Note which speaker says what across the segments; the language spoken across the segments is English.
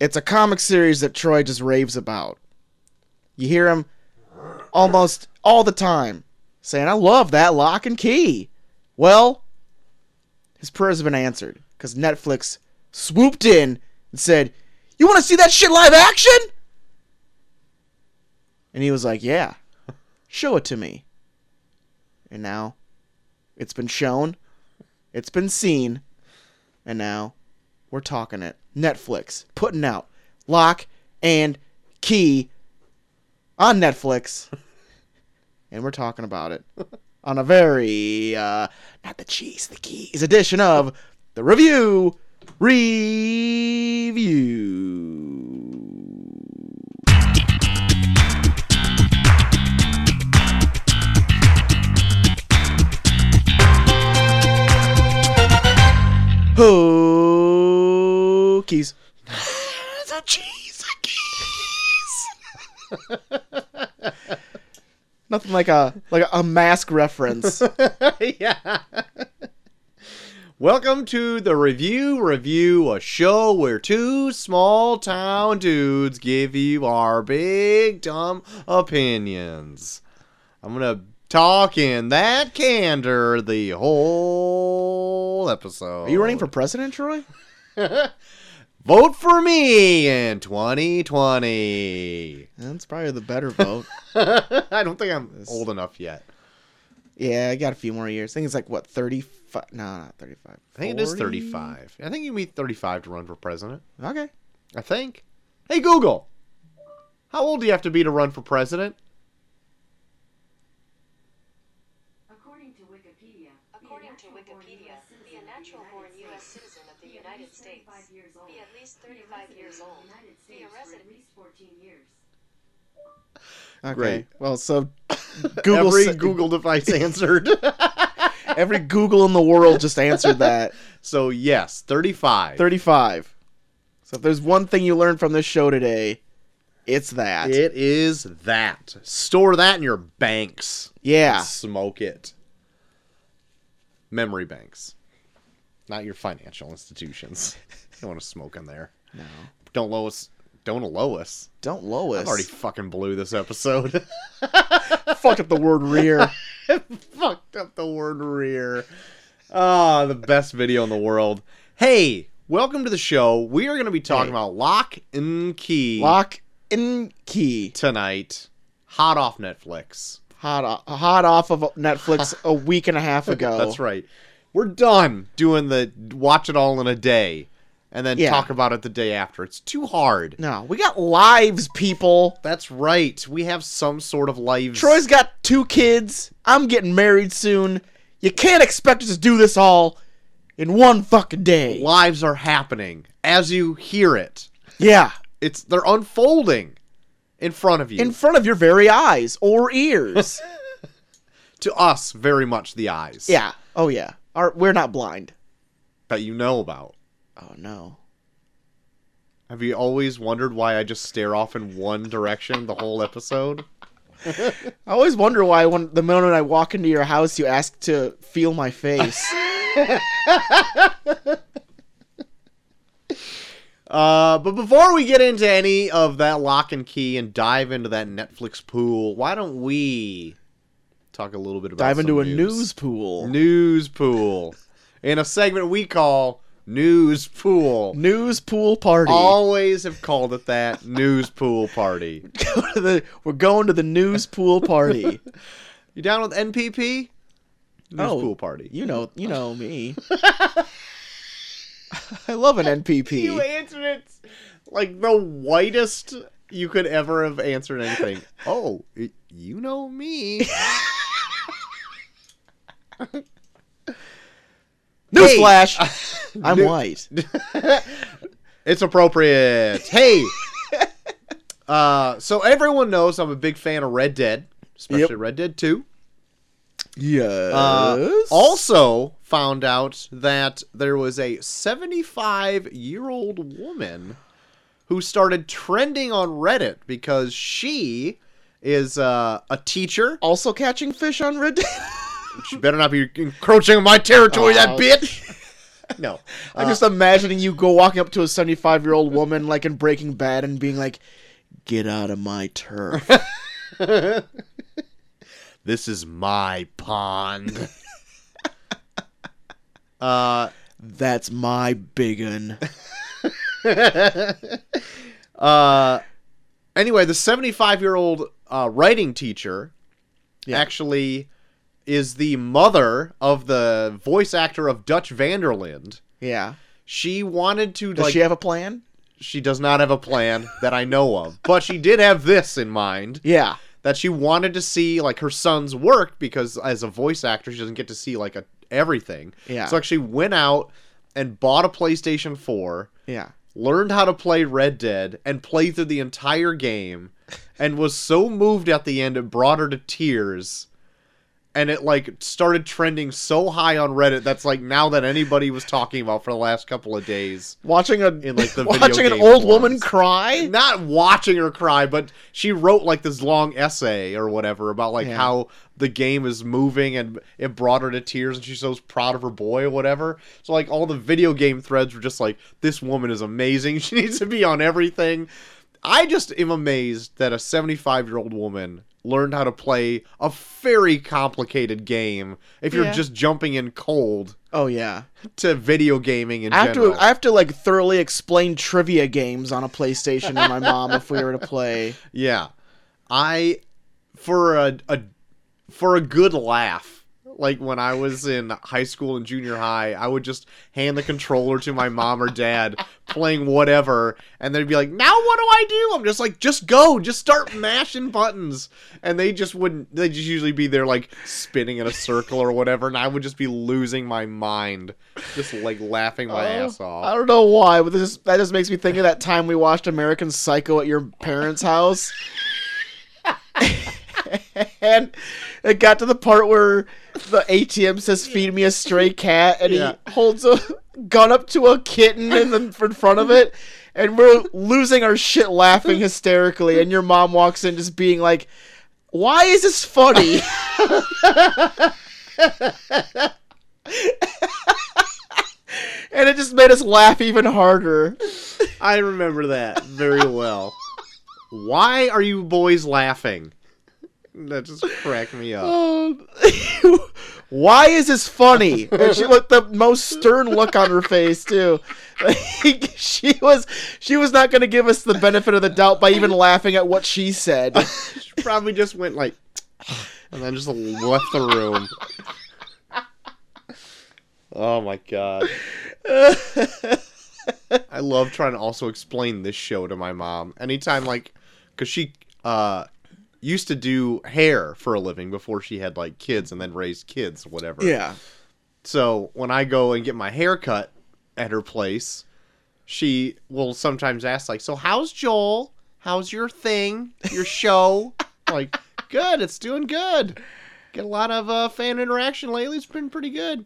Speaker 1: It's a comic series that Troy just raves about. You hear him almost all the time saying, I love that lock and key. Well, his prayers have been answered because Netflix swooped in and said, You want to see that shit live action? And he was like, Yeah, show it to me. And now it's been shown, it's been seen, and now we're talking it. Netflix putting out Lock and Key on Netflix, and we're talking about it on a very uh, not the cheese, the keys edition of the review review. Ho keys. the cheese, the keys. Nothing like a like a mask reference.
Speaker 2: yeah. Welcome to the review review, a show where two small town dudes give you our big dumb opinions. I'm gonna talk in that candor the whole episode.
Speaker 1: Are you running for president, Troy?
Speaker 2: vote for me in 2020?
Speaker 1: That's probably the better vote.
Speaker 2: I don't think I'm old enough yet.
Speaker 1: yeah, I got a few more years. I think it's like what thirty five. No, not thirty five.
Speaker 2: I think it is 35. I think you need 35 to run for president.
Speaker 1: Okay.
Speaker 2: I think. Hey Google, how old do you have to be to run for president?
Speaker 3: According to Wikipedia,
Speaker 4: According to Wikipedia, be a natural-born U.S. citizen of the United States. Be at least 35 years old. Be a resident.
Speaker 3: least 14 years.
Speaker 1: Okay.
Speaker 2: Great.
Speaker 1: Well, so Google
Speaker 2: Every
Speaker 1: sa-
Speaker 2: Google device answered.
Speaker 1: every Google in the world just answered that.
Speaker 2: so yes, 35.
Speaker 1: 35. So if there's one thing you learned from this show today, it's that.
Speaker 2: It is that. Store that in your banks.
Speaker 1: yeah.
Speaker 2: Smoke it. Memory banks. Not your financial institutions. you don't want to smoke in there.
Speaker 1: No.
Speaker 2: Don't low us. Don't allow us.
Speaker 1: Don't Lois.
Speaker 2: I've already fucking blew this episode.
Speaker 1: fucked up the word rear.
Speaker 2: fucked up the word rear. Ah, the best video in the world. Hey, welcome to the show. We are going to be talking
Speaker 1: Hey.
Speaker 2: about Lock and Key
Speaker 1: Lock and key.
Speaker 2: tonight, hot off Netflix.
Speaker 1: Hot off, hot off of Netflix a week and a half ago.
Speaker 2: That's right. We're done doing the watch it all in a day and then
Speaker 1: Yeah.
Speaker 2: talk about it the day after. It's too hard.
Speaker 1: No, we got lives, people.
Speaker 2: That's right. We have some sort of lives.
Speaker 1: Troy's got two kids. I'm getting married soon. You can't expect us to do this all in one fucking day.
Speaker 2: lives are happening as you hear it.
Speaker 1: Yeah.
Speaker 2: It's they're unfolding in front of you.
Speaker 1: In front of your very eyes or ears.
Speaker 2: to us very much the eyes
Speaker 1: Yeah. Oh yeah. Our, we're not blind.
Speaker 2: that you know about
Speaker 1: Oh no.
Speaker 2: have you always wondered why i just stare off in one direction the whole episode
Speaker 1: I always wonder why when the moment I walk into your house, you ask to feel my face.
Speaker 2: uh, but before we get into any of that lock and key and dive into that netflix pool why don't we talk a little bit about
Speaker 1: Dive into a
Speaker 2: some
Speaker 1: news,
Speaker 2: news
Speaker 1: pool.
Speaker 2: news pool in a segment we call news pool
Speaker 1: news pool party.
Speaker 2: always have called it that news pool party
Speaker 1: Go to the- we're going to the news pool party.
Speaker 2: you down with npp news
Speaker 1: Oh,
Speaker 2: pool party
Speaker 1: You know, you know me. I love an NPP.
Speaker 2: You answered it like the whitest you could ever have answered anything. Oh, y- you know me.
Speaker 1: Newsflash! I'm
Speaker 2: New-
Speaker 1: white.
Speaker 2: It's appropriate. Hey. Uh, so everyone knows I'm a big fan of Red Dead, especially Red Dead 2.
Speaker 1: Yes.
Speaker 2: Uh, also found out that there was a 75 year old woman who started trending on Reddit because she is uh, a teacher.
Speaker 1: also catching fish on Red Dead.
Speaker 2: She better not be encroaching on my territory, that
Speaker 1: Oh.
Speaker 2: bitch. No.
Speaker 1: I'm
Speaker 2: Uh,
Speaker 1: just imagining you go walking up to a 75 year old woman like in Breaking Bad and being like, "Get out of my turf."
Speaker 2: this is my pond. uh,
Speaker 1: That's my big un.
Speaker 2: uh, anyway, the 75 year old uh, writing teacher
Speaker 1: Yeah.
Speaker 2: actually is the mother of the voice actor of Dutch Vanderland.
Speaker 1: Yeah.
Speaker 2: She wanted to
Speaker 1: Does
Speaker 2: like
Speaker 1: she have a plan?
Speaker 2: she does not have a plan that I know of, but she did have this in mind
Speaker 1: Yeah.
Speaker 2: that she wanted to see like her son's work because as a voice actor she doesn't get to see like a, everything.
Speaker 1: Yeah.
Speaker 2: So actually went out and bought a PlayStation 4,
Speaker 1: Yeah.
Speaker 2: learned how to play Red Dead and played through the entire game and was so moved at the end it brought her to tears. And it like started trending so high on Reddit that's like now that anybody was talking about for the last couple of days.
Speaker 1: Watching a
Speaker 2: In, like, the video
Speaker 1: watching an
Speaker 2: game
Speaker 1: old woman
Speaker 2: forums.
Speaker 1: cry.
Speaker 2: not watching her cry, but she wrote like this long essay or whatever about like
Speaker 1: Yeah.
Speaker 2: how the game is moving and it brought her to tears and she's so proud of her boy or whatever. So like all the video game threads were just like, this woman is amazing. She needs to be on everything. I just am amazed that a 75 year old woman learned how to play a very complicated game if you're
Speaker 1: Yeah.
Speaker 2: just jumping in cold
Speaker 1: Oh yeah.
Speaker 2: to video gaming in
Speaker 1: I have
Speaker 2: general.
Speaker 1: to I have to like thoroughly explain trivia games on a PlayStation to my mom if we were to play.
Speaker 2: Yeah, I for a, a for a good laugh. Like when I was in high school and junior high, I would just hand the controller to my mom or dad playing whatever, and they'd be like, "Now what do I do?" I'm just like, "Just go, just start mashing buttons," and they just wouldn't. They just usually be there like spinning in a circle or whatever, and I would just be losing my mind, just like laughing my ass
Speaker 1: I
Speaker 2: off.
Speaker 1: don't know why, but this that just makes me think of that time we watched American Psycho at your parents' house. and it got to the part where the ATM says "Feed me a stray cat," and
Speaker 2: Yeah.
Speaker 1: he holds a gun up to a kitten in the, in front of it, and we're losing our shit laughing hysterically. And your mom walks in, just being like, "Why is this funny?" and it just made us laugh even harder.
Speaker 2: I remember that very well. Why are you boys laughing? That just cracked me up.
Speaker 1: Um, why is this funny? And she looked the most stern look on her face too. Like, she was she was not going to give us the benefit of the doubt by even laughing at what she said.
Speaker 2: She probably just went like, and then just left the room. Oh my god! I love trying to also explain this show to my mom anytime, like, cause she uh used to do hair for a living before she had like kids and then raised kids, whatever.
Speaker 1: yeah.
Speaker 2: So when I go and get my hair cut at her place, she will sometimes ask like, "So how's Joel? How's your thing? Your show?" like, "Good. It's doing good. Get a lot of uh, fan interaction lately. It's been pretty good."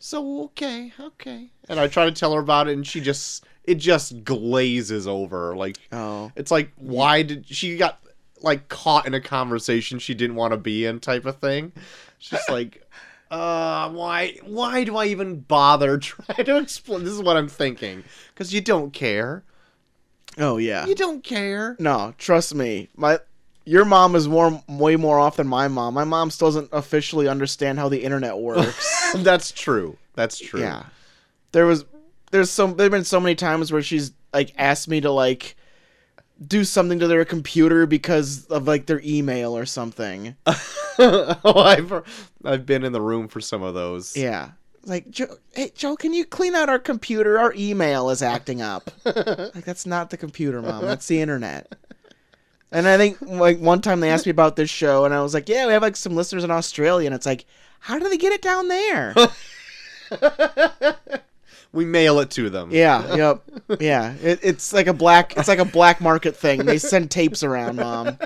Speaker 2: So okay, okay. And I try to tell her about it, and she just it just glazes over. Like
Speaker 1: Oh.
Speaker 2: it's like, why did she got like caught in a conversation she didn't want to be in type of thing? It's just like, uh, why, why do I even bother trying to explain? This is what I'm thinking because you don't care.
Speaker 1: Oh yeah.
Speaker 2: You don't care.
Speaker 1: No, trust me. My your mom is more way more off than my mom. My mom still doesn't officially understand how the internet works.
Speaker 2: That's true. That's true.
Speaker 1: Yeah. There was there's so there've been so many times where she's like asked me to like do something to their computer because of like their email or something.
Speaker 2: oh, I've I've been in the room for some of those.
Speaker 1: Yeah. Like Joe, hey Joe, can you clean out our computer? Our email is acting up. like that's not the computer, mom. That's the internet. And I think like one time they asked me about this show, and I was like, "Yeah, we have like some listeners in Australia," and it's like, "How do they get it down there?"
Speaker 2: We mail it to them.
Speaker 1: Yeah, yep, yeah. It, it's like a black, it's like a black market thing. They send tapes around, mom.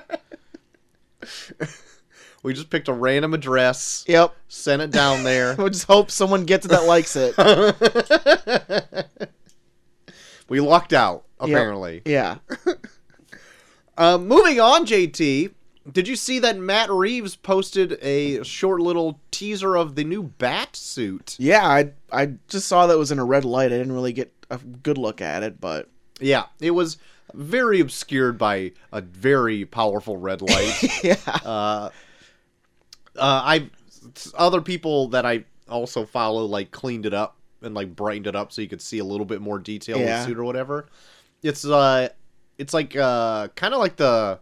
Speaker 2: We just picked a random address,
Speaker 1: Yep.
Speaker 2: sent it down there.
Speaker 1: We'll just hope someone gets it that likes it.
Speaker 2: we lucked out apparently.
Speaker 1: Yeah.
Speaker 2: Uh, moving on, JT. Did you see that Matt Reeves posted a short little teaser of the new bat suit?
Speaker 1: Yeah, I I just saw that was in a red light. I didn't really get a good look at it, but
Speaker 2: Yeah, it was very obscured by a very powerful red light.
Speaker 1: yeah,
Speaker 2: uh, uh, I other people that I also follow like cleaned it up and like brightened it up so you could see a little bit more detail in the
Speaker 1: Yeah.
Speaker 2: suit or whatever. It's uh, it's like uh, kind of like the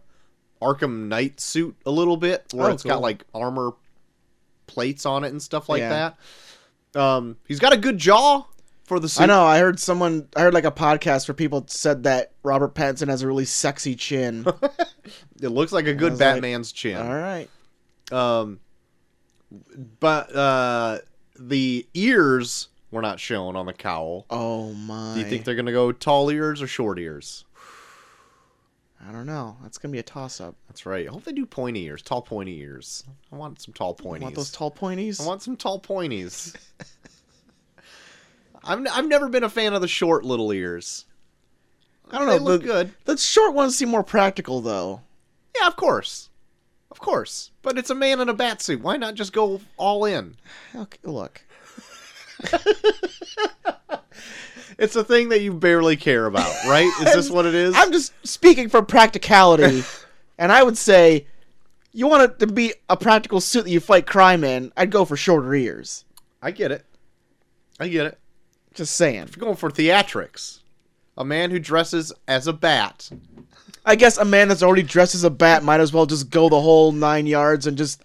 Speaker 2: Arkham Knight suit a little bit, where
Speaker 1: Oh,
Speaker 2: it's got
Speaker 1: cool.
Speaker 2: like armor plates on it and stuff like
Speaker 1: Yeah.
Speaker 2: that. Um, he's got a good jaw for the suit.
Speaker 1: I know. I heard someone. I heard like a podcast where people said that Robert Pattinson has a really sexy chin.
Speaker 2: It looks like a
Speaker 1: I
Speaker 2: good
Speaker 1: was like,
Speaker 2: Batman's chin.
Speaker 1: All right.
Speaker 2: Um, but uh, the ears were not shown on the cowl.
Speaker 1: Oh my.
Speaker 2: Do you think they're gonna go tall ears or short ears?
Speaker 1: I don't know. That's gonna be a toss up.
Speaker 2: That's right. I hope they do pointy ears, tall pointy ears. I want some tall pointies.
Speaker 1: Want those tall pointies?
Speaker 2: I want some tall pointies. I'm I've never been a fan of the short little ears.
Speaker 1: I don't
Speaker 2: They
Speaker 1: know.
Speaker 2: look
Speaker 1: the,
Speaker 2: good.
Speaker 1: The short ones seem more practical though.
Speaker 2: Yeah, of course, of course. But it's a man in a bat suit. Why not just go all in?
Speaker 1: Okay, look.
Speaker 2: It's a thing that you barely care about, right? Is this what it is?
Speaker 1: I'm just speaking from practicality, and I would say, you want it to be a practical suit that you fight crime in. I'd go for shorter ears.
Speaker 2: I get it. I get it.
Speaker 1: Just saying.
Speaker 2: If you're going for theatrics, a man who dresses as a bat.
Speaker 1: I guess a man that's already dressed as a bat might as well just go the whole nine yards and just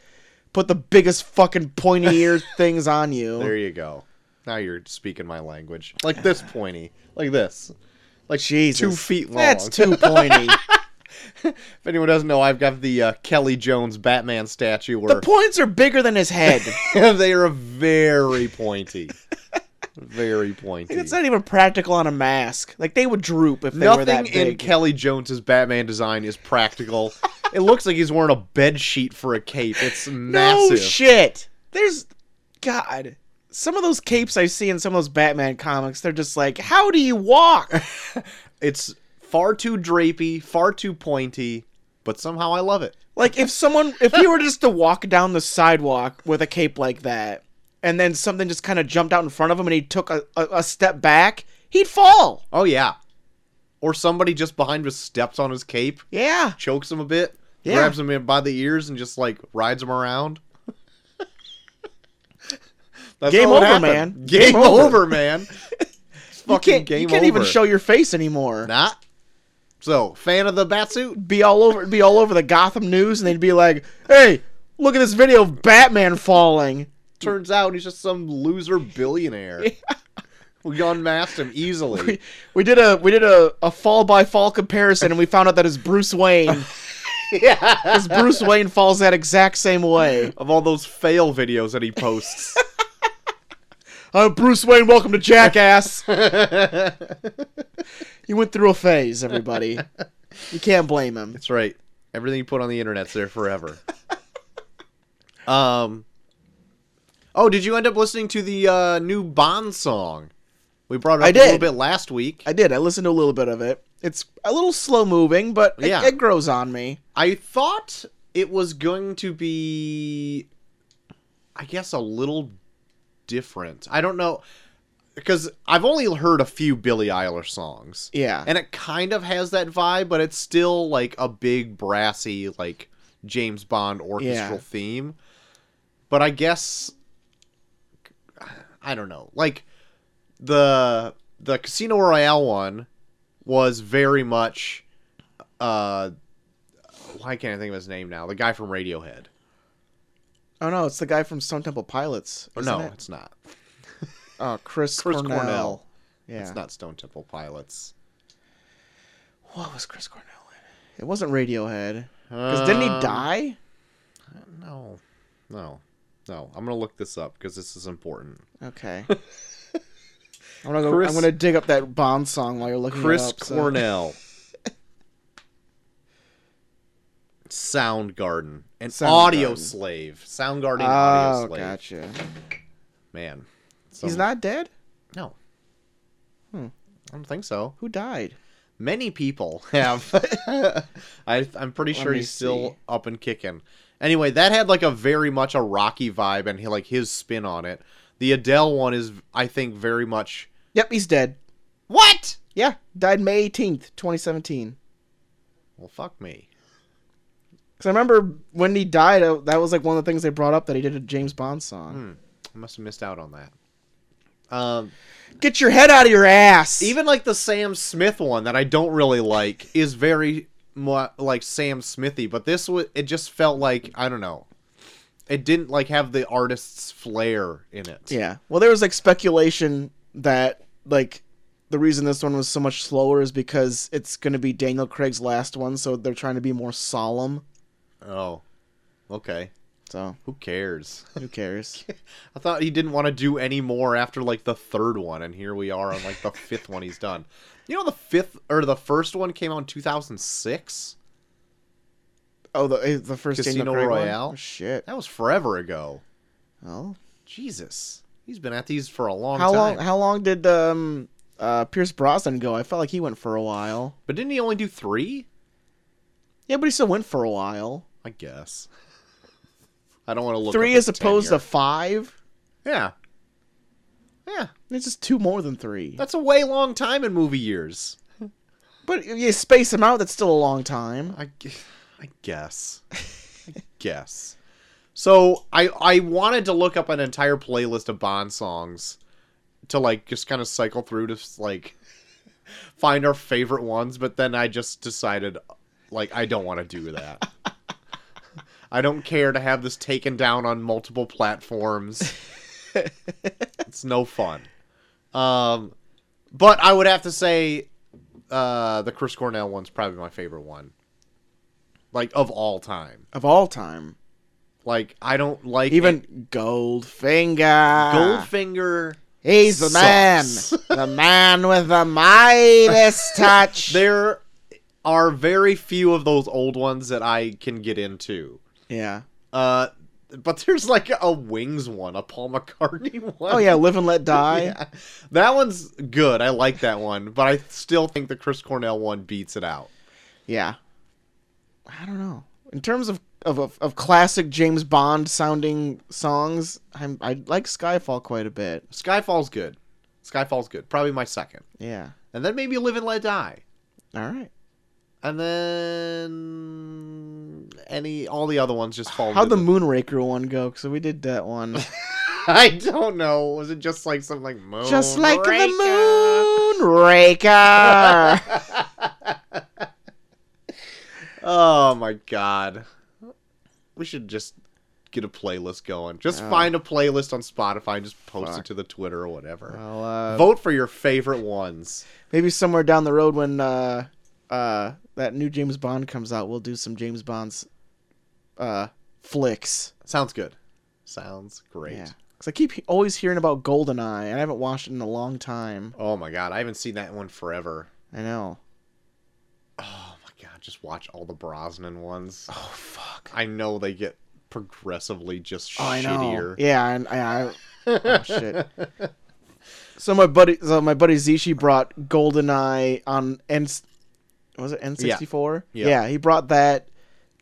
Speaker 1: put the biggest fucking pointy ear things on you.
Speaker 2: There you go. Now you're speaking my language. Like this pointy. Like this. Like
Speaker 1: Jesus,
Speaker 2: two feet long.
Speaker 1: That's too pointy.
Speaker 2: if anyone doesn't know, I've got the uh, Kelly Jones Batman
Speaker 1: the
Speaker 2: statue where
Speaker 1: points are bigger than his head.
Speaker 2: they are very pointy. very pointy.
Speaker 1: Like, it's not even practical on a mask. Like they would droop if they were that
Speaker 2: Nothing in
Speaker 1: big.
Speaker 2: Kelly Jones's Batman design is practical. it looks like he's wearing a bed sheet for a cape. It's massive.
Speaker 1: No shit. There's God. Some of those capes I see in some of those Batman comics, they're just like, how do you walk?
Speaker 2: It's far too drapey, far too pointy, but somehow I love it.
Speaker 1: Like if someone if you were just to walk down the sidewalk with a cape like that and then something just kind of jumped out in front of him and he took a, a, a step back, he'd fall.
Speaker 2: Oh yeah. Or somebody just behind us steps on his cape,
Speaker 1: Yeah.
Speaker 2: chokes him a bit,
Speaker 1: Yeah.
Speaker 2: grabs him by the ears and just like rides him around. That's
Speaker 1: Game
Speaker 2: how it
Speaker 1: over,
Speaker 2: happened.
Speaker 1: man.
Speaker 2: Game,
Speaker 1: Game
Speaker 2: over.
Speaker 1: over.
Speaker 2: man. It's
Speaker 1: You
Speaker 2: fucking
Speaker 1: can't,
Speaker 2: game
Speaker 1: you can't
Speaker 2: over.
Speaker 1: even show your face anymore.
Speaker 2: Not. So, fan of the batsuit?
Speaker 1: Be all over be all over the Gotham news and they'd be like, "Hey, look at this video of Batman falling."
Speaker 2: Turns out he's just some loser billionaire. We unmasked him easily.
Speaker 1: We, we did a we did a, a fall by fall comparison and we found out that it's Bruce Wayne.
Speaker 2: yeah.
Speaker 1: Because Bruce Wayne falls that exact same way.
Speaker 2: of all those fail videos that he posts.
Speaker 1: I'm Uh, Bruce Wayne, welcome to Jackass. You went through a phase, everybody. You can't blame him.
Speaker 2: That's right. Everything you put on the internet's there forever. um. Oh, did you end up listening to the uh, new Bond song? We brought it up
Speaker 1: I
Speaker 2: a little
Speaker 1: did.
Speaker 2: bit last week. I,
Speaker 1: I did. I listened to a little bit of it. It's a little slow moving, but it,
Speaker 2: Yeah.
Speaker 1: it grows on me.
Speaker 2: thought it was going to be, I guess, a little different. I don't know, because I've only heard a few Billie Eilish songs.
Speaker 1: Yeah.
Speaker 2: and it kind of has that vibe, but it's still like a big brassy like James Bond orchestral
Speaker 1: Yeah.
Speaker 2: theme. But I guess I don't know. Like the the Casino Royale one was very much uh why can't I think of his name now? The guy from Radiohead.
Speaker 1: oh no, it's the guy from Stone Temple Pilots.
Speaker 2: Or
Speaker 1: isn't
Speaker 2: no,
Speaker 1: it?
Speaker 2: it's not.
Speaker 1: Oh, Chris,
Speaker 2: Chris
Speaker 1: Cornell.
Speaker 2: Cornell.
Speaker 1: Yeah.
Speaker 2: It's not Stone Temple Pilots.
Speaker 1: What was Chris Cornell in? It wasn't Radiohead. Because didn't he
Speaker 2: Um,
Speaker 1: die?
Speaker 2: No. No. No. I'm going to look this up because this is important.
Speaker 1: Okay. I'm gonna go,
Speaker 2: Chris-
Speaker 1: I'm gonna dig up that Bond song while you're looking. it
Speaker 2: Chris
Speaker 1: up, so-
Speaker 2: Cornell. Soundgarden. An
Speaker 1: Soundgarden.
Speaker 2: audio slave. Soundgarden audio
Speaker 1: Oh,
Speaker 2: slave.
Speaker 1: gotcha.
Speaker 2: Man.
Speaker 1: He's
Speaker 2: Some-
Speaker 1: not dead.
Speaker 2: No.
Speaker 1: Hmm.
Speaker 2: I don't think so.
Speaker 1: Who died?
Speaker 2: many people have. I, I'm pretty
Speaker 1: Let
Speaker 2: sure
Speaker 1: me
Speaker 2: he's still
Speaker 1: see.
Speaker 2: up and kicking. Anyway, that had like a very much a Rocky vibe and he, like his spin on it. The Adele one is, I think, very much
Speaker 1: Yep, he's dead.
Speaker 2: what?
Speaker 1: Yeah, died May 18th, 2017.
Speaker 2: Well, fuck me.
Speaker 1: Because I remember when he died, uh, that was like one of the things they brought up that he did a James Bond song.
Speaker 2: I must have missed out on that. Um,
Speaker 1: Get your head out of your ass.
Speaker 2: even like the Sam Smith one that I don't really like is very mu like Sam Smithy, but this was it just felt like I don't know. It didn't like have the artist's flair in it.
Speaker 1: Yeah. Well, there was like speculation that like the reason this one was so much slower is because it's going to be Daniel Craig's last one, so they're trying to be more solemn.
Speaker 2: Oh. Okay.
Speaker 1: So
Speaker 2: Who cares?
Speaker 1: who cares?
Speaker 2: I thought he didn't want to do any more after like the third one, and here we are on like the fifth one he's done. You know the fifth or the first one came out in two thousand six?
Speaker 1: oh, the eh, the first
Speaker 2: Casino
Speaker 1: Daniel Craig one?
Speaker 2: Royale?
Speaker 1: Oh, shit.
Speaker 2: That was forever ago.
Speaker 1: Well,
Speaker 2: Jesus. He's been at these for a long
Speaker 1: how
Speaker 2: time.
Speaker 1: long? How long did um uh Pierce Brosnan go? I felt like he went for a while.
Speaker 2: but didn't he only do three?
Speaker 1: Yeah, but he still went for a while.
Speaker 2: I guess. I don't want to look.
Speaker 1: Three
Speaker 2: up
Speaker 1: as
Speaker 2: his
Speaker 1: opposed to
Speaker 2: tenure.
Speaker 1: five.
Speaker 2: yeah, yeah.
Speaker 1: It's just two more than three.
Speaker 2: That's a way long time in movie years.
Speaker 1: But if you space them out. That's still a long time.
Speaker 2: I, gu- I guess. I guess. So I I wanted to look up an entire playlist of Bond songs to like just kind of cycle through to s- like find our favorite ones, but then I just decided like I don't want to do that. I don't care to have this taken down on multiple platforms. it's no fun. Um but I would have to say uh the Chris Cornell one's probably my favorite one. Like of all time.
Speaker 1: Of all time,
Speaker 2: Like I don't like
Speaker 1: even ah. Goldfinger.
Speaker 2: Goldfinger.
Speaker 1: He's the
Speaker 2: Sucks.
Speaker 1: man, the man with the Midas touch.
Speaker 2: There are very few of those old ones that I can get into.
Speaker 1: yeah.
Speaker 2: Uh but there's like a Wings one, a Paul McCartney one.
Speaker 1: Oh yeah, live and let die.
Speaker 2: Yeah. That one's good. I like that one, but I still think the Chris Cornell one beats it out.
Speaker 1: Yeah. I don't know. In terms of of, of, of classic James Bond sounding songs, I'm, I like Skyfall quite a bit.
Speaker 2: Skyfall's good. Skyfall's good. Probably my second.
Speaker 1: Yeah.
Speaker 2: And then maybe Live and Let Die.
Speaker 1: All right.
Speaker 2: And then any all the other ones just fall.
Speaker 1: How'd the
Speaker 2: into
Speaker 1: Moonraker one go? So we did that one.
Speaker 2: I don't know. Was it just like something like moon?
Speaker 1: Just like
Speaker 2: Raker?
Speaker 1: the Moonraker.
Speaker 2: Oh my god. We should just get a playlist going. Just
Speaker 1: Oh.
Speaker 2: find a playlist on Spotify and just post
Speaker 1: Fuck.
Speaker 2: it to the Twitter or whatever.
Speaker 1: well, uh,
Speaker 2: Vote for your favorite ones.
Speaker 1: maybe somewhere down the road when uh, uh, that new James Bond comes out, we'll do some James Bond's uh, flicks.
Speaker 2: Sounds good. Sounds great.
Speaker 1: Yeah. Because I keep he- always hearing about Goldeneye, and I haven't watched it in a long time.
Speaker 2: Oh my god, I haven't seen that one forever.
Speaker 1: I know.
Speaker 2: Oh my god, just watch all the Brosnan ones.
Speaker 1: Oh fuck.
Speaker 2: I know they get progressively just
Speaker 1: Oh, I know.
Speaker 2: shittier.
Speaker 1: Yeah, and I, I oh shit. So my buddy, so my buddy Zishi brought Goldeneye on N, was it N sixty four?
Speaker 2: Yeah.
Speaker 1: Yeah, he brought that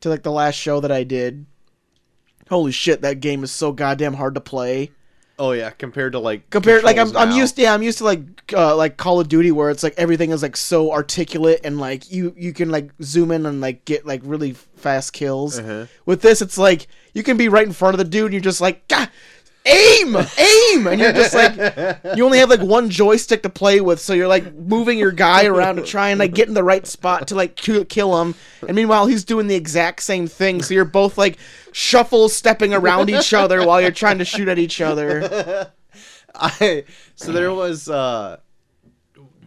Speaker 1: to like the last show that I did. Holy shit, that game is so goddamn hard to play.
Speaker 2: Oh yeah, compared to like
Speaker 1: Compared, like I'm,
Speaker 2: controls
Speaker 1: I'm
Speaker 2: now.
Speaker 1: used, to, yeah, I'm used to like, uh, like Call of Duty, where it's like everything is like so articulate and like you, you can like zoom in and like get like really fast kills.
Speaker 2: Uh-huh.
Speaker 1: With this, it's like you can be right in front of the dude, and you're just like, "Gah, aim, aim, and you're just like, you only have like one joystick to play with, so you're like moving your guy around to try and like get in the right spot to like kill, kill him. And meanwhile, he's doing the exact same thing, so you're both like shuffle stepping around each other while you're trying to shoot at each other.
Speaker 2: I so there was uh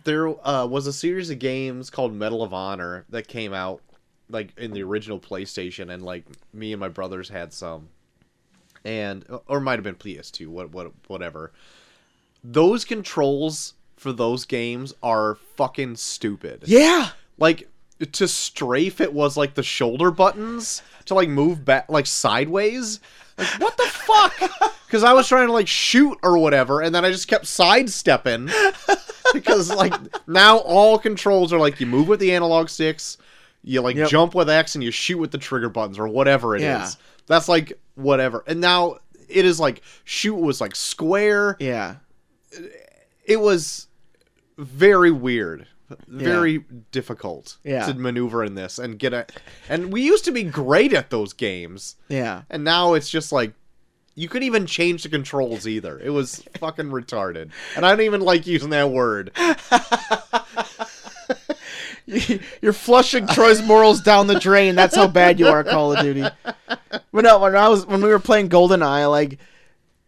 Speaker 2: there uh was a series of games called Medal of Honor that came out like in the original PlayStation and like me and my brothers had some and or it might have been PS2 what what whatever those controls for those games are fucking stupid
Speaker 1: Yeah,
Speaker 2: like to strafe it was like the shoulder buttons to like move back like sideways like what the fuck because i was trying to like shoot or whatever and then i just kept sidestepping because like now all controls are like you move with the analog sticks, you like
Speaker 1: Yep.
Speaker 2: jump with X, and you shoot with the trigger buttons or whatever it is.
Speaker 1: Yeah.
Speaker 2: That's like whatever. And now it is like shoot was like square.
Speaker 1: yeah.
Speaker 2: It was very weird. Very difficult
Speaker 1: Yeah.
Speaker 2: to maneuver in this and get a and we used to be great at those games.
Speaker 1: Yeah.
Speaker 2: And now it's just like you couldn't even change the controls either. It was fucking retarded. And I don't even like using that word.
Speaker 1: You're flushing Troy's morals down the drain. That's how bad you are at Call of Duty. But no, when I was when we were playing GoldenEye, like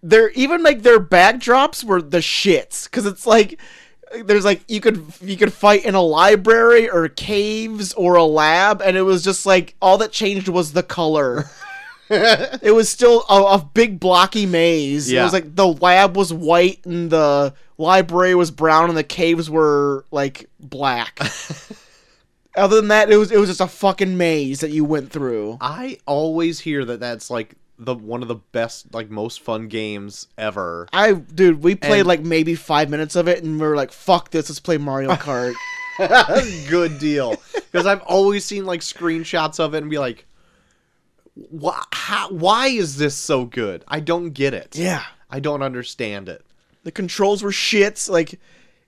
Speaker 1: they're even like their backdrops were the shits because it's like there's like you could you could fight in a library or caves or a lab, and it was just like all that changed was the color. it was still a, a big blocky maze. It
Speaker 2: Yeah.
Speaker 1: was like the lab was white and the library was brown and the caves were like black. Other than that, it was it was just a fucking maze that you went through.
Speaker 2: I always hear that that's like the one of the best, like most fun games ever.
Speaker 1: I dude, we played
Speaker 2: And-
Speaker 1: like maybe five minutes of it, and we were like, "Fuck this, let's play Mario Kart."
Speaker 2: Good deal, because I've always seen like screenshots of it and be like, "Why? How, why is this so good? I don't get it.
Speaker 1: yeah,
Speaker 2: I don't understand it."
Speaker 1: the controls were shits. Like,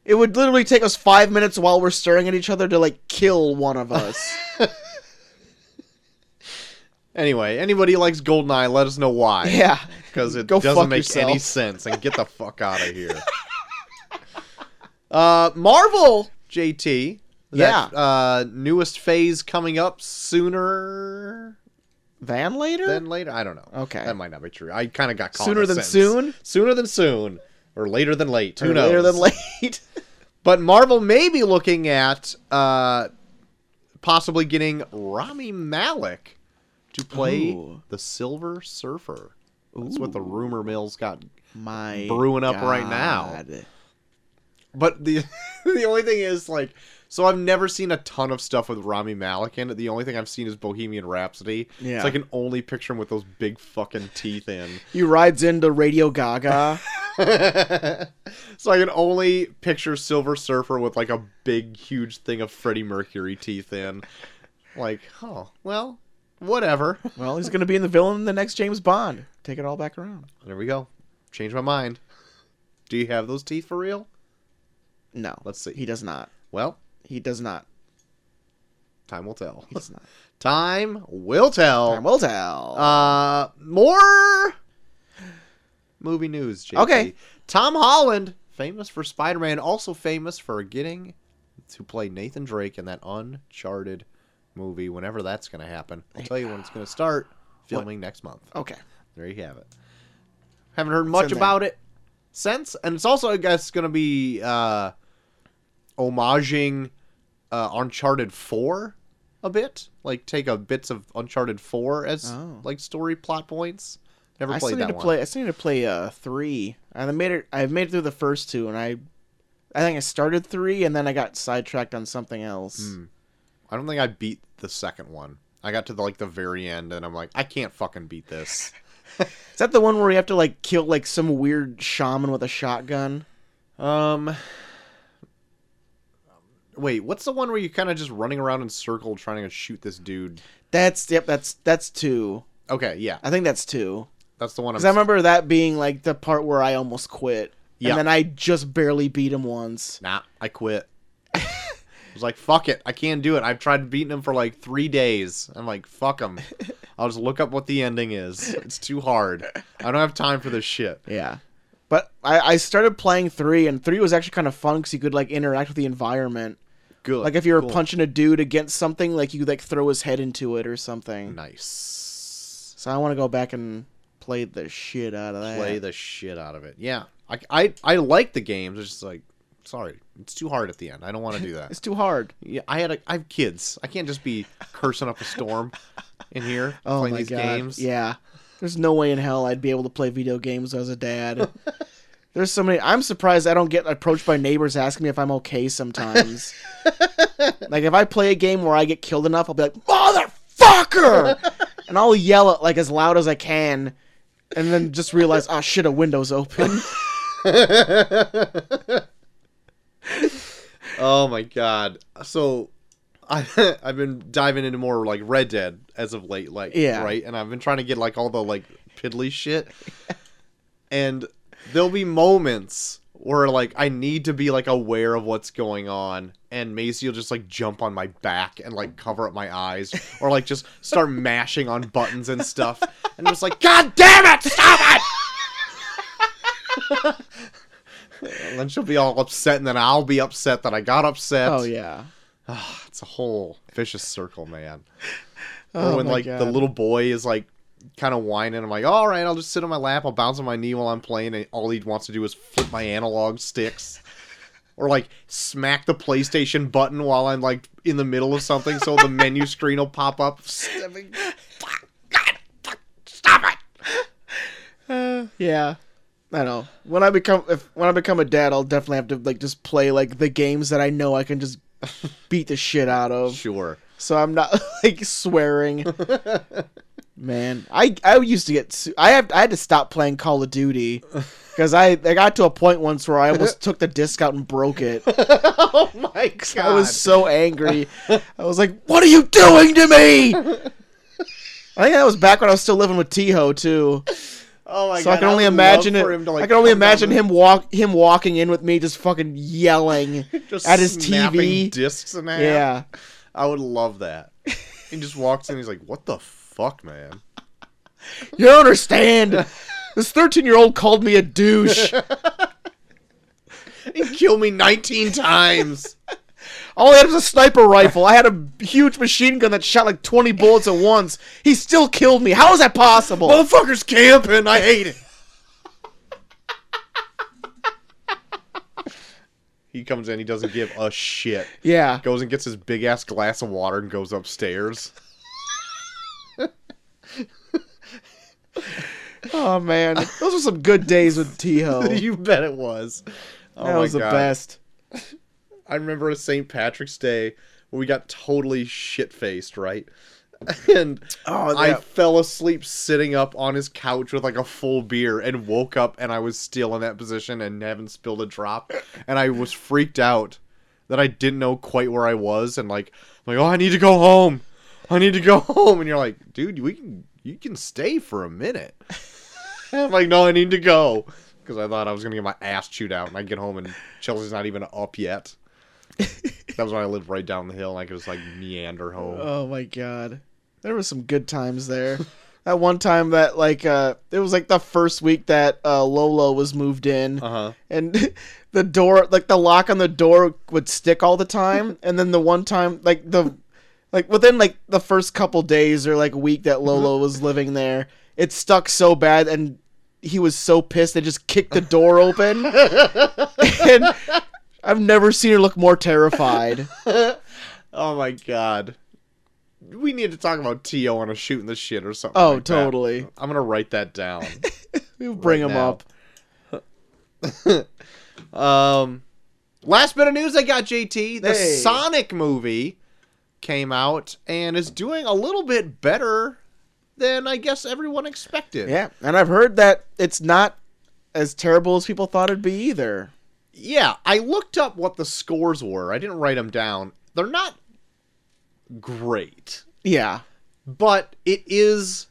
Speaker 1: it would literally take us five minutes while we're staring at each other to like kill one of us.
Speaker 2: Anyway, anybody who likes Goldeneye, let us know why.
Speaker 1: yeah,
Speaker 2: because it
Speaker 1: Go fuck
Speaker 2: doesn't make any
Speaker 1: yourself.
Speaker 2: sense. And get the fuck out of here. uh, Marvel JT. that,
Speaker 1: Yeah.
Speaker 2: Uh, newest phase coming up sooner
Speaker 1: van later.
Speaker 2: than later. I don't know.
Speaker 1: Okay.
Speaker 2: That might not be true. I kind of got caught in
Speaker 1: Sooner
Speaker 2: a
Speaker 1: than
Speaker 2: sentence.
Speaker 1: soon?
Speaker 2: Sooner than soon, or later than late. Who
Speaker 1: Or
Speaker 2: knows?
Speaker 1: Later than late.
Speaker 2: But Marvel may be looking at uh, possibly getting Rami Malik to play
Speaker 1: Ooh.
Speaker 2: the Silver Surfer. That's what the rumor mill's got
Speaker 1: My
Speaker 2: Brewing up right now.
Speaker 1: God.
Speaker 2: But the the only thing is like so I've never seen a ton of stuff with Rami Malek in it. The only thing I've seen is Bohemian Rhapsody.
Speaker 1: Yeah.
Speaker 2: It's like an only picture him with those big fucking teeth in.
Speaker 1: He rides into Radio Gaga.
Speaker 2: so I can only picture Silver Surfer with like a big huge thing of Freddie Mercury teeth in. Like, oh, well, whatever.
Speaker 1: well, he's gonna be in the villain in the next James Bond. Take it all back around.
Speaker 2: There we go. Change my mind. Do you have those teeth for real?
Speaker 1: No,
Speaker 2: Let's see.
Speaker 1: He does not.
Speaker 2: Well,
Speaker 1: He does not.
Speaker 2: time will tell.
Speaker 1: He does not.
Speaker 2: Time will tell.
Speaker 1: Time will tell.
Speaker 2: Uh, more movie news. JT.
Speaker 1: Okay.
Speaker 2: Tom Holland, famous for Spider-Man, also famous for getting to play Nathan Drake in that Uncharted movie. Whenever that's going to happen, I'll tell you when it's going to start filming next month.
Speaker 1: okay.
Speaker 2: There you have it. Haven't heard much
Speaker 1: in there?
Speaker 2: about it since, and it's also I guess going to be uh, homaging uh, Uncharted Four a bit, like take a bits of Uncharted Four as
Speaker 1: Oh.
Speaker 2: like story plot points. Never
Speaker 1: I still
Speaker 2: played
Speaker 1: need
Speaker 2: that
Speaker 1: to
Speaker 2: one.
Speaker 1: play. I still need to play uh three. I made it. I made it through the first two, and I, I think I started three, and then I got sidetracked on something else.
Speaker 2: Hmm. I don't think I beat the second one. I got to the, like the very end, and I'm like, I can't fucking beat this.
Speaker 1: Is that the one where you have to like kill like some weird shaman with a shotgun?
Speaker 2: um. Wait, what's the one where you're kind of just running around in circle trying to shoot this dude?
Speaker 1: That's yep. That's that's two.
Speaker 2: Okay, yeah,
Speaker 1: I think that's two.
Speaker 2: that's the one. I'm
Speaker 1: Because I remember that being like the part where I almost quit.
Speaker 2: Yeah.
Speaker 1: And then I just barely beat him once.
Speaker 2: nah, I quit. I was like, fuck it, I can't do it. I've tried beating him for like three days. I'm like, fuck him. I'll just look up what the ending is. It's too hard. I don't have time for this shit.
Speaker 1: Yeah. But I, I started playing three, and three was actually kind of fun because you could like interact with the environment.
Speaker 2: Good.
Speaker 1: Like if you were
Speaker 2: Cool.
Speaker 1: punching a dude against something, like you could, like throw his head into it or something.
Speaker 2: nice.
Speaker 1: So I want to go back and play the shit out of that.
Speaker 2: Play the shit out of it. Yeah, I I, I like the games. It's just like, sorry, it's too hard at the end. I don't want to do that.
Speaker 1: It's too hard.
Speaker 2: Yeah, I had a, I have kids. I can't just be cursing up a storm in here
Speaker 1: Oh
Speaker 2: playing
Speaker 1: my
Speaker 2: these
Speaker 1: god.
Speaker 2: games.
Speaker 1: Yeah. There's no way in hell I'd be able to play video games as a dad. There's so many. I'm surprised I don't get approached by neighbors asking me if I'm okay sometimes. like if I play a game where I get killed enough, I'll be like, "Motherfucker!" and I'll yell it like as loud as I can, and "Ah, then just realize, "Oh shit, a window's open."
Speaker 2: Oh my god. So I I've been diving into more like Red Dead as of late, like
Speaker 1: Yeah.
Speaker 2: right? And I've been trying to get like all the like piddly shit. And there'll be moments where like I need to be like aware of what's going on and Macy will just like jump on my back and like cover up my eyes or like just start mashing on buttons and stuff and I'm just like god damn it stop it and then she'll be all upset and then I'll be upset that I got upset
Speaker 1: Oh yeah.
Speaker 2: Ah, it's a whole vicious circle, man.
Speaker 1: Oh
Speaker 2: or when
Speaker 1: my
Speaker 2: like the
Speaker 1: God.
Speaker 2: little boy is like kind of whining, I'm like, all right, I'll just sit on my lap, I'll bounce on my knee while I'm playing, and all he wants to do is flip my analog sticks. Or like smack the PlayStation button while I'm like in the middle of something, so the menu screen will pop up. Stepping- Fuck, God, fuck, stop it!
Speaker 1: Yeah. I know. When I become if when I become a dad, I'll definitely have to like just play like the games that I know I can just beat the shit out of.
Speaker 2: Sure.
Speaker 1: So I'm not like swearing. Man, I I used to get su- I have I had to stop playing Call of Duty because I I got to a point once where I almost took the disc out and broke it.
Speaker 2: oh my god!
Speaker 1: I was so angry. I was like, "What are you doing to me?" I think that was back when I was still living with Tiho too.
Speaker 2: oh my
Speaker 1: So I
Speaker 2: God,
Speaker 1: can only
Speaker 2: would
Speaker 1: imagine
Speaker 2: love
Speaker 1: it.
Speaker 2: for him to, like,
Speaker 1: I can only
Speaker 2: come down
Speaker 1: imagine
Speaker 2: the-
Speaker 1: him walk him walking in with me, just fucking yelling
Speaker 2: just
Speaker 1: at his
Speaker 2: snapping
Speaker 1: TV.
Speaker 2: discs in half.
Speaker 1: yeah,
Speaker 2: I would love that. He just walks in. He's like, "What the fuck, man?"
Speaker 1: you don't understand. this thirteen-year-old called me a douche.
Speaker 2: He killed me 19 times.
Speaker 1: All I had was a sniper rifle. I had a huge machine gun that shot like twenty bullets at once. He still killed me. How is that possible?
Speaker 2: Motherfuckers camping. I hate it. he comes in. He doesn't give a shit.
Speaker 1: yeah,
Speaker 2: Goes and gets his big ass glass of water and goes upstairs.
Speaker 1: Oh man, those were some good days with Tiho.
Speaker 2: you bet it was. Oh
Speaker 1: that
Speaker 2: my
Speaker 1: was the
Speaker 2: God.
Speaker 1: best.
Speaker 2: I remember a St. Patrick's Day where we got totally shit faced, right? And
Speaker 1: Oh,
Speaker 2: I
Speaker 1: yeah.
Speaker 2: fell asleep sitting up on his couch with like a full beer and woke up and I was still in that position and haven't spilled a drop. And I was freaked out that I didn't know quite where I was and like, I'm like, oh, I need to go home. I need to go home. And you're like, dude, we can, you can stay for a minute. And I'm like, no, I need to go. Because I thought I was going to get my ass chewed out and I get home and Chelsea's not even up yet. that was when I lived right down the hill and I could just like meander home.
Speaker 1: Oh my god, there were some good times there. That one time that like uh, it was like the first week that uh, Lolo was moved in,
Speaker 2: Uh-huh.
Speaker 1: and the door like the lock on the door would stick all the time, and then the one time like the like within like the first couple days or like week that Lolo
Speaker 2: Uh-huh.
Speaker 1: was living there, it stuck so bad and he was so pissed they just kicked the door open. and I've never seen her look more terrified.
Speaker 2: Oh my god. We need to talk about T.O. on a shooting the shit or something.
Speaker 1: Oh,
Speaker 2: like that.
Speaker 1: totally.
Speaker 2: I'm gonna write that down.
Speaker 1: We'll bring
Speaker 2: Right
Speaker 1: him
Speaker 2: now.
Speaker 1: up.
Speaker 2: um, last bit of news I got, JT. The
Speaker 1: Hey.
Speaker 2: Sonic movie came out and is doing a little bit better than I guess everyone expected.
Speaker 1: Yeah, and I've heard that it's not as terrible as people thought it'd be either.
Speaker 2: Yeah, I looked up what the scores were. I didn't write them down. They're not great.
Speaker 1: Yeah,
Speaker 2: but it is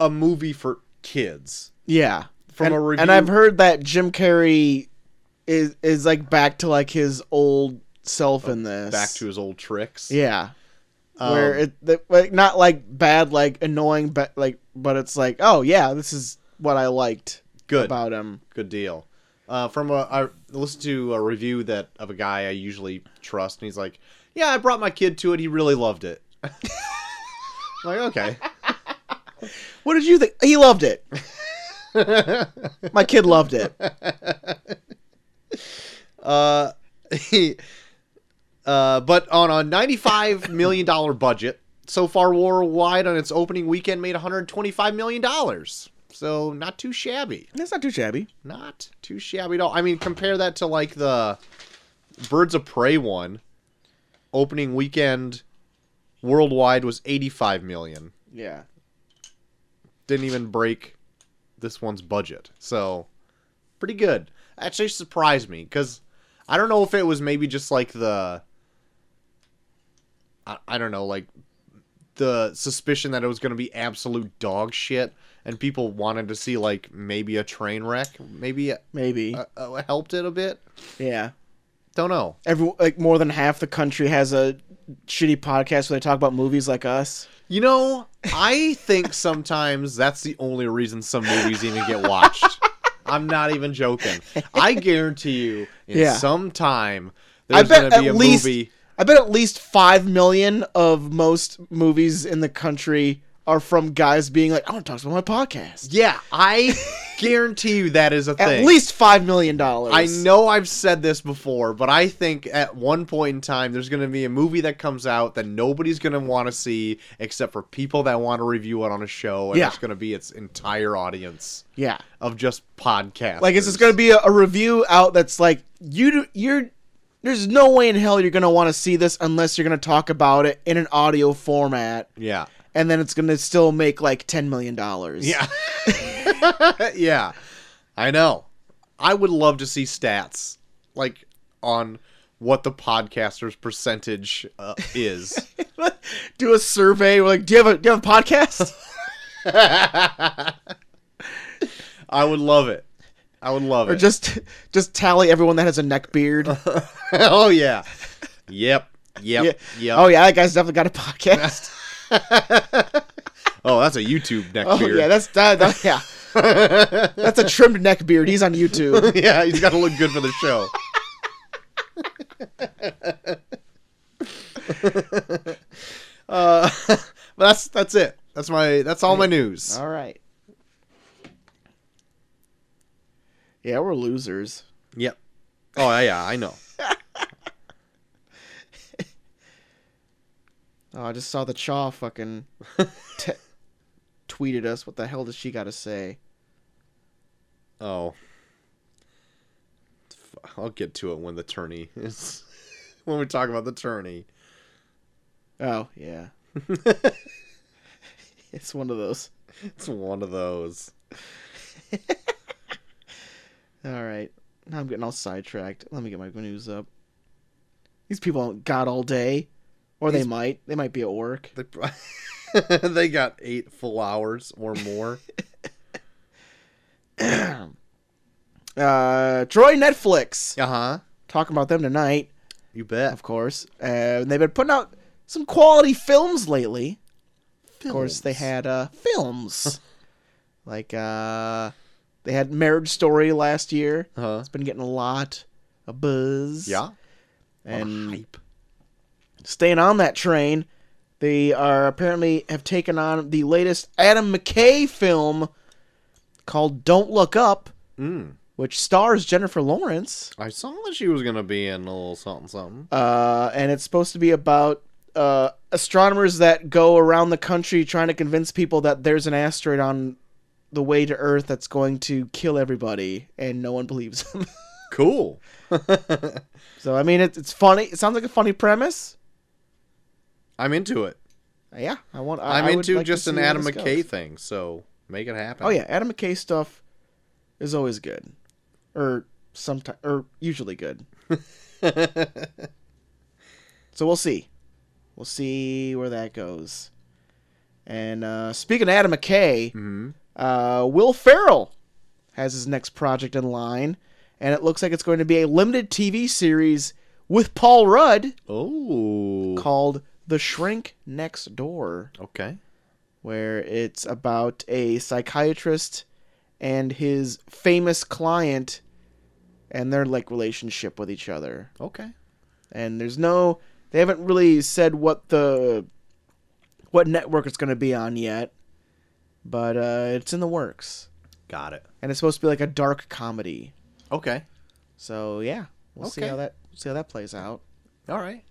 Speaker 2: a movie for kids.
Speaker 1: yeah.
Speaker 2: From
Speaker 1: and,
Speaker 2: a review-
Speaker 1: and I've heard that Jim Carrey is is like back to like his old self in this.
Speaker 2: Oh, Back to his old tricks.
Speaker 1: yeah,
Speaker 2: Um,
Speaker 1: where it the, like not like bad like annoying but like but it's like oh yeah this is what I liked
Speaker 2: good,
Speaker 1: about him.
Speaker 2: good deal. Uh, from a, I listened to a review that of a guy I usually trust, and he's like, "Yeah, I brought my kid to it. He really loved it." I'm like, okay,
Speaker 1: What did you think? He loved it. My kid loved it.
Speaker 2: uh, he- uh, but on a ninety-five million dollar budget, so far worldwide on its opening weekend made one hundred twenty-five million dollars. So not too shabby.
Speaker 1: That's not too shabby.
Speaker 2: not too shabby at all. I mean, compare that to like the Birds of Prey one. Opening weekend worldwide was 85 million.
Speaker 1: Yeah.
Speaker 2: Didn't even break this one's budget. So, pretty good. Actually surprised me cuz I don't know if it was maybe just like the I, I don't know, like the suspicion that it was going to be absolute dog shit and people wanted to see like maybe a train wreck, maybe uh,
Speaker 1: Maybe.
Speaker 2: uh, helped it a bit.
Speaker 1: yeah.
Speaker 2: Don't know.
Speaker 1: Every like more than half the country has a shitty podcast where they talk about movies like us.
Speaker 2: You know, I think sometimes that's the only reason some movies even get watched. I'm not even joking. I guarantee you, in
Speaker 1: Yeah.
Speaker 2: some time, there's
Speaker 1: bet
Speaker 2: going to be a
Speaker 1: at least-
Speaker 2: movie.
Speaker 1: I bet at least five million of most movies in the country are from guys being like, "I want to talk about my podcast."
Speaker 2: Yeah, I guarantee you that is a
Speaker 1: At
Speaker 2: thing.
Speaker 1: least five million dollars.
Speaker 2: I know I've said this before, but I think at one point in time there's going to be a movie that comes out that nobody's going to want to see except for people that want to review it on a show, and
Speaker 1: Yeah.
Speaker 2: it's going to be its entire audience
Speaker 1: Yeah.
Speaker 2: of just podcasts.
Speaker 1: Like it's just gonna be a, a review out that's like you do, you're there's no way in hell you're gonna want to see this unless you're gonna talk about it in an audio format,
Speaker 2: yeah,
Speaker 1: and then it's gonna still make like ten million dollars.
Speaker 2: yeah, yeah. I know. I would love to see stats like on what the podcaster's percentage uh, is.
Speaker 1: do a survey. We're like, do you have a do you have a podcast?
Speaker 2: I would love it. I would love
Speaker 1: or
Speaker 2: it.
Speaker 1: just just tally everyone that has a neck beard.
Speaker 2: oh yeah. Yep. Yep.
Speaker 1: Yeah.
Speaker 2: Yep.
Speaker 1: Oh yeah, that guy's definitely got a podcast.
Speaker 2: Oh, that's a YouTube neck
Speaker 1: oh
Speaker 2: beard.
Speaker 1: yeah, that's that, that- yeah. that's a trimmed neck beard. He's on YouTube.
Speaker 2: yeah, he's got to look good for the show. uh, but that's that's it. That's my that's all my news.
Speaker 1: All right. Yeah, we're losers.
Speaker 2: Yep. Oh yeah, I know.
Speaker 1: Oh, I just saw the Chaw fucking te- tweeted us. What the hell does she got to say?
Speaker 2: Oh, F- I'll get to it when the tourney is when we talk about the tourney.
Speaker 1: Oh yeah, it's one of those.
Speaker 2: It's one of those.
Speaker 1: All right, now I'm getting all sidetracked. Let me get my news up. These people do got all day, or they
Speaker 2: These-
Speaker 1: might. They might be at work.
Speaker 2: They, pro- they got eight full hours or more.
Speaker 1: Uh, Troy Netflix
Speaker 2: uh huh.
Speaker 1: talking about them tonight,
Speaker 2: You bet.
Speaker 1: of course. Uh, and they've been putting out some quality films lately. Of course, they had uh, films like uh, they had Marriage Story last year.
Speaker 2: Huh.
Speaker 1: It's been getting a lot of buzz.
Speaker 2: Uh-huh. Yeah.
Speaker 1: and
Speaker 2: hype.
Speaker 1: staying on that train, they are apparently have taken on the latest Adam McKay film called Don't Look Up,
Speaker 2: Mm.
Speaker 1: which stars Jennifer Lawrence.
Speaker 2: I saw that she was gonna be in a little something something.
Speaker 1: uh, and it's supposed to be about uh, astronomers that go around the country trying to convince people that there's an asteroid on the way to Earth that's going to kill everybody, and no one believes them.
Speaker 2: Cool.
Speaker 1: so I mean, it, it's funny. It sounds like a funny premise.
Speaker 2: I'm into it.
Speaker 1: Yeah, I want. I,
Speaker 2: I'm
Speaker 1: I would
Speaker 2: into
Speaker 1: like to
Speaker 2: just
Speaker 1: see
Speaker 2: an
Speaker 1: where
Speaker 2: Adam
Speaker 1: this
Speaker 2: McKay
Speaker 1: goes.
Speaker 2: thing, so make it happen.
Speaker 1: Oh yeah, Adam McKay stuff is always good, or sometimes, or usually good. so we'll see, we'll see where that goes. And uh, speaking of Adam McKay,
Speaker 2: hmm
Speaker 1: uh, Will Ferrell has his next project in line, and it looks like it's going to be a limited TV series with Paul Rudd
Speaker 2: Oh.
Speaker 1: called "The Shrink Next Door."
Speaker 2: okay.
Speaker 1: where it's about a psychiatrist and his famous client and their like relationship with each other.
Speaker 2: Okay.
Speaker 1: And there's no they haven't really said what the what network it's going to be on yet, but uh it's in the works.
Speaker 2: Got it.
Speaker 1: And it's supposed to be like a dark comedy.
Speaker 2: Okay.
Speaker 1: So, yeah, we'll see
Speaker 2: Okay.
Speaker 1: how that see how that plays out.
Speaker 2: All right.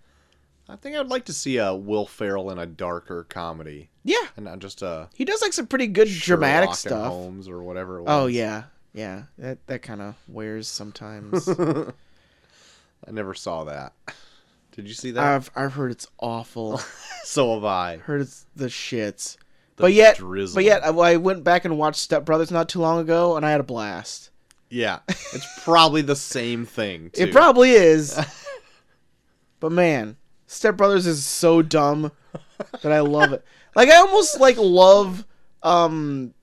Speaker 2: I think I'd like to see a Will Ferrell in a darker comedy,
Speaker 1: Yeah,
Speaker 2: and not just a
Speaker 1: he does like some pretty good
Speaker 2: Sherlock
Speaker 1: dramatic
Speaker 2: and
Speaker 1: stuff.
Speaker 2: Holmes or whatever. It was.
Speaker 1: Oh yeah. Yeah, that that kind of wears sometimes. Oh,
Speaker 2: I never saw that. Did you see that?
Speaker 1: I've I've heard it's awful.
Speaker 2: so have I.
Speaker 1: heard it's the shits.
Speaker 2: The
Speaker 1: but yet,
Speaker 2: drizzle.
Speaker 1: but yet, I, I went back and watched Step Brothers not too long ago, and I had a blast.
Speaker 2: Yeah, it's probably the same thing.
Speaker 1: It
Speaker 2: too.
Speaker 1: probably is. but man, Step Brothers is so dumb that I love it. Like I almost like love um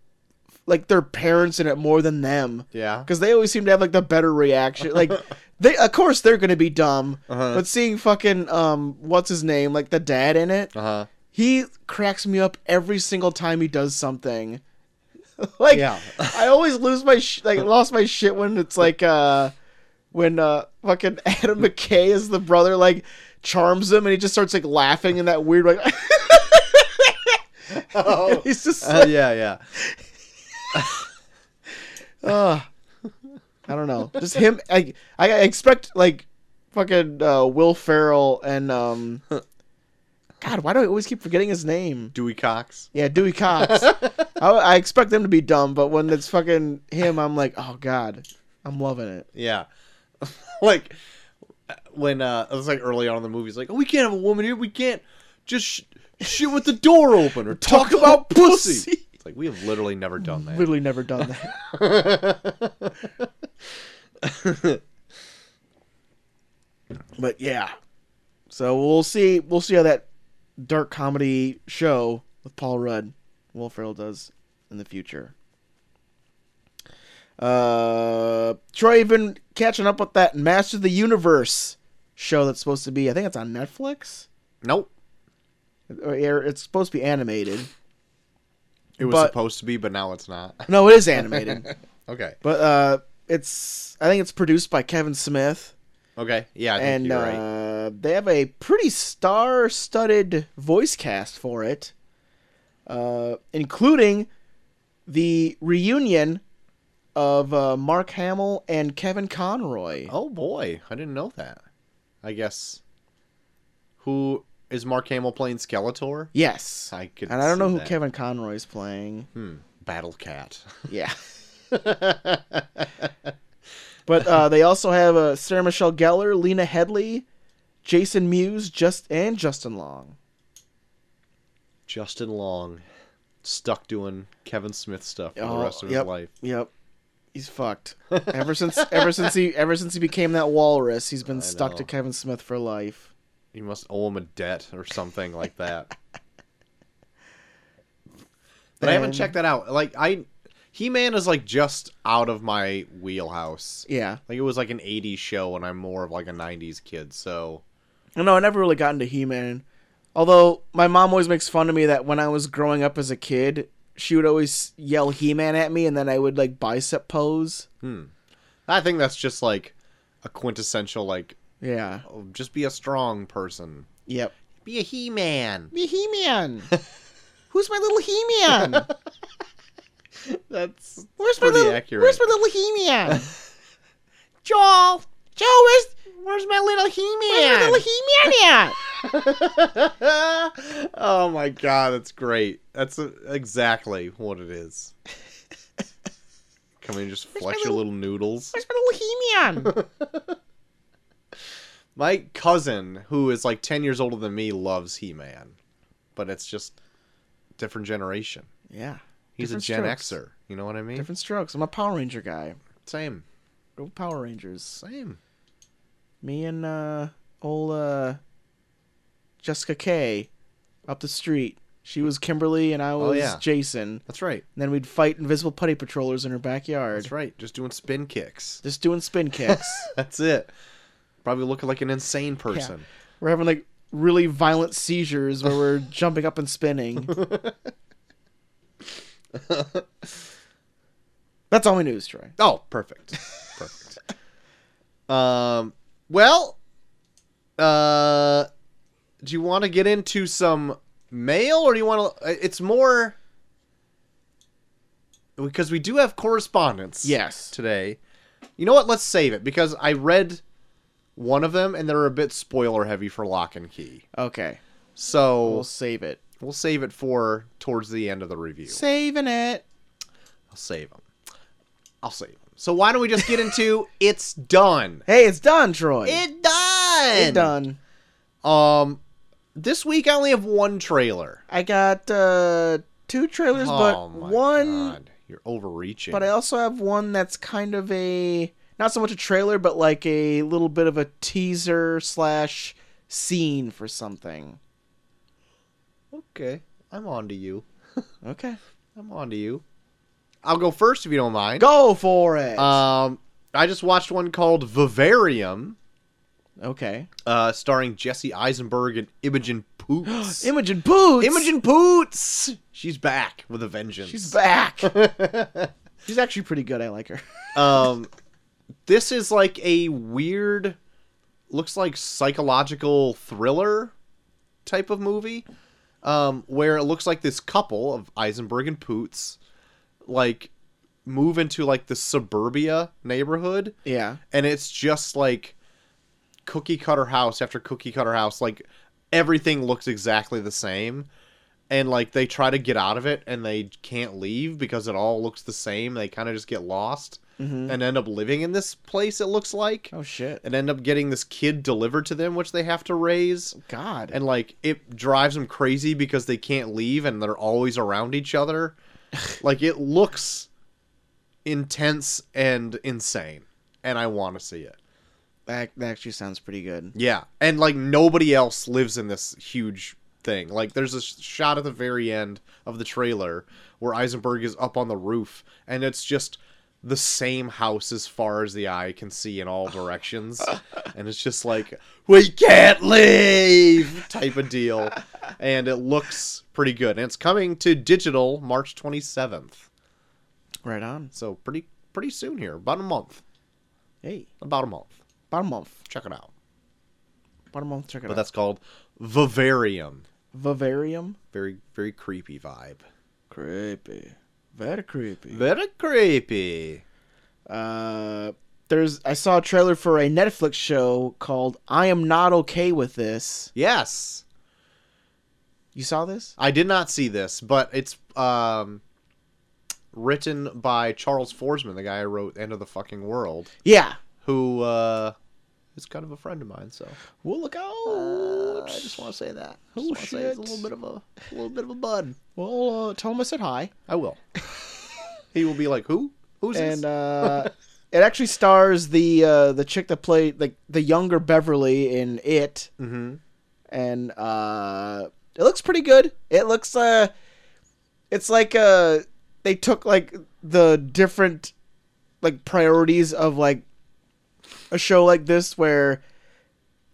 Speaker 1: like their parents in it more than them
Speaker 2: yeah.
Speaker 1: because they always seem to have like the better reaction. Like they of course they're going to be dumb,
Speaker 2: Uh-huh.
Speaker 1: but seeing fucking um what's his name like the dad in it,
Speaker 2: Uh huh.
Speaker 1: he cracks me up every single time he does something. like
Speaker 2: Yeah.
Speaker 1: I always lose my sh- like lost my shit when it's like uh when uh fucking Adam McKay is the brother like charms him and he just starts like laughing in that weird like
Speaker 2: Oh.
Speaker 1: he's just
Speaker 2: Uh,
Speaker 1: like
Speaker 2: yeah, yeah.
Speaker 1: ugh. I don't know just him I I expect like fucking uh, Will Ferrell and um God why do I always keep forgetting his name
Speaker 2: Dewey Cox.
Speaker 1: Yeah, Dewey Cox. I, I expect them to be dumb, but when it's fucking him, I'm like, oh god, I'm loving it.
Speaker 2: Yeah. like when uh it was like early on in the movie, it's like, oh, we can't have a woman here. We can't just sh- shit with the door open or talk, about pussy. It's like we have literally never done that.
Speaker 1: Literally never done that. but yeah, so we'll see. We'll see how that dark comedy show with Paul Rudd, Will Ferrell does in the future. Uh, Troy even catching up with that Master of the Universe show that's supposed to be. I think it's on Netflix.
Speaker 2: nope.
Speaker 1: Or- or It's supposed to be animated.
Speaker 2: It was
Speaker 1: But-
Speaker 2: supposed to be, but now it's not.
Speaker 1: No, it is animated.
Speaker 2: okay.
Speaker 1: but uh it's I think it's produced by Kevin Smith
Speaker 2: Okay. Yeah, I think
Speaker 1: and
Speaker 2: you're right.
Speaker 1: uh, they have a pretty star-studded voice cast for it. Uh including the reunion of uh, Mark Hamill and Kevin Conroy.
Speaker 2: Oh boy, I didn't know that. I guess who is Mark Hamill playing Skeletor?
Speaker 1: Yes.
Speaker 2: I could.
Speaker 1: and I don't
Speaker 2: see
Speaker 1: know who
Speaker 2: that.
Speaker 1: Kevin Conroy is playing.
Speaker 2: Hmm. Battle Cat.
Speaker 1: Yeah. but uh, they also have uh, Sarah Michelle Gellar, Lena Headley, Jason Mewes, just and Justin Long.
Speaker 2: Justin Long stuck doing Kevin Smith stuff for the rest of
Speaker 1: Oh, yep,
Speaker 2: his life.
Speaker 1: Yep. He's fucked. ever since ever since he ever since he became that walrus, he's been
Speaker 2: I
Speaker 1: stuck to
Speaker 2: know.
Speaker 1: Kevin Smith for life.
Speaker 2: You must owe him a debt or something like that. but I haven't
Speaker 1: Then-
Speaker 2: checked that out. Like I He Man is like just out of my wheelhouse.
Speaker 1: Yeah.
Speaker 2: Like it was like an eighties show and I'm more of like a nineties kid, so
Speaker 1: I know I never really got into He-Man. Although my mom always makes fun of me that when I was growing up as a kid, she would always yell He-Man at me and then I would like bicep pose.
Speaker 2: I think that's just like a quintessential like
Speaker 1: Yeah.
Speaker 2: oh, just be a strong person.
Speaker 1: Yep.
Speaker 2: Be a He Man.
Speaker 1: Be He-Man. Who's my little He-Man?
Speaker 2: That's
Speaker 1: Where's my
Speaker 2: Pretty
Speaker 1: little
Speaker 2: accurate.
Speaker 1: Where's my little He-Man? Joel, Joel, where's where's my little He-Man? Where's my little He-Man at?
Speaker 2: oh my god, that's great. That's uh, exactly what it is. Come in and just flex your little noodles.
Speaker 1: Where's my little He-Man?
Speaker 2: My cousin, who is like 10 years older than me, loves He Man, but it's just different generation.
Speaker 1: yeah,
Speaker 2: He's
Speaker 1: Different
Speaker 2: a Gen
Speaker 1: strokes.
Speaker 2: Xer. You know what I mean?
Speaker 1: different strokes. I'm a Power Ranger guy.
Speaker 2: Same.
Speaker 1: Go Power Rangers.
Speaker 2: Same.
Speaker 1: Me and uh, old uh, Jessica K. up the street. She was Kimberly and I was
Speaker 2: Oh, yeah.
Speaker 1: Jason.
Speaker 2: That's right.
Speaker 1: And then we'd fight invisible putty patrollers in her backyard,
Speaker 2: That's right. Just doing spin kicks.
Speaker 1: just doing spin kicks.
Speaker 2: That's it. Probably looking like an insane person.
Speaker 1: We're having like really violent seizures where we're jumping up and spinning. That's all my news, Troy.
Speaker 2: Oh, perfect. Perfect. um, well, uh, do you want to get into some mail or do you want to? It's more because we do have correspondence.
Speaker 1: Yes.
Speaker 2: Today. You know what? Let's save it because I read one of them and they're a bit spoiler heavy for lock and key.
Speaker 1: Okay,
Speaker 2: So
Speaker 1: we'll save it.
Speaker 2: we'll save it for towards the end of the review.
Speaker 1: Saving it.
Speaker 2: I'll save them. I'll save them. So why don't we just get into it's done?
Speaker 1: Hey, it's done, Troy.
Speaker 2: It done.
Speaker 1: It done.
Speaker 2: Um, this week I only have one trailer.
Speaker 1: I got uh, two trailers,
Speaker 2: oh
Speaker 1: but
Speaker 2: my
Speaker 1: one
Speaker 2: God. You're overreaching.
Speaker 1: But I also have one that's kind of a not so much a trailer, but like a little bit of a teaser slash scene for something.
Speaker 2: okay, I'm on to you.
Speaker 1: Okay,
Speaker 2: I'm on to you. I'll go first if you don't mind.
Speaker 1: go for it.
Speaker 2: Um, I just watched one called Vivarium,
Speaker 1: okay,
Speaker 2: uh, starring Jesse Eisenberg and Imogen Poots.
Speaker 1: Imogen Boots.
Speaker 2: Imogen Poots. She's back with a vengeance.
Speaker 1: she's back.
Speaker 2: back.
Speaker 1: she's actually pretty good. I like her.
Speaker 2: um, this is like a weird, looks like psychological thriller type of movie, um, where it looks like this couple of Eisenberg and Poots, like, move into like the suburbia neighborhood,
Speaker 1: Yeah,
Speaker 2: and it's just like cookie cutter house after cookie cutter house like everything looks exactly the same and like they try to get out of it and they can't leave because it all looks the same they kind of just get lost
Speaker 1: Mhm.
Speaker 2: and end up living in this place it looks like
Speaker 1: Oh shit!
Speaker 2: and end up getting this kid delivered to them which they have to raise
Speaker 1: God.
Speaker 2: and like it drives them crazy because they can't leave and they're always around each other like it looks intense and insane and i want to see it
Speaker 1: that, that actually sounds pretty good.
Speaker 2: yeah, and like nobody else lives in this huge thing. Like there's a sh- shot at the very end of the trailer where Eisenberg is up on the roof and it's just the same house as far as the eye can see in all directions and it's just like we can't leave type of deal and it looks pretty good and it's coming to digital March 27th.
Speaker 1: Right on.
Speaker 2: So pretty pretty soon here, about a month,
Speaker 1: Hey,
Speaker 2: about a month.
Speaker 1: about a month.
Speaker 2: Check it out.
Speaker 1: About a month. Check it
Speaker 2: But
Speaker 1: out.
Speaker 2: that's called Vivarium.
Speaker 1: Vivarium.
Speaker 2: very very creepy vibe.
Speaker 1: Creepy. Very creepy.
Speaker 2: Very creepy.
Speaker 1: Uh, there's I saw a trailer for a Netflix show called I Am Not Okay with This.
Speaker 2: Yes,
Speaker 1: You saw this?
Speaker 2: I did not see this, but it's um written by Charles Forsman, the guy who wrote End of the Fucking World,
Speaker 1: Yeah.
Speaker 2: who uh is kind of a friend of mine. So
Speaker 1: We'll look out.
Speaker 2: uh, I just want to say that. I just
Speaker 1: Oh,
Speaker 2: wanna say he's a
Speaker 1: shit.
Speaker 2: little bit of a, a little bit of a bud.
Speaker 1: well, uh, tell him I said hi.
Speaker 2: I will. he will be like, who? Who's
Speaker 1: And
Speaker 2: this?
Speaker 1: uh, it actually stars the uh, the chick that played like the younger Beverly in It,
Speaker 2: mm-hmm.
Speaker 1: and uh, it looks pretty good. It looks uh, it's like uh, they took like the different like priorities of like a show like this where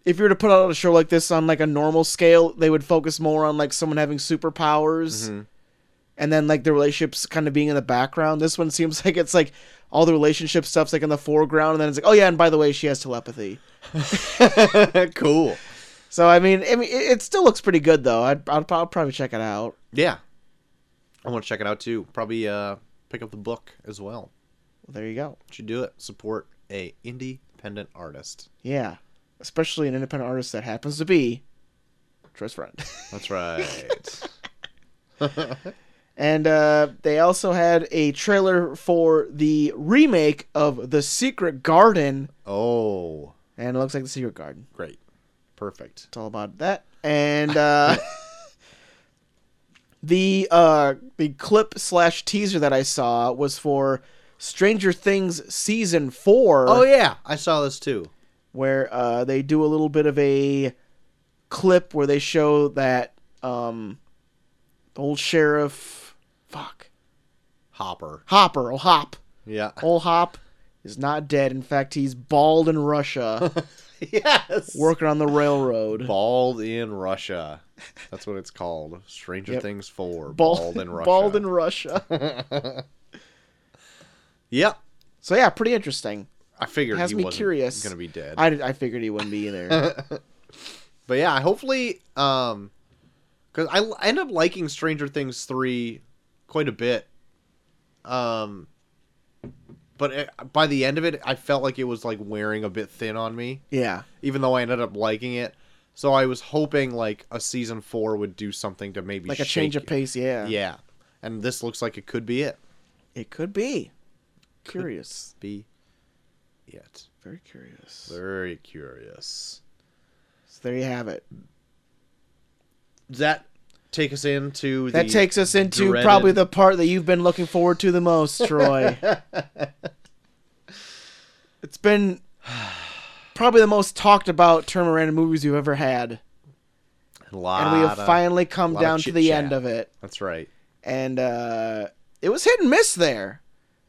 Speaker 1: if you were to put out a show like this on like a normal scale, they would focus more on like someone having superpowers
Speaker 2: Mhm.
Speaker 1: and then like the relationships kind of being in the background. This one seems like it's like all the relationship stuff's like in the foreground and then it's like, "Oh yeah, and by the way, she has telepathy." uh,
Speaker 2: cool.
Speaker 1: So I mean, I mean it, it still looks pretty good though. I'd, I'd I'll probably check it out.
Speaker 2: Yeah, I want to check it out too. Probably uh pick up the book as well.
Speaker 1: Well, there you go.
Speaker 2: should do it. Support a independent artist.
Speaker 1: Yeah. Especially an independent artist that happens to be Troy's friend.
Speaker 2: That's right.
Speaker 1: And uh, they also had a trailer for the remake of The Secret Garden.
Speaker 2: oh,
Speaker 1: And it looks like The Secret Garden.
Speaker 2: great, perfect.
Speaker 1: It's all about that. And uh, the uh, the clip slash teaser that I saw was for Stranger Things season four.
Speaker 2: Oh yeah, I saw this too.
Speaker 1: where uh, they do a little bit of a clip where they show that um, old sheriff, fuck,
Speaker 2: Hopper.
Speaker 1: Hopper, oh Hop,
Speaker 2: Yeah.
Speaker 1: old Hop is not dead. In fact, he's bald in Russia,
Speaker 2: yes.
Speaker 1: working on the railroad.
Speaker 2: Bald in Russia. That's what it's called. Stranger
Speaker 1: Yep.
Speaker 2: Things Four.
Speaker 1: Bald-
Speaker 2: Bald, in Russia.
Speaker 1: Bald in Russia.
Speaker 2: Yep.
Speaker 1: So yeah, pretty interesting.
Speaker 2: I figured
Speaker 1: Has
Speaker 2: he
Speaker 1: me
Speaker 2: wasn't
Speaker 1: curious.
Speaker 2: gonna be dead.
Speaker 1: I, I figured he wouldn't be either.
Speaker 2: But yeah, hopefully, um, because I l- end up liking Stranger Things three quite a bit. Um, but it, by the end of it, I felt like it was like wearing a bit thin on me,
Speaker 1: yeah,
Speaker 2: even though I ended up liking it. So I was hoping like a season four would do something to maybe
Speaker 1: like a change
Speaker 2: shake
Speaker 1: of pace. Yeah,
Speaker 2: It. Yeah, and this looks like it could be it.
Speaker 1: it could be. Curious,
Speaker 2: Be it.
Speaker 1: very curious.
Speaker 2: Very curious.
Speaker 1: So there you have it.
Speaker 2: Does that take us into
Speaker 1: That
Speaker 2: the
Speaker 1: takes us into
Speaker 2: dreaded-
Speaker 1: probably the part that you've been looking forward to the most, Troy. it's been probably the most talked about Turnaround movies you've ever had.
Speaker 2: a lot
Speaker 1: And we have
Speaker 2: of-
Speaker 1: finally come
Speaker 2: lot of
Speaker 1: down to the
Speaker 2: chit-chat.
Speaker 1: end of it.
Speaker 2: That's right.
Speaker 1: And uh, it was hit and miss there.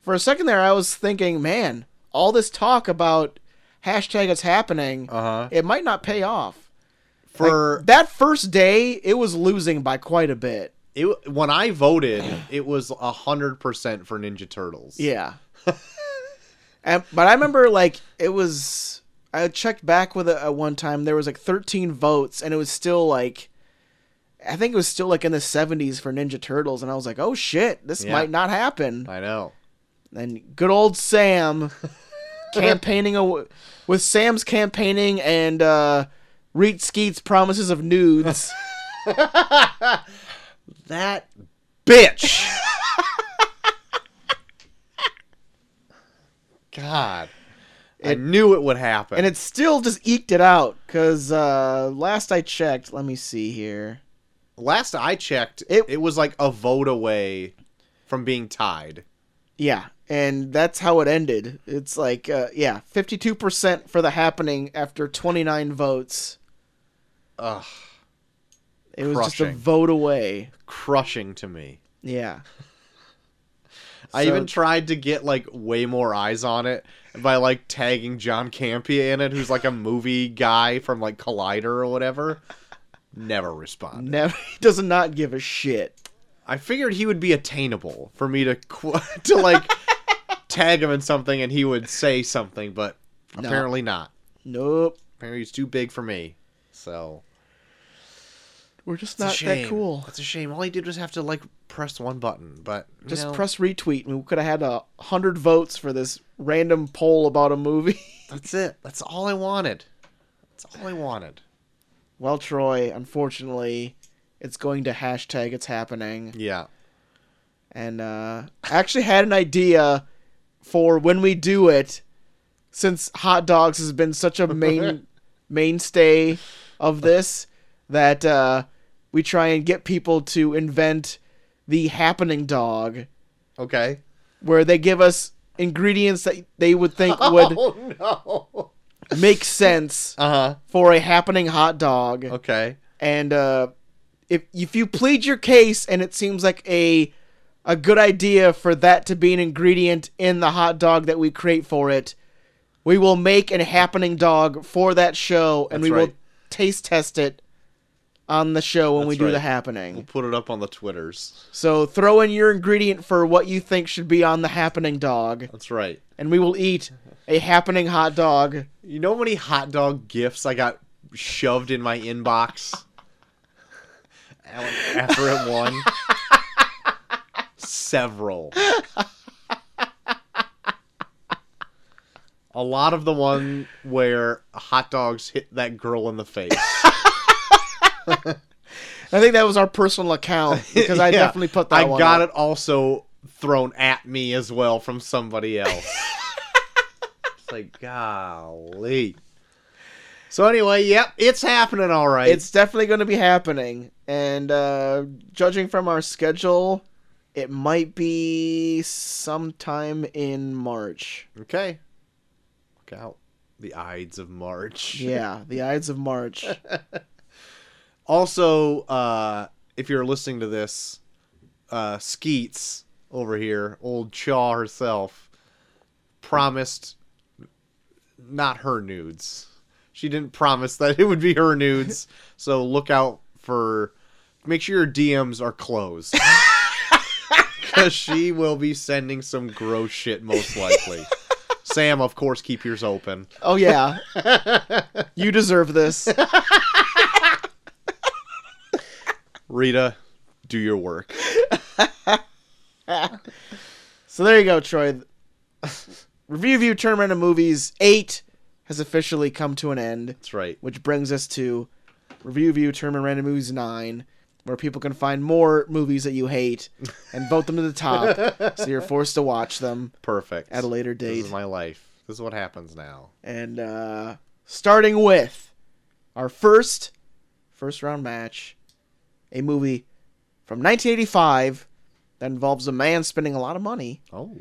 Speaker 1: For a second there, I was thinking, man, all this talk about hashtag it's happening,
Speaker 2: Uh huh.
Speaker 1: it might not pay off. Like,
Speaker 2: For
Speaker 1: that first day, it was losing by quite a bit.
Speaker 2: it, when I voted, it was a hundred percent for Ninja Turtles.
Speaker 1: Yeah. and, but I remember like it was I checked back with it at one time there was like 13 votes and it was still like I think it was still like in the 70s for Ninja Turtles and I was like, "Oh shit, this
Speaker 2: Yeah.
Speaker 1: might not happen."
Speaker 2: I know.
Speaker 1: And good old Sam campaigning aw- with Sam's campaigning and uh Reed Skeet's promises of nudes.
Speaker 2: That bitch. God, I knew it would happen.
Speaker 1: and it still just eked it out cuz uh last I checked, let me see here.
Speaker 2: last I checked,
Speaker 1: It-
Speaker 2: it, it was like a vote away from being tied.
Speaker 1: Yeah, and that's how it ended. It's like, uh, yeah, fifty-two percent for the happening after twenty-nine votes.
Speaker 2: Ugh,
Speaker 1: It was just
Speaker 2: Crushing.
Speaker 1: a vote away.
Speaker 2: crushing to me.
Speaker 1: Yeah,
Speaker 2: I
Speaker 1: So-
Speaker 2: even tried to get like way more eyes on it by like tagging John Campia in it, who's like a movie guy from like Collider or whatever. Never responded.
Speaker 1: never he does not give a shit.
Speaker 2: I figured he would be attainable for me to qu- to like tag him in something and he would say something, but
Speaker 1: No.
Speaker 2: apparently not.
Speaker 1: Nope,
Speaker 2: Apparently he's too big for me. So
Speaker 1: we're just
Speaker 2: It's a
Speaker 1: not that
Speaker 2: shame.
Speaker 1: cool.
Speaker 2: It's a shame. All he did was have to like press one button, but you
Speaker 1: Just
Speaker 2: know,
Speaker 1: press retweet. and We could have had a hundred votes for this random poll about a movie.
Speaker 2: That's it. That's all I wanted. That's all I wanted.
Speaker 1: well, Troy, unfortunately, it's going to hashtag it's happening.
Speaker 2: Yeah.
Speaker 1: and uh, I actually had an idea for when we do it, since hot dogs has been such a main mainstay of this that uh, we try and get people to invent the happening dog,
Speaker 2: Okay.
Speaker 1: where they give us ingredients that they would think would
Speaker 2: Oh no.
Speaker 1: make sense
Speaker 2: Uh huh.
Speaker 1: for a happening hot dog.
Speaker 2: Okay.
Speaker 1: and uh, if if you plead your case and it seems like a a good idea for that to be an ingredient in the hot dog that we create for it, we will make an happening dog for that show and we
Speaker 2: That's
Speaker 1: will
Speaker 2: right.
Speaker 1: taste test it on the show when we
Speaker 2: That's
Speaker 1: do the
Speaker 2: right.
Speaker 1: happening.
Speaker 2: Put it up on the Twitters.
Speaker 1: So throw in your ingredient for what you think should be on the happening dog
Speaker 2: That's right.
Speaker 1: and we will eat a happening hot dog.
Speaker 2: You know how many hot dog gifts I got shoved in my inbox after it won? Several. A lot of the one where hot dogs hit that girl in the face.
Speaker 1: I think that was our personal account because I
Speaker 2: Yeah.
Speaker 1: definitely put that
Speaker 2: I
Speaker 1: one
Speaker 2: got
Speaker 1: up.
Speaker 2: it also thrown at me as well from somebody else. it's like golly. So anyway, yep, it's happening all right.
Speaker 1: it's definitely going to be happening and uh judging from our schedule it might be sometime in march
Speaker 2: okay. Look out. The Ides of March.
Speaker 1: yeah the ides of march
Speaker 2: Also, uh, if you're listening to this, uh, Skeets over here, old Chaw herself, promised not her nudes. She didn't promise that it would be her nudes. so look out for. Make sure your DMs are closed. Because she will be sending some gross shit, most likely. Sam, of course, keep yours open.
Speaker 1: oh yeah you deserve this
Speaker 2: Rita, do your work.
Speaker 1: so there you go troy review view tournament of movies 8 has officially come to an end
Speaker 2: That's right.
Speaker 1: which brings us to review view term and random movies 9 where people can find more movies that you hate and vote them to the top so you're forced to watch them
Speaker 2: Perfect.
Speaker 1: at a later date
Speaker 2: This is my life. This is what happens now.
Speaker 1: and uh starting with our first first round match a movie from 1985 that involves a man spending a lot of money,
Speaker 2: Oh.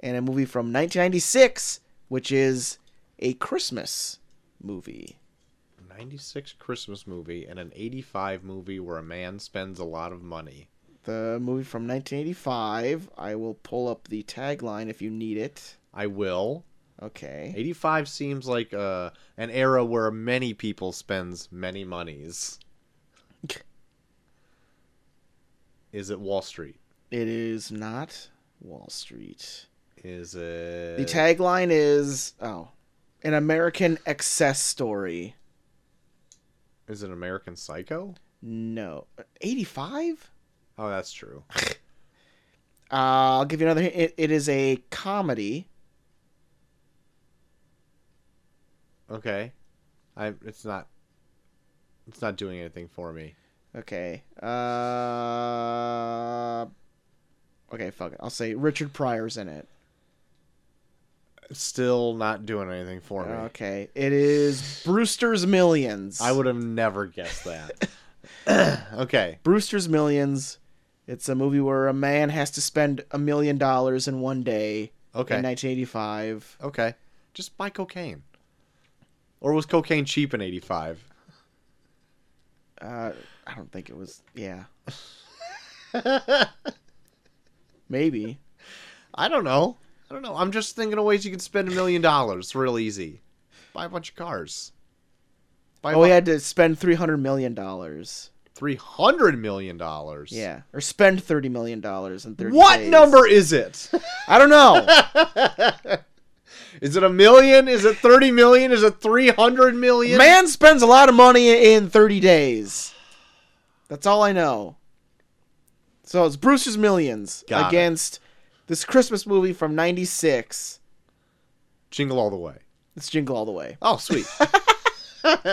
Speaker 1: and a movie from 1996, which is a Christmas movie.
Speaker 2: 96 Christmas movie and an 85 movie where a man spends a lot of money.
Speaker 1: The movie from 1985. I will pull up the tagline if you need it.
Speaker 2: I will.
Speaker 1: Okay.
Speaker 2: 85 seems like uh, an era where many people spends many monies. Is it Wall Street?
Speaker 1: It is not Wall Street.
Speaker 2: Is it
Speaker 1: The tagline is oh, an American excess story.
Speaker 2: Is it American Psycho?
Speaker 1: No, eighty-five.
Speaker 2: Oh, that's true.
Speaker 1: Uh, I'll give you another. hint. It, it is a comedy.
Speaker 2: Okay. I it's not it's not doing anything for me.
Speaker 1: Okay. Uh. Okay, fuck it. I'll say Richard Pryor's in it.
Speaker 2: It's still not doing anything for me.
Speaker 1: Okay, it is Brewster's Millions.
Speaker 2: I would have never guessed that. okay.
Speaker 1: Brewster's Millions. It's a movie where a man has to spend a million dollars in one day
Speaker 2: Okay.
Speaker 1: in 1985.
Speaker 2: Okay. Just buy cocaine. Or was cocaine cheap in 85?
Speaker 1: Uh, I don't think it was. Yeah. Maybe.
Speaker 2: I don't know. I don't know. I'm just thinking of ways you can spend a million dollars real easy. Buy a bunch of cars. Buy
Speaker 1: Oh, he had to spend three hundred million dollars.
Speaker 2: three hundred million dollars.
Speaker 1: Yeah, or spend thirty million dollars in thirty.
Speaker 2: What
Speaker 1: days.
Speaker 2: number is it?
Speaker 1: I don't know.
Speaker 2: Is it a million? Is it thirty million? Is it three hundred million?
Speaker 1: Man spends a lot of money in thirty days. That's all I know. So it's Brewster's Millions
Speaker 2: Got it.
Speaker 1: against this Christmas movie from '96.
Speaker 2: jingle all the way.
Speaker 1: It's Jingle All the Way.
Speaker 2: Oh, sweet.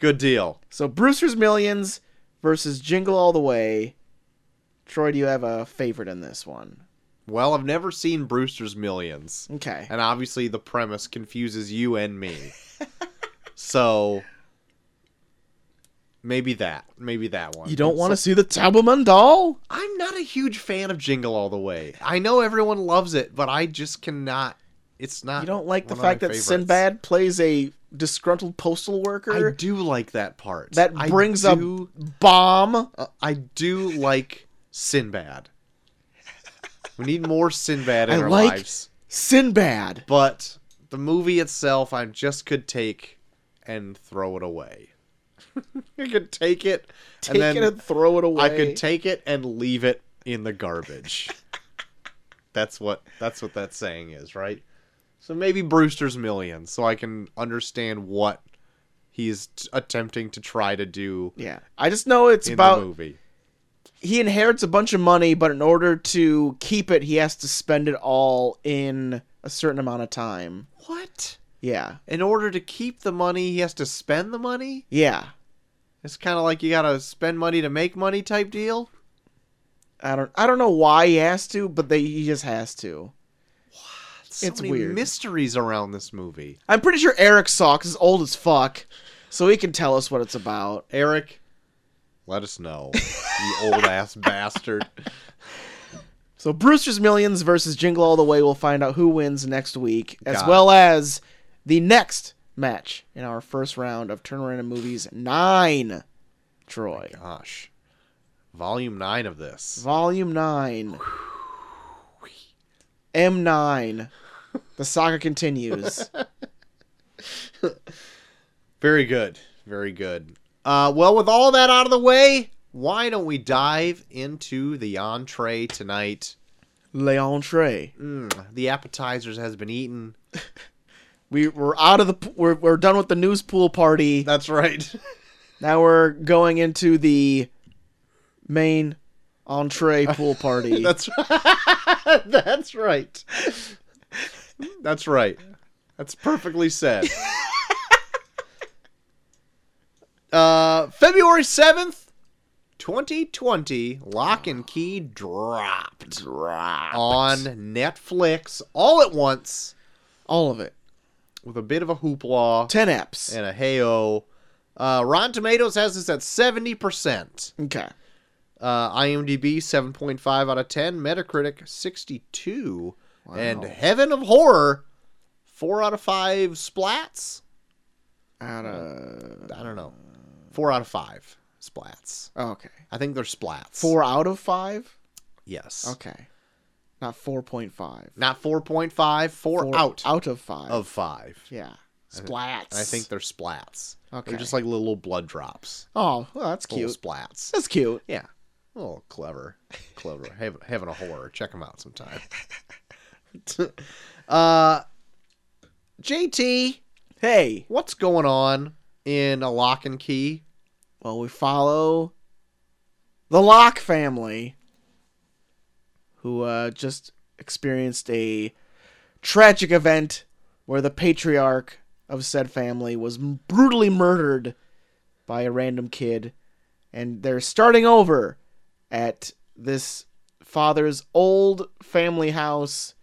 Speaker 2: Good deal.
Speaker 1: So Brewster's Millions versus Jingle All the Way. Troy, do you have a favorite in this one?
Speaker 2: Well, I've never seen Brewster's Millions,
Speaker 1: Okay.
Speaker 2: and obviously the premise confuses you and me. so maybe that, maybe that one.
Speaker 1: You don't want to
Speaker 2: So-
Speaker 1: see the Tableman doll?
Speaker 2: I'm not a huge fan of Jingle All the Way. I know everyone loves it, but I just cannot. It's not.
Speaker 1: You don't like the
Speaker 2: one of my
Speaker 1: fact that
Speaker 2: favorites.
Speaker 1: Sinbad plays a disgruntled postal
Speaker 2: I
Speaker 1: worker
Speaker 2: do like that part.
Speaker 1: that
Speaker 2: I
Speaker 1: brings
Speaker 2: do-
Speaker 1: up bomb?
Speaker 2: uh, I do like Sinbad. We need more Sinbad in
Speaker 1: I
Speaker 2: our
Speaker 1: like-
Speaker 2: lives.
Speaker 1: Sinbad.
Speaker 2: But the movie itself, I just could take and throw it away. I could take it,
Speaker 1: Take
Speaker 2: and then
Speaker 1: it and throw it away.
Speaker 2: I could take it and leave it in the garbage. that's what that's what that saying is, right? So maybe Brewster's Million, so I can understand what he's t- attempting to try to do
Speaker 1: Yeah, I just know it's
Speaker 2: in the
Speaker 1: about
Speaker 2: movie.
Speaker 1: he inherits a bunch of money, but in order to keep it, he has to spend it all in a certain amount of time.
Speaker 2: What?
Speaker 1: Yeah,
Speaker 2: in order to keep the money, he has to spend the money.
Speaker 1: yeah.
Speaker 2: It's kind of like you gotta spend money to make money type deal.
Speaker 1: I don't, I don't know why he has to, but they, he just has to.
Speaker 2: So
Speaker 1: It's
Speaker 2: many
Speaker 1: weird.
Speaker 2: mysteries around this movie.
Speaker 1: I'm pretty sure Eric Salk is old as fuck, so he can tell us what it's about.
Speaker 2: Eric, let us know, you old ass bastard.
Speaker 1: So Brewster's Millions versus Jingle All the Way. We'll find out who wins next week, as
Speaker 2: Got it.
Speaker 1: well as the next match in our first round of Turnaround Movies Nine.
Speaker 2: Oh
Speaker 1: Troy,
Speaker 2: Gosh, volume nine of this.
Speaker 1: Volume Nine, M Nine. The saga continues.
Speaker 2: Very good, very good. Uh, well, with all that out of the way, why don't we dive into the entree tonight?
Speaker 1: L'entrée.
Speaker 2: Mm, the appetizers has been eaten.
Speaker 1: We we're out of the p- we're we're done with the news pool party.
Speaker 2: That's right.
Speaker 1: Now we're going into the main entree pool party.
Speaker 2: That's that's right. That's right. That's perfectly said. uh, February seventh, twenty twenty, Lock and Key dropped on Netflix all at once
Speaker 1: all of it.
Speaker 2: with a bit of a hoopla
Speaker 1: Ten eps.
Speaker 2: and a heyo. Uh, Rotten Tomatoes has this at seventy percent.
Speaker 1: Okay.
Speaker 2: Uh, IMDb 7.5 out of 10. Metacritic 62. And
Speaker 1: Wow.
Speaker 2: Heaven of Horror 4 out of 5 splats.
Speaker 1: Out of oh,
Speaker 2: I don't know. 4 out of 5 splats.
Speaker 1: okay,
Speaker 2: I think they're splats.
Speaker 1: four out of five.
Speaker 2: Yes.
Speaker 1: Okay, not four point five.
Speaker 2: Not 4.5, 4,
Speaker 1: Four
Speaker 2: out
Speaker 1: out of five.
Speaker 2: of 5.
Speaker 1: yeah, splats.
Speaker 2: And I think they're splats.
Speaker 1: Okay.
Speaker 2: They're just like little blood drops.
Speaker 1: Oh, well, that's
Speaker 2: Little
Speaker 1: cute.
Speaker 2: splats.
Speaker 1: That's cute.
Speaker 2: Yeah. Oh, clever. Clever. having, having a horror. Check them out sometime. uh, JT,
Speaker 1: Hey,
Speaker 2: what's going on in a lock and key?
Speaker 1: well, we follow the Locke family, who uh, just experienced a tragic event where the patriarch of said family was m- brutally murdered by a random kid, and they're starting over at this father's old family house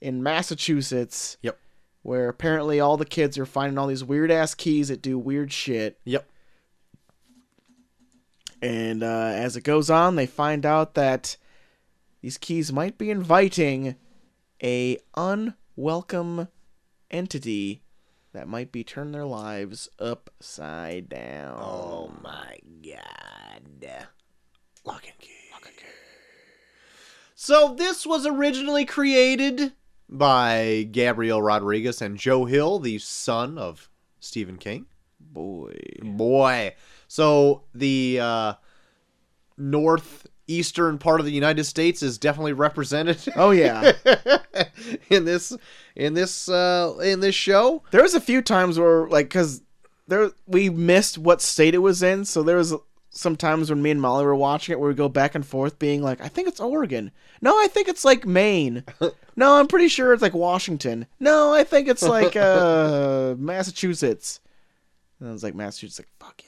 Speaker 1: in Massachusetts.
Speaker 2: Yep.
Speaker 1: Where apparently all the kids are finding all these weird ass keys that do weird shit.
Speaker 2: Yep.
Speaker 1: And uh, as it goes on, they find out that these keys might be inviting a unwelcome entity that might be turning their lives upside down.
Speaker 2: my god. Lock and key. Lock and key. So this was originally created by Gabriel Rodriguez and Joe Hill, the son of Stephen King.
Speaker 1: boy.
Speaker 2: Boy. So the uh, northeastern part of the United States is definitely represented
Speaker 1: Oh yeah.
Speaker 2: in this in this uh, in this show.
Speaker 1: there was a few times where like cuz there we missed what state it was in, so there was some times when me and Molly were watching it where we go back and forth being like, I think it's Oregon. No, I think it's like Maine. No, I'm pretty sure it's like Washington. No, I think it's like uh Massachusetts. And I was like Massachusetts like fuck yeah.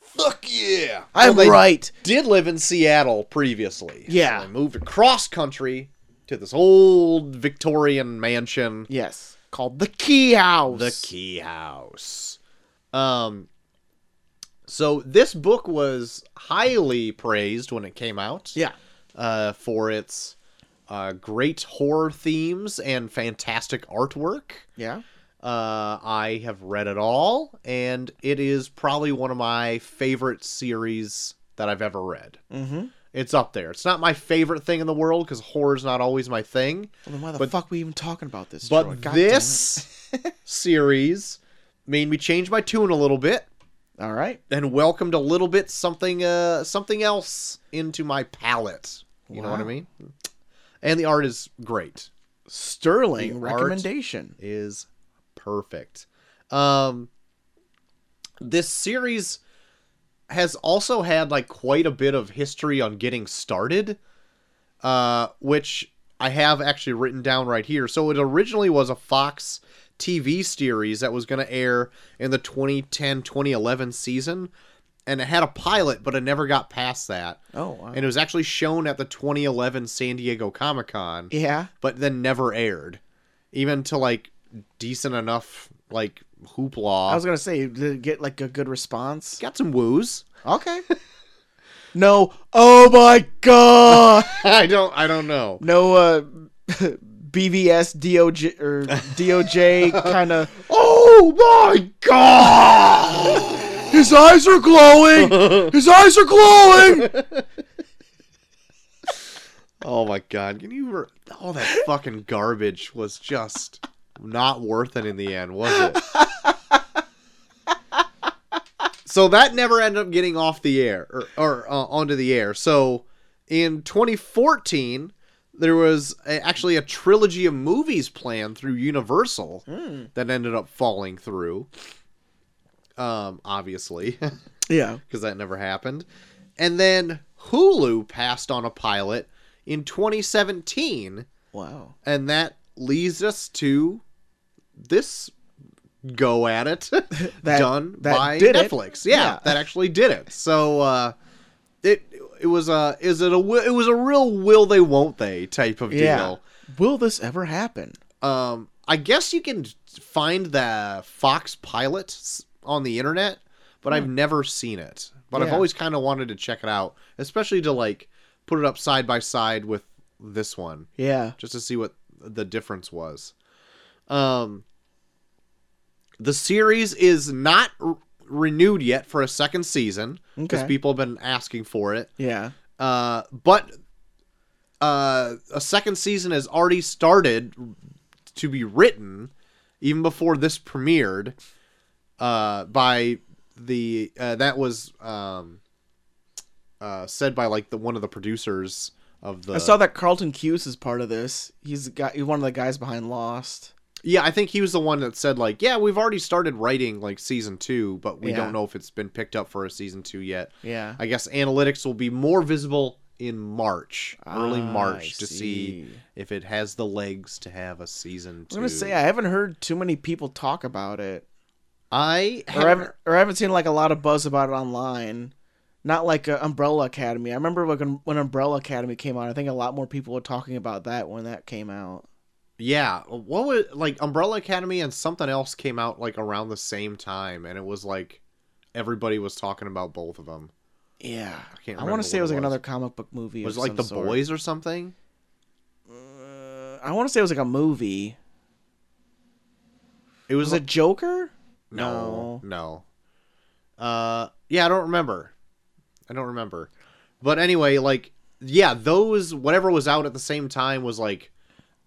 Speaker 2: Fuck yeah!
Speaker 1: I'm
Speaker 2: Well, they
Speaker 1: right.
Speaker 2: Did live in Seattle previously.
Speaker 1: Yeah.
Speaker 2: So they moved across country to this old Victorian mansion.
Speaker 1: Yes. Called the Key House.
Speaker 2: The Key House. Um so this book was highly praised when it came out.
Speaker 1: Yeah.
Speaker 2: Uh for its uh great horror themes and fantastic artwork.
Speaker 1: Yeah.
Speaker 2: Uh I have read it all and it is probably one of my favorite series that I've ever read.
Speaker 1: Mhm.
Speaker 2: It's up there. It's not my favorite thing in the world cuz horror's not always my thing.
Speaker 1: Well, then why the
Speaker 2: But-
Speaker 1: fuck we even talking about this? Troy?
Speaker 2: But
Speaker 1: God damn it.
Speaker 2: this series made me change my tune a little bit
Speaker 1: All right.
Speaker 2: and welcomed a little bit something uh something else into my palette. You know what I
Speaker 1: Wow.
Speaker 2: mean? And the art is great.
Speaker 1: Sterling
Speaker 2: The art-
Speaker 1: recommendation.
Speaker 2: Is perfect. Um this series has also had like quite a bit of history on getting started. uh, which I have actually written down right here. So it originally was a Fox TV series that was going to air in the 2010 2011 season. And it had a pilot, but it never got past that.
Speaker 1: Oh, wow.
Speaker 2: And it was actually shown at the 2011 San Diego Comic Con,
Speaker 1: Yeah.
Speaker 2: but then never aired. Even to like decent enough, like hoopla.
Speaker 1: I was gonna say, did it get like a good response?
Speaker 2: got some woos.
Speaker 1: Okay. no. Oh my god.
Speaker 2: I don't. I don't know.
Speaker 1: No. uh BVS DOJ or DOJ kind of.
Speaker 2: Oh my god!
Speaker 1: His eyes are glowing. His eyes are glowing.
Speaker 2: Oh my god! Can you? Re- All that fucking garbage was just not worth it in the end, was it? so that never ended up getting off the air or, or uh, onto the air. So in 2014, there was a, actually a trilogy of movies planned through Universal that ended up falling through. Um, obviously.
Speaker 1: Yeah.
Speaker 2: because that never happened. And then Hulu passed on a pilot in 2017,
Speaker 1: Wow.
Speaker 2: and that leads us to this go at it done
Speaker 1: that
Speaker 2: by
Speaker 1: did it.
Speaker 2: Netflix. Yeah,
Speaker 1: Yeah.
Speaker 2: that actually did it. So uh, it it was a is it a wi- it was a real will they won't they type of
Speaker 1: Yeah.
Speaker 2: deal.
Speaker 1: Will this ever happen?
Speaker 2: Um, I guess you can find the Fox pilot s- on the internet, but I've never seen it. But I've
Speaker 1: Hmm. Yeah.
Speaker 2: always kind of wanted to check it out, especially to like put it up side by side with this one,
Speaker 1: Yeah.
Speaker 2: just to see what the difference was. Um, the series is not r renewed yet for a second season because
Speaker 1: Okay.
Speaker 2: people have been asking for it.
Speaker 1: Yeah.
Speaker 2: Uh, but uh, a second season has already started to be written even before this premiered uh, by the uh, that was um, uh, said by like the one of the producers of the
Speaker 1: I saw that Carlton Cuse is part of this. He's the guy. He's one of the guys behind Lost.
Speaker 2: yeah i think he was the one that said like yeah we've already started writing like season two but we
Speaker 1: Yeah.
Speaker 2: don't know if it's been picked up for a season two yet
Speaker 1: Yeah.
Speaker 2: i guess analytics will be more visible in march early
Speaker 1: Ah,
Speaker 2: march
Speaker 1: I
Speaker 2: to see if it has the legs to have a season
Speaker 1: I
Speaker 2: two.
Speaker 1: was gonna say I haven't heard too many people talk about it,
Speaker 2: I
Speaker 1: or I haven't,
Speaker 2: haven't.
Speaker 1: or I haven't seen like a lot of buzz about it online. Not like uh, Umbrella Academy. I remember like when, when Umbrella Academy came out, I think a lot more people were talking about that when that came out.
Speaker 2: Yeah, what was like Umbrella Academy and something else came out like around the same time, and it was like everybody was talking about both of them.
Speaker 1: Yeah, I,
Speaker 2: can't
Speaker 1: want
Speaker 2: remember
Speaker 1: to say
Speaker 2: what
Speaker 1: it was
Speaker 2: it
Speaker 1: like
Speaker 2: was.
Speaker 1: another comic book movie.
Speaker 2: was it
Speaker 1: of
Speaker 2: like
Speaker 1: some
Speaker 2: the
Speaker 1: sort.
Speaker 2: boys or something?
Speaker 1: Uh, I want to say it was like a movie.
Speaker 2: It was,
Speaker 1: Was
Speaker 2: like
Speaker 1: it Joker?
Speaker 2: no, no. Uh, yeah, I don't remember. I don't remember. But anyway, like yeah, those whatever was out at the same time was like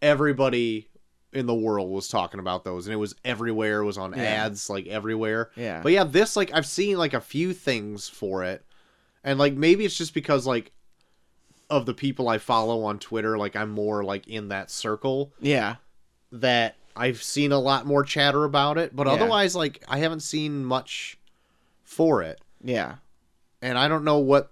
Speaker 2: everybody in the world was talking about those, and it was everywhere. It was on
Speaker 1: Yeah.
Speaker 2: ads like everywhere.
Speaker 1: Yeah.
Speaker 2: But yeah, this like I've seen like a few things for it, and like maybe it's just because like of the people I follow on Twitter, like I'm more like in that circle
Speaker 1: yeah.
Speaker 2: that I've seen a lot more chatter about it. But
Speaker 1: Yeah.
Speaker 2: otherwise, like I haven't seen much for it,
Speaker 1: Yeah.
Speaker 2: and I don't know what.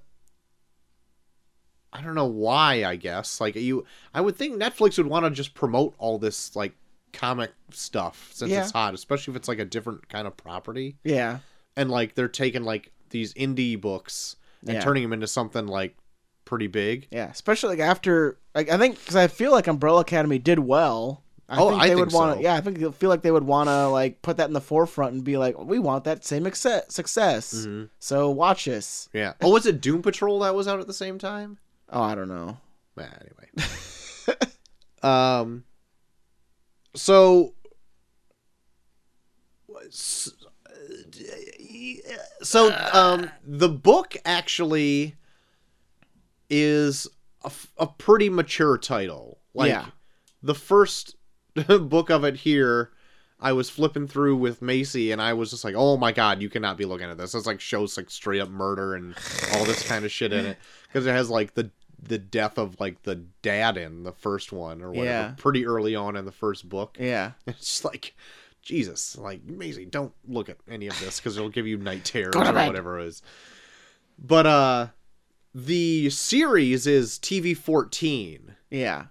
Speaker 2: I don't know why. I guess like you, I would think Netflix would want to just promote all this like comic stuff since
Speaker 1: Yeah.
Speaker 2: it's hot, especially if it's like a different kind of property
Speaker 1: Yeah.
Speaker 2: and like they're taking like these indie books and
Speaker 1: Yeah.
Speaker 2: turning them into something like pretty big.
Speaker 1: Yeah, especially like after like I think because I feel like Umbrella Academy did well. I
Speaker 2: Oh,
Speaker 1: think
Speaker 2: I
Speaker 1: they
Speaker 2: think
Speaker 1: would want to.
Speaker 2: so.
Speaker 1: Yeah, I think they feel like they would want to like put that in the forefront and be like, we want that same acce- success.
Speaker 2: Mm-hmm.
Speaker 1: So watch us.
Speaker 2: Yeah. Oh, was it Doom Patrol that was out at the same time?
Speaker 1: Oh, I don't know.
Speaker 2: Nah, anyway. um. So. So um, the book actually is a, f- a pretty mature title. Like
Speaker 1: Yeah.
Speaker 2: the first book of it here, I was flipping through with Macy, and I was just like, "Oh my god, you cannot be looking at this." It's like shows like straight up murder and all this kind of shit in it because it has like the the death of like the dad in the first one or whatever,
Speaker 1: Yeah.
Speaker 2: pretty early on in the first book.
Speaker 1: Yeah.
Speaker 2: It's just like Jesus, like Macy, don't look at any of this because it'll give you night terrors
Speaker 1: Go to
Speaker 2: or
Speaker 1: bed.
Speaker 2: whatever it is. But uh, the series is TV fourteen
Speaker 1: Yeah.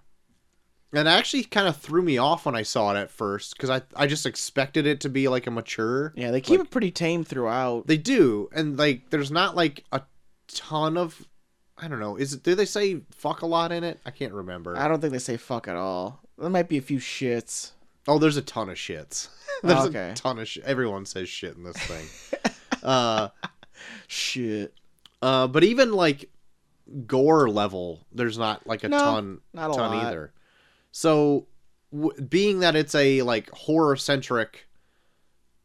Speaker 2: and it actually kind of threw me off when I saw it at first because I I just expected it to be like a mature.
Speaker 1: Yeah. They keep
Speaker 2: Like-
Speaker 1: it pretty tame throughout.
Speaker 2: They do, and like there's not like a ton of, I don't know. Is it, do they say fuck a lot in it? I can't remember.
Speaker 1: I don't think they say fuck at all. There might be a few shits.
Speaker 2: Oh, there's a ton of shits. there's
Speaker 1: Okay.
Speaker 2: a ton of shit. Everyone says shit in this thing. uh,
Speaker 1: Shit.
Speaker 2: uh, but even like gore level, there's not like a
Speaker 1: No,
Speaker 2: ton,
Speaker 1: not a
Speaker 2: ton
Speaker 1: lot.
Speaker 2: either. So, w- being that it's a like horror centric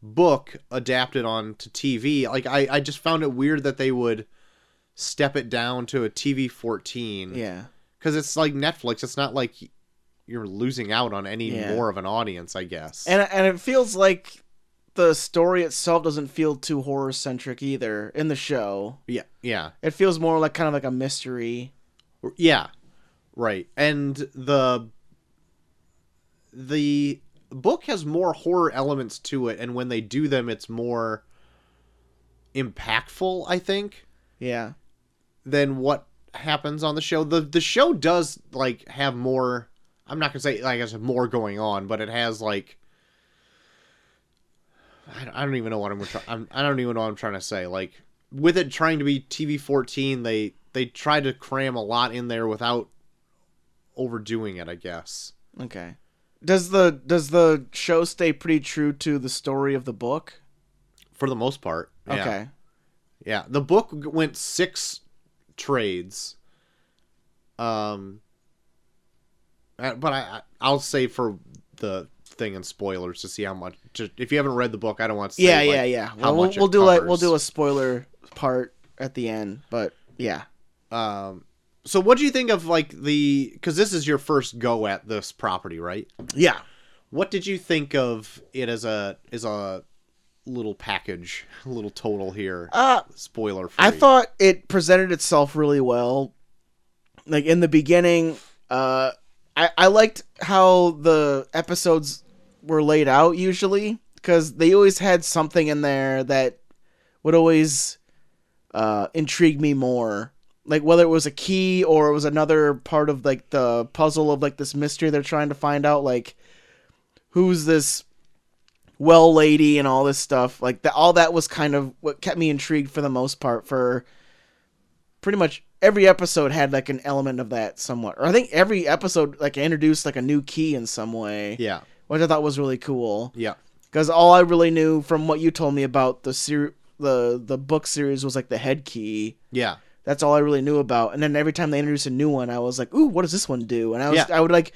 Speaker 2: book adapted on to TV, like I, I just found it weird that they would step it down to a TV 14
Speaker 1: Yeah.
Speaker 2: because it's like Netflix. It's not like you're losing out on any
Speaker 1: Yeah.
Speaker 2: more of an audience, I guess.
Speaker 1: And and it feels like the story itself doesn't feel too horror centric either in the show.
Speaker 2: yeah, yeah.
Speaker 1: It feels more like kind of like a mystery.
Speaker 2: Yeah. Right. And the the book has more horror elements to it and when they do them it's more impactful, I think,
Speaker 1: Yeah.
Speaker 2: than what happens on the show. The the show does like have more I'm not going to say like there's more going on, but it has like I don't, I don't even know what I'm, try- I'm I don't even know what I'm trying to say. Like with it trying to be TV 14, they they try to cram a lot in there without overdoing it, I guess.
Speaker 1: Okay. Does the does the show stay pretty true to the story of the book?
Speaker 2: For the most part. yeah.
Speaker 1: Okay.
Speaker 2: Yeah, the book g- went six trades. Um, uh, but I I- I'll say for the thing and spoilers to see how much. To, if you haven't read the book, I don't want to. Say
Speaker 1: yeah,
Speaker 2: like,
Speaker 1: yeah, yeah.
Speaker 2: how
Speaker 1: Well, we'll,
Speaker 2: much it
Speaker 1: we'll do like we'll
Speaker 2: covers.
Speaker 1: do a spoiler part at the end, but yeah.
Speaker 2: Um, so what do you think of like the? Because this is your first go at this property, right?
Speaker 1: Yeah.
Speaker 2: What did you think of it as a as a little package, little total here?
Speaker 1: Uh
Speaker 2: Spoiler. Free.
Speaker 1: I thought it presented itself really well. Like in the beginning, uh, I I liked how the episodes were laid out usually because they always had something in there that would always uh, intrigue me more. Like whether it was a key or it was another part of like the puzzle of like this mystery they're trying to find out, like who's this well lady and all this stuff like that all that was kind of what kept me intrigued for the most part for pretty much every episode had like an element of that somewhat or i think every episode like introduced like a new key in some way
Speaker 2: Yeah.
Speaker 1: which i thought was really cool
Speaker 2: Yeah.
Speaker 1: because all i really knew from what you told me about the ser- the the book series was like the head key
Speaker 2: Yeah.
Speaker 1: that's all I really knew about. And then every time they introduced a new one, I was like, "Ooh, what does this one do?" And I was,
Speaker 2: Yeah.
Speaker 1: I would like,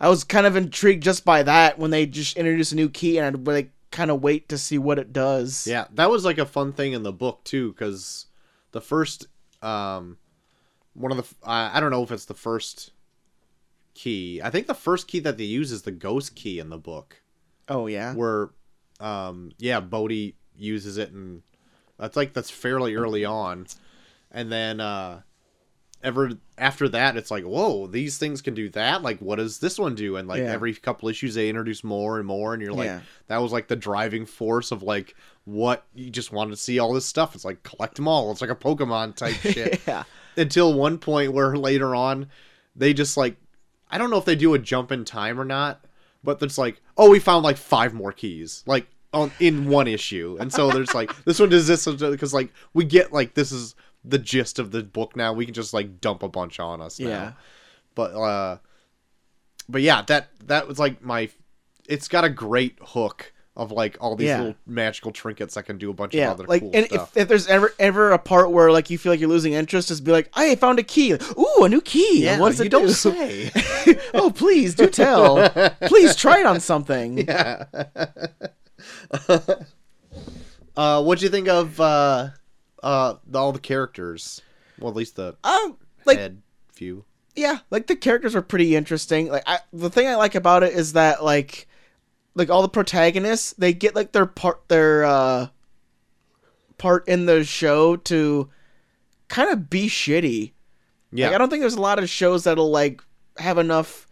Speaker 1: I was kind of intrigued just by that when they just introduced a new key, and I'd like kind of wait to see what it does.
Speaker 2: Yeah, that was like a fun thing in the book too, because the first, um, one of the f- I I don't know if it's the first key. I think the first key that they use is the ghost key in the book,
Speaker 1: Oh yeah.
Speaker 2: where, um, yeah, Bodhi uses it, and that's like that's fairly early on, and then uh, ever after that, it's like whoa, these things can do that. Like, what does this one do? And like
Speaker 1: Yeah.
Speaker 2: every couple issues, they introduce more and more, and you're like
Speaker 1: Yeah.
Speaker 2: that was like the driving force of like what you just wanted to see all this stuff. It's like collect them all. It's like a Pokemon type shit.
Speaker 1: yeah.
Speaker 2: Until one point where later on they just like I don't know if they do a jump in time or not, but it's like, oh, we found like five more keys. Like on in one issue. And so there's like this one does this because like we get like this is the gist of the book now. We can just like dump a bunch on us now
Speaker 1: Yeah.
Speaker 2: but uh but yeah that that was like my it's got a great hook of like all these
Speaker 1: Yeah.
Speaker 2: little magical trinkets that can do a bunch
Speaker 1: Yeah,
Speaker 2: of other
Speaker 1: like,
Speaker 2: cool
Speaker 1: and
Speaker 2: stuff
Speaker 1: if, if there's ever ever a part where like you feel like you're losing interest, just be like, "I found a key! Ooh, a new key!
Speaker 2: yeah,
Speaker 1: What's
Speaker 2: you
Speaker 1: it
Speaker 2: don't
Speaker 1: do?
Speaker 2: say
Speaker 1: oh, please do tell! please try it on something."
Speaker 2: yeah uh what'd you think of uh uh all the characters well at least the
Speaker 1: Um, like
Speaker 2: head few
Speaker 1: yeah, like the characters were pretty interesting. Like I, the thing I like about it is that like like all the protagonists, they get like their part their uh part in the show to kind of be shitty.
Speaker 2: yeah
Speaker 1: Like I don't think there's a lot of shows that'll like have enough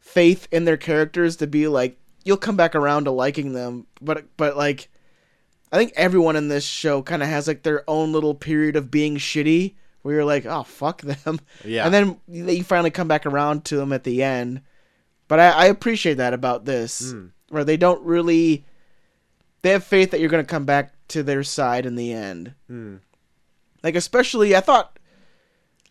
Speaker 1: faith in their characters to be like you'll come back around to liking them, but but like I think everyone in this show kind of has like their own little period of being shitty where you're like, "Oh, fuck them."
Speaker 2: yeah
Speaker 1: And then you finally come back around to them at the end. But I, I appreciate that about this,
Speaker 2: Mm.
Speaker 1: where they don't really. They have faith that you're going to come back to their side in the end.
Speaker 2: Mm.
Speaker 1: Like, especially, I thought.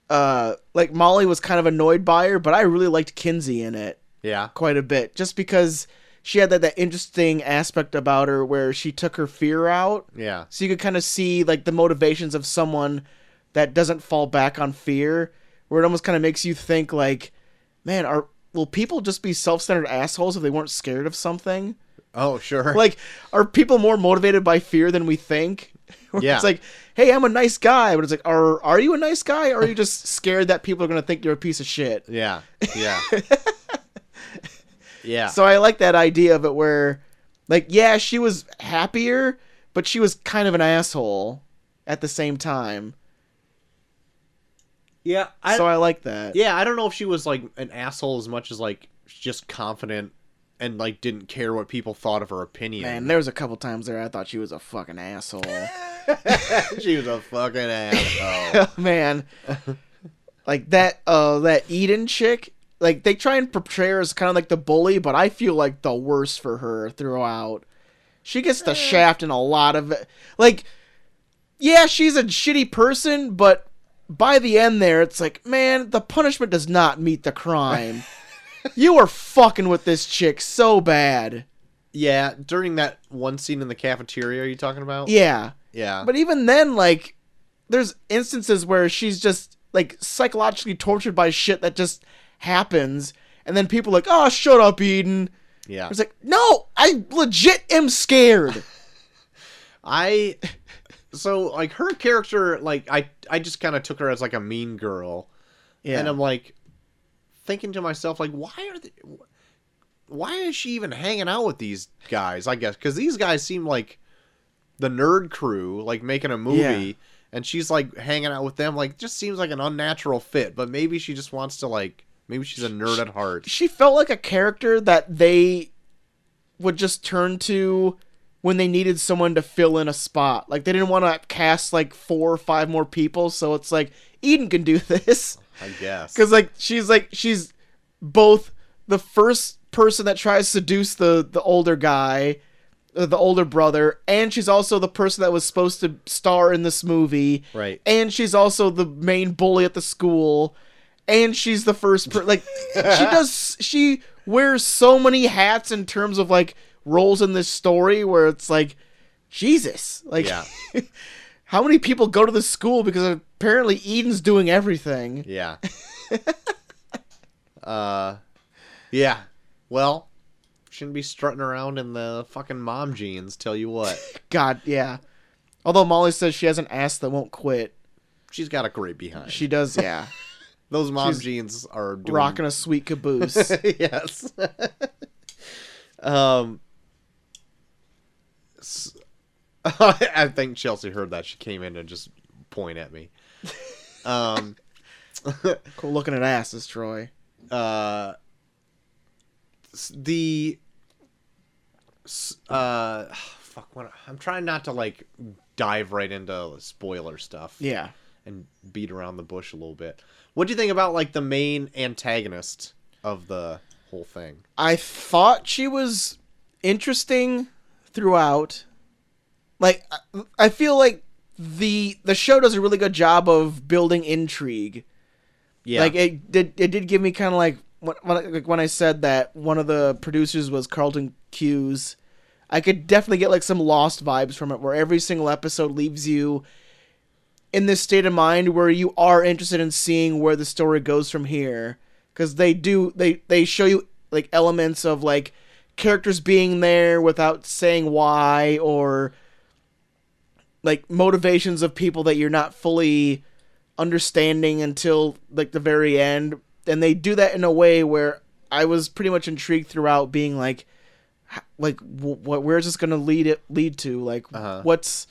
Speaker 1: Uh, like Molly was kind of annoyed by her, but I really liked Kinsey in it
Speaker 2: yeah
Speaker 1: quite a bit, just because she had that, that interesting aspect about her where she took her fear out,
Speaker 2: yeah
Speaker 1: so you could kind of see like the motivations of someone that doesn't fall back on fear where it almost kind of makes you think like man are will people just be self-centered assholes if they weren't scared of something
Speaker 2: oh sure
Speaker 1: like are people more motivated by fear than we think Where
Speaker 2: Yeah.
Speaker 1: it's like hey i'm a nice guy but it's like are are you a nice guy or are you just scared that people are going to think you're a piece of shit
Speaker 2: yeah yeah yeah
Speaker 1: So I like that idea of it where, like, yeah, she was happier, but she was kind of an asshole at the same time.
Speaker 2: yeah I,
Speaker 1: so I like that.
Speaker 2: Yeah, I don't know if she was like an asshole as much as like just confident and like didn't care what people thought of her opinion.
Speaker 1: Man, there was a couple times there I thought she was a fucking asshole.
Speaker 2: she was a fucking asshole.
Speaker 1: Man, like that uh that Eden chick, like they try and portray her as kind of like the bully, but I feel like the worst for her throughout. She gets the shaft in a lot of it. Like, yeah, she's a shitty person, but by the end there, it's like, man, the punishment does not meet the crime. you are fucking with this chick so bad.
Speaker 2: yeah, during that one scene in the cafeteria, are you talking about?
Speaker 1: Yeah.
Speaker 2: yeah,
Speaker 1: But even then, like, there's instances where she's just like psychologically tortured by shit that just happens, and then people are like, oh, shut up, Eden.
Speaker 2: Yeah.
Speaker 1: I was like, no, I legit am scared.
Speaker 2: I so like her character like I I just kind of took her as like a mean girl
Speaker 1: Yeah.
Speaker 2: and I'm like thinking to myself like why are they, why is she even hanging out with these guys I guess cuz these guys seem like the nerd crew like making a movie
Speaker 1: Yeah.
Speaker 2: and she's like hanging out with them like just seems like an unnatural fit but maybe she just wants to like maybe she's a nerd at heart
Speaker 1: she felt like a character that they would just turn to when they needed someone to fill in a spot. Like they didn't want to cast like four or five more people, so it's like Eden can do this
Speaker 2: I guess
Speaker 1: because like she's like she's both the first person that tries to seduce the the older guy, uh, the older brother, and she's also the person that was supposed to star in this movie
Speaker 2: right
Speaker 1: and she's also the main bully at the school and she's the first per- like she does she wears so many hats in terms of like roles in this story where it's like jesus like
Speaker 2: Yeah.
Speaker 1: how many people go to the school because apparently eden's doing everything
Speaker 2: Yeah. uh, yeah. Well, shouldn't be strutting around in the fucking mom jeans. Tell you what,
Speaker 1: god yeah although molly says she has an ass that won't quit
Speaker 2: she's got a great behind.
Speaker 1: she does yeah
Speaker 2: Those mom
Speaker 1: she's
Speaker 2: jeans are doing...
Speaker 1: rocking a sweet caboose
Speaker 2: yes. um. s- I think Chelsea heard that. She came in and just point at me. Um.
Speaker 1: cool looking at asses troy
Speaker 2: uh, s- the s- uh, fuck. What, I'm trying not to like dive right into spoiler stuff.
Speaker 1: yeah
Speaker 2: and beat around the bush a little bit. What do you think about like the main antagonist of the whole thing?
Speaker 1: I thought she was interesting throughout. Like I- I feel like the the show does a really good job of building intrigue.
Speaker 2: Yeah,
Speaker 1: Like it did it did give me kind of like when when I- like when I said that one of the producers was Carlton Cuse, I could definitely get like some lost vibes from it where every single episode leaves you in this state of mind where you are interested in seeing where the story goes from here cuz they do they they show you like elements of like characters being there without saying why or like motivations of people that you're not fully understanding until like the very end and they do that in a way where i was pretty much intrigued throughout being like h- like what where's this going to lead it lead to like
Speaker 2: Uh-huh.
Speaker 1: what's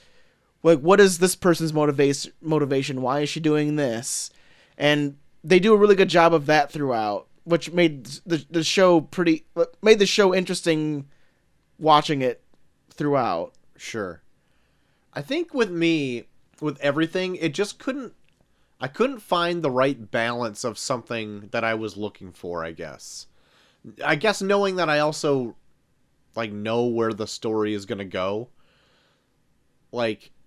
Speaker 1: like what is this person's motivation motivation why is she doing this and they do a really good job of that throughout which made the the show pretty made the show interesting watching it throughout
Speaker 2: sure. I think with me, with everything, it just couldn't. I couldn't find the right balance of something that I was looking for. I guess. I guess knowing that I also, like, know where the story is gonna go. Like,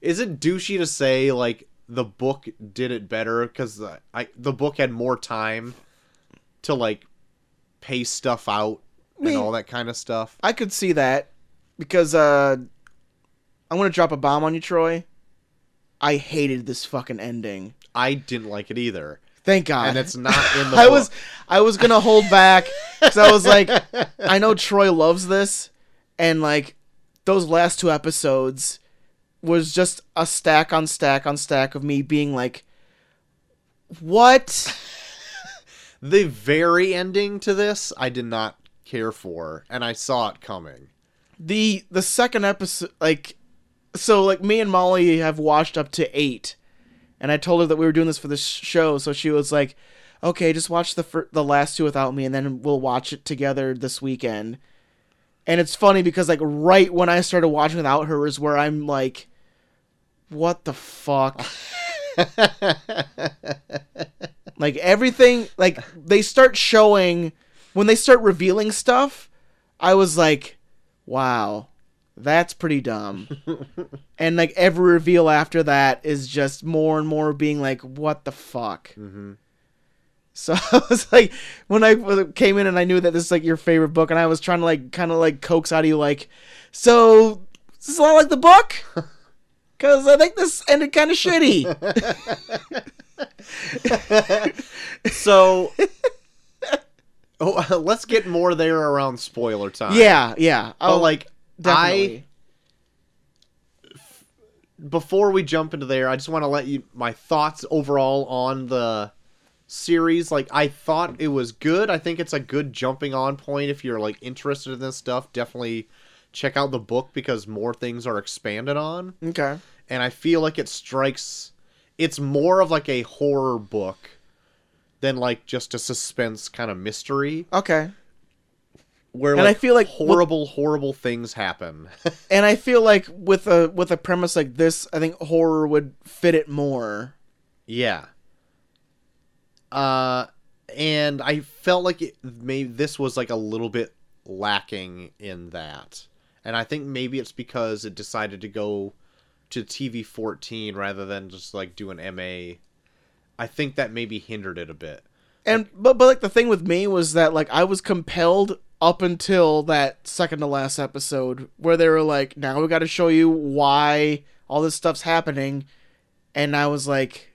Speaker 2: is it douchey to say like the book did it better because I the book had more time to like pace stuff out
Speaker 1: mean-
Speaker 2: and all that kind of stuff?
Speaker 1: I could see that because uh I'm gonna drop a bomb on you, Troy. I hated this fucking ending.
Speaker 2: I didn't like it either,
Speaker 1: Thank God.
Speaker 2: and it's not in the.
Speaker 1: I
Speaker 2: book.
Speaker 1: was I was gonna hold back because I was like, I know Troy loves this, and like those last two episodes was just a stack on stack on stack of me being like, what?
Speaker 2: the very ending to this. I did not care for, and I saw it coming.
Speaker 1: the the second episode like so like me and molly have watched up to eight and i told her that we were doing this for the sh- show so she was like okay just watch the fir- the last two without me and then we'll watch it together this weekend and it's funny because like right when i started watching without her is where i'm like what the fuck like everything like they start showing when they start revealing stuff i was like wow that's pretty dumb and like every reveal after that is just more and more being like what the fuck
Speaker 2: Mhm.
Speaker 1: so i was like when i came in and i knew that this is like your favorite book and i was trying to like kind of like coax out of you like so is this a lot like the book Because I think this ended kind of shitty.
Speaker 2: so oh, let's get more there around spoiler time.
Speaker 1: yeah, yeah. Oh,
Speaker 2: But like
Speaker 1: definitely.
Speaker 2: I before we jump into there, I just want to let you my thoughts overall on the series. Like I thought it was good. I think it's a good jumping on point if you're like interested in this stuff. Definitely check out the book because more things are expanded on.
Speaker 1: okay.
Speaker 2: and I feel like it strikes it's more of like a horror book than like just a suspense kind of mystery
Speaker 1: Okay.
Speaker 2: where
Speaker 1: And I
Speaker 2: like,
Speaker 1: feel like-
Speaker 2: horrible horrible things happen.
Speaker 1: And I feel like with a with a premise like this, I think horror would fit it more.
Speaker 2: yeah. Uh and I felt like it, maybe this was like a little bit lacking in that. And I think maybe it's because it decided to go to TV 14 rather than just like do an MA. I think that maybe hindered it a bit.
Speaker 1: And but but like the thing with me was that like I was compelled up until that second to last episode where they were like, now we got to show you why all this stuff's happening, and I was like,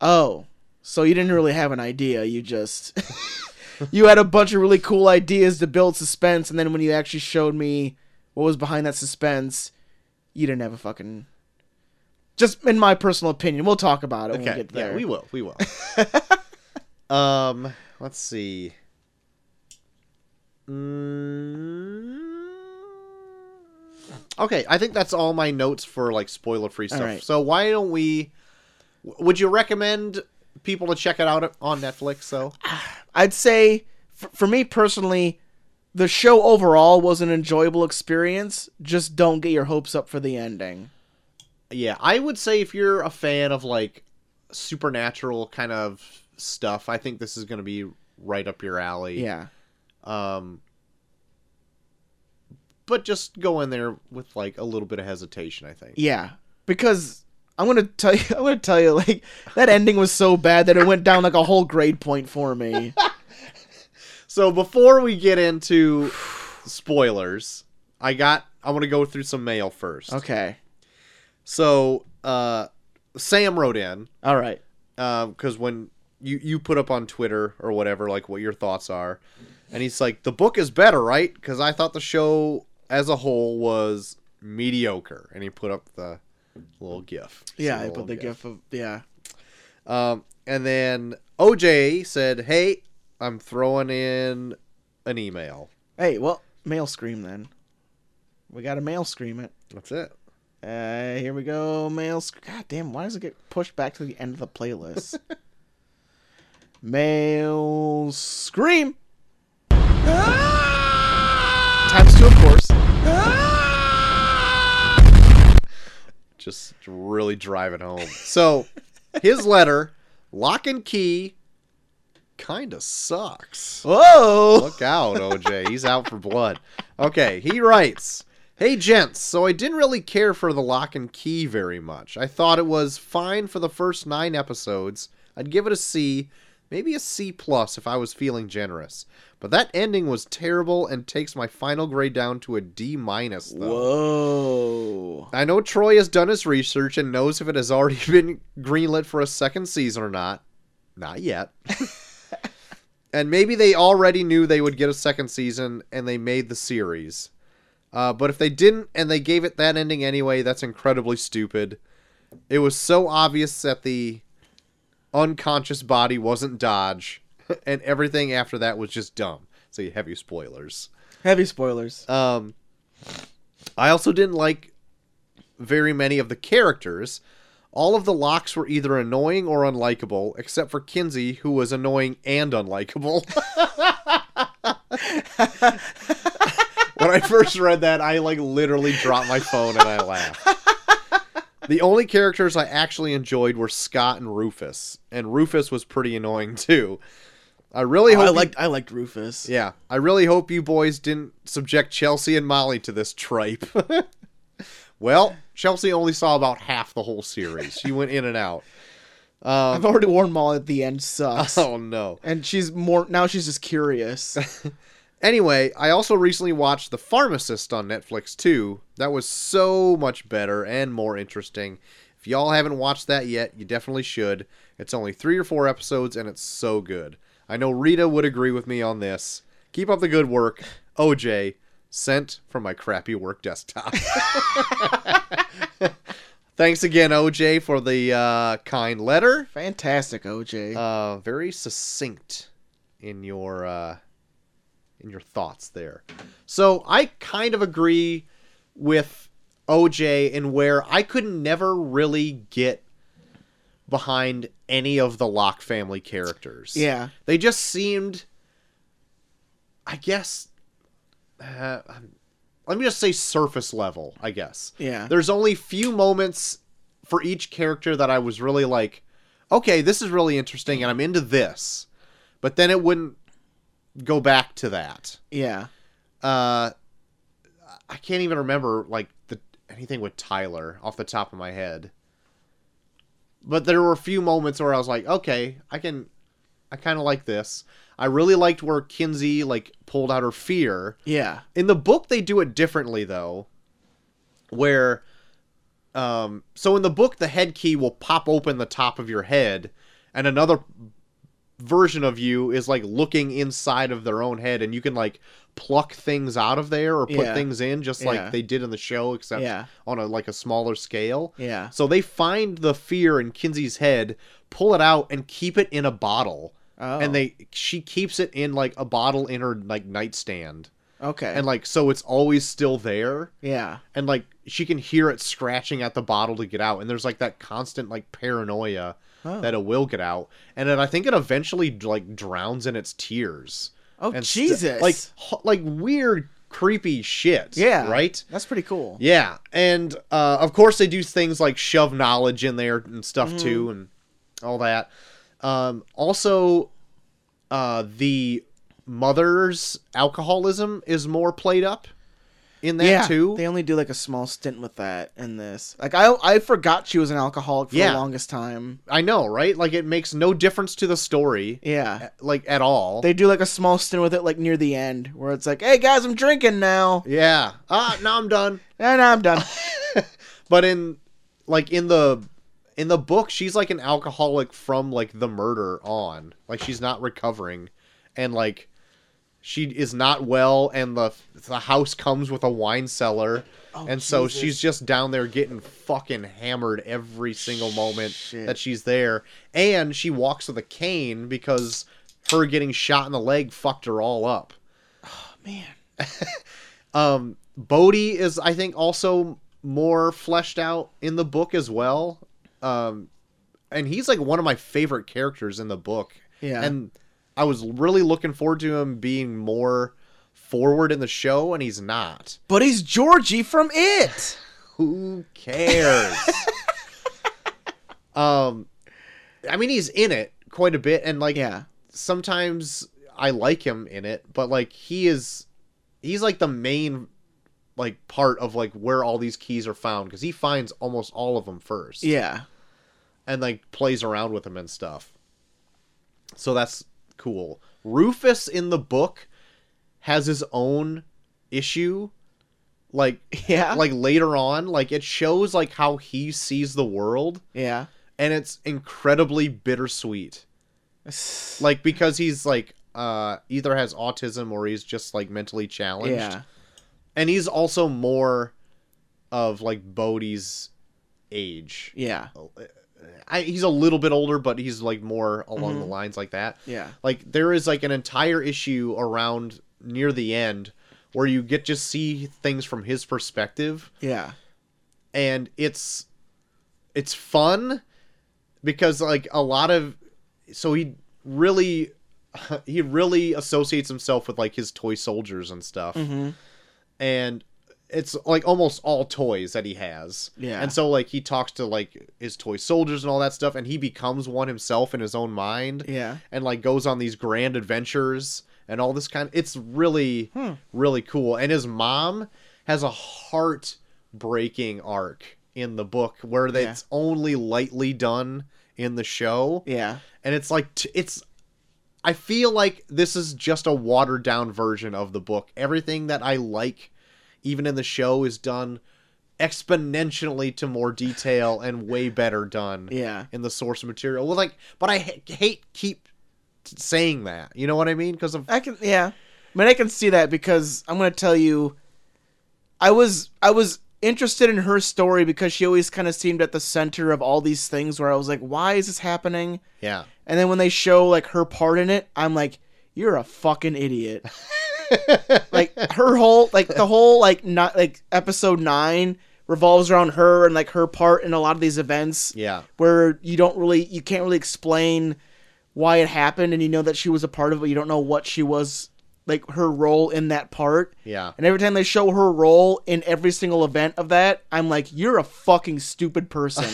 Speaker 1: oh, so you didn't really have an idea, you just you had a bunch of really cool ideas to build suspense, and then when you actually showed me what was behind that suspense, you didn't have a fucking. Just in my personal opinion, we'll talk about it when we get there.
Speaker 2: Yeah, we will. We will. um, let's see. Mm. Okay, I think that's all my notes for like spoiler-free stuff.
Speaker 1: right.
Speaker 2: So why don't we? w- Would you recommend people to check it out on Netflix? Though
Speaker 1: I'd say for, for me personally, the show overall was an enjoyable experience. Just don't get your hopes up for the ending.
Speaker 2: yeah, I would say if you're a fan of like supernatural kind of stuff, I think this is going to be right up your alley.
Speaker 1: Yeah.
Speaker 2: Um, but just go in there with like a little bit of hesitation, I think.
Speaker 1: Yeah. Because I'm gonna tell you I'm gonna tell you, like that ending was so bad that it went down like a whole grade point for me.
Speaker 2: So before we get into spoilers, I got I want to go through some mail first.
Speaker 1: Okay.
Speaker 2: So uh, Sam wrote in
Speaker 1: Alright.
Speaker 2: because when you you put up on Twitter or whatever like what your thoughts are, and he's like the book is better, right? Because I thought the show as a whole was mediocre, and he put up the little gif.
Speaker 1: Yeah,
Speaker 2: It's a
Speaker 1: I
Speaker 2: little
Speaker 1: put the gif of yeah.
Speaker 2: Um, and then OJ said, "Hey, I'm throwing in an email.
Speaker 1: Hey, well, male scream then. We gotta male scream it.
Speaker 2: That's it.
Speaker 1: Uh, here we go. Mail. Sc- God damn, why does it get pushed back to the end of the playlist? Mail scream. Times two, of course.
Speaker 2: Just to really drive it home." So, his letter, lock and key, kind of sucks.
Speaker 1: Whoa.
Speaker 2: Look out, OJ. He's out for blood. Okay, he writes Hey, gents. So I didn't really care for The Lock and Key very much. I thought it was fine for the first nine episodes. I'd give it a C, maybe a C plus if I was feeling generous. But that ending was terrible and takes my final grade down to a D minus, though.
Speaker 1: Whoa.
Speaker 2: I know Troy has done his research and knows if it has already been greenlit for a second season or not. Not yet. and maybe they already knew they would get a second season and they made the series. Uh, but if they didn't and they gave it that ending anyway, that's incredibly stupid. It was so obvious that the unconscious body wasn't Dodge, and everything after that was just dumb. So you have your spoilers.
Speaker 1: Heavy spoilers.
Speaker 2: Um, I also didn't like very many of the characters. All of the locks were either annoying or unlikable, except for Kinsey, who was annoying and unlikable. when I first read that, I like literally dropped my phone and I laughed. The only characters I actually enjoyed were Scott and Rufus, and Rufus was pretty annoying too. I really hope
Speaker 1: I
Speaker 2: he-
Speaker 1: liked I liked Rufus.
Speaker 2: yeah, I really hope you boys didn't subject Chelsea and Molly to this tripe. well, Chelsea only saw about half the whole series. She went in and out.
Speaker 1: I've already warned Molly that the end sucks,
Speaker 2: Oh no.
Speaker 1: and she's more now. She's just curious.
Speaker 2: Anyway, I also recently watched The Pharmacist on Netflix too. That was so much better and more interesting. If y'all haven't watched that yet, you definitely should. It's only three or four episodes and it's so good. I know Rita would agree with me on this. Keep up the good work. OJ, sent from my crappy work desktop. Thanks again, OJ, for the uh, kind letter.
Speaker 1: Fantastic, OJ.
Speaker 2: Uh, very succinct in your uh, in your thoughts there. So I kind of agree with OJ in where I could never really get behind any of the Locke family characters.
Speaker 1: yeah.
Speaker 2: They just seemed, I guess, uh, um, let me just say surface level, I guess.
Speaker 1: Yeah.
Speaker 2: There's only few moments for each character that I was really like, okay, this is really interesting and I'm into this. But then it wouldn't go back to that.
Speaker 1: Yeah.
Speaker 2: Uh, I can't even remember like the anything with Tyler off the top of my head. But there were a few moments where I was like, okay, I can, I kind of like this. I really liked where Kinsey like pulled out her fear.
Speaker 1: Yeah.
Speaker 2: In the book, they do it differently though, where, um, so in the book, the head key will pop open the top of your head, and another version of you is like looking inside of their own head, and you can like pluck things out of there or put
Speaker 1: Yeah.
Speaker 2: things in, just
Speaker 1: Yeah.
Speaker 2: like they did in the show, except
Speaker 1: Yeah.
Speaker 2: on a like a smaller scale.
Speaker 1: Yeah.
Speaker 2: So they find the fear in Kinsey's head, pull it out, and keep it in a bottle.
Speaker 1: Oh.
Speaker 2: And they she keeps it in like a bottle in her like nightstand
Speaker 1: Okay.
Speaker 2: and like so it's always still there
Speaker 1: yeah.
Speaker 2: and like she can hear it scratching at the bottle to get out and there's like that constant like paranoia
Speaker 1: Oh.
Speaker 2: that it will get out and then i think it eventually like drowns in its tears
Speaker 1: oh
Speaker 2: and st-
Speaker 1: Jesus.
Speaker 2: like ho- like weird creepy shit
Speaker 1: Yeah.
Speaker 2: right
Speaker 1: That's pretty cool.
Speaker 2: yeah and uh, of course they do things like shove knowledge in there and stuff
Speaker 1: Mm-hmm.
Speaker 2: too and all that um, also uh, the mother's alcoholism is more played up in that
Speaker 1: yeah,
Speaker 2: too
Speaker 1: They only do like a small stint with that in this. Like I I forgot she was an alcoholic for
Speaker 2: Yeah.
Speaker 1: the longest time.
Speaker 2: I know, right? Like it makes no difference to the story,
Speaker 1: Yeah.
Speaker 2: like at all.
Speaker 1: They do like a small stint with it like near the end where it's like, "Hey guys, I'm drinking now."
Speaker 2: yeah. Ah, now I'm done.
Speaker 1: And I'm done.
Speaker 2: But in like in the in the book, she's like an alcoholic from like the murder on. Like she's not recovering and like she is not well and the the house comes with a wine cellar.
Speaker 1: Oh,
Speaker 2: and so
Speaker 1: Jesus.
Speaker 2: she's just down there getting fucking hammered every single moment
Speaker 1: Shit.
Speaker 2: that she's there. And she walks with a cane because her getting shot in the leg fucked her all up.
Speaker 1: Man.
Speaker 2: Um, Bodhi is, I think, also more fleshed out in the book as well. Um, and he's like one of my favorite characters in the book.
Speaker 1: Yeah.
Speaker 2: And I was really looking forward to him being more forward in the show, and he's not.
Speaker 1: But he's Georgie from It.
Speaker 2: Who cares? um, I mean, he's in it quite a bit, and like,
Speaker 1: yeah.
Speaker 2: sometimes I like him in it, but like he is he's like the main like part of like where all these keys are found cuz he finds almost all of them first
Speaker 1: Yeah.
Speaker 2: and like plays around with them and stuff. So that's cool. Rufus in the book has his own issue like
Speaker 1: Yeah.
Speaker 2: like later on like it shows like how he sees the world
Speaker 1: yeah.
Speaker 2: and it's incredibly bittersweet like because he's like uh either has autism or he's just like mentally challenged
Speaker 1: yeah.
Speaker 2: and he's also more of like bodhi's age
Speaker 1: Yeah.
Speaker 2: I, he's a little bit older but he's like more along the lines like that
Speaker 1: Mm-hmm. Yeah.
Speaker 2: like there is like an entire issue around near the end where you get to see things from his perspective
Speaker 1: Yeah.
Speaker 2: and it's it's fun because like a lot of so he really he really associates himself with like his toy soldiers and stuff
Speaker 1: Mhm.
Speaker 2: and it's like almost all toys that he has
Speaker 1: Yeah.
Speaker 2: and so like he talks to like his toy soldiers and all that stuff and he becomes one himself in his own mind
Speaker 1: Yeah.
Speaker 2: and like goes on these grand adventures and all this kind it's really
Speaker 1: Hmm.
Speaker 2: really cool and his mom has a heart breaking arc in the book where
Speaker 1: Yeah.
Speaker 2: that's only lightly done in the show
Speaker 1: Yeah.
Speaker 2: and it's like t- it's I feel like this is just a watered down version of the book. Everything that I like, even in the show, is done exponentially to more detail and way better done
Speaker 1: Yeah.
Speaker 2: in the source material. Well, like, but I ha- hate keep t- saying that. You know what I mean? Because of
Speaker 1: I can yeah. I mean I can see that because I'm gonna tell you I was I was interested in her story because she always kind of seemed at the center of all these things where I was like, why is this happening?
Speaker 2: yeah,
Speaker 1: And then when they show like her part in it, I'm like, you're a fucking idiot. like her whole like the whole like not like episode nine revolves around her and like her part in a lot of these events
Speaker 2: yeah,
Speaker 1: where you don't really you can't really explain why it happened and you know that she was a part of it but you don't know what she was like her role in that part
Speaker 2: yeah.
Speaker 1: and every time they show her role in every single event of that i'm like you're a fucking stupid person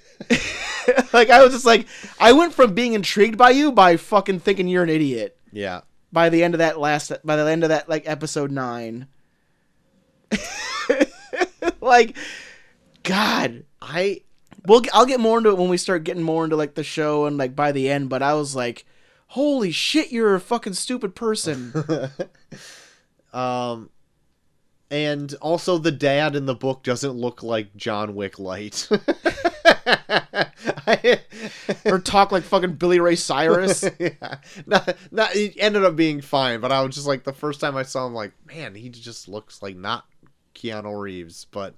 Speaker 1: like i was just like i went from being intrigued by you by fucking thinking you're an idiot
Speaker 2: Yeah.
Speaker 1: by the end of that last by the end of that like episode 9 like god
Speaker 2: I
Speaker 1: we'll get, I'll get more into it when we start getting more into like the show and like by the end. But I was like, holy shit, you're a fucking stupid person.
Speaker 2: um and also the dad in the book doesn't look like John Wick Light. I-
Speaker 1: or talk like fucking Billy Ray Cyrus.
Speaker 2: yeah. Not, not, it ended up being fine, but I was just like the first time I saw him like, man, he just looks like not Keanu Reeves, but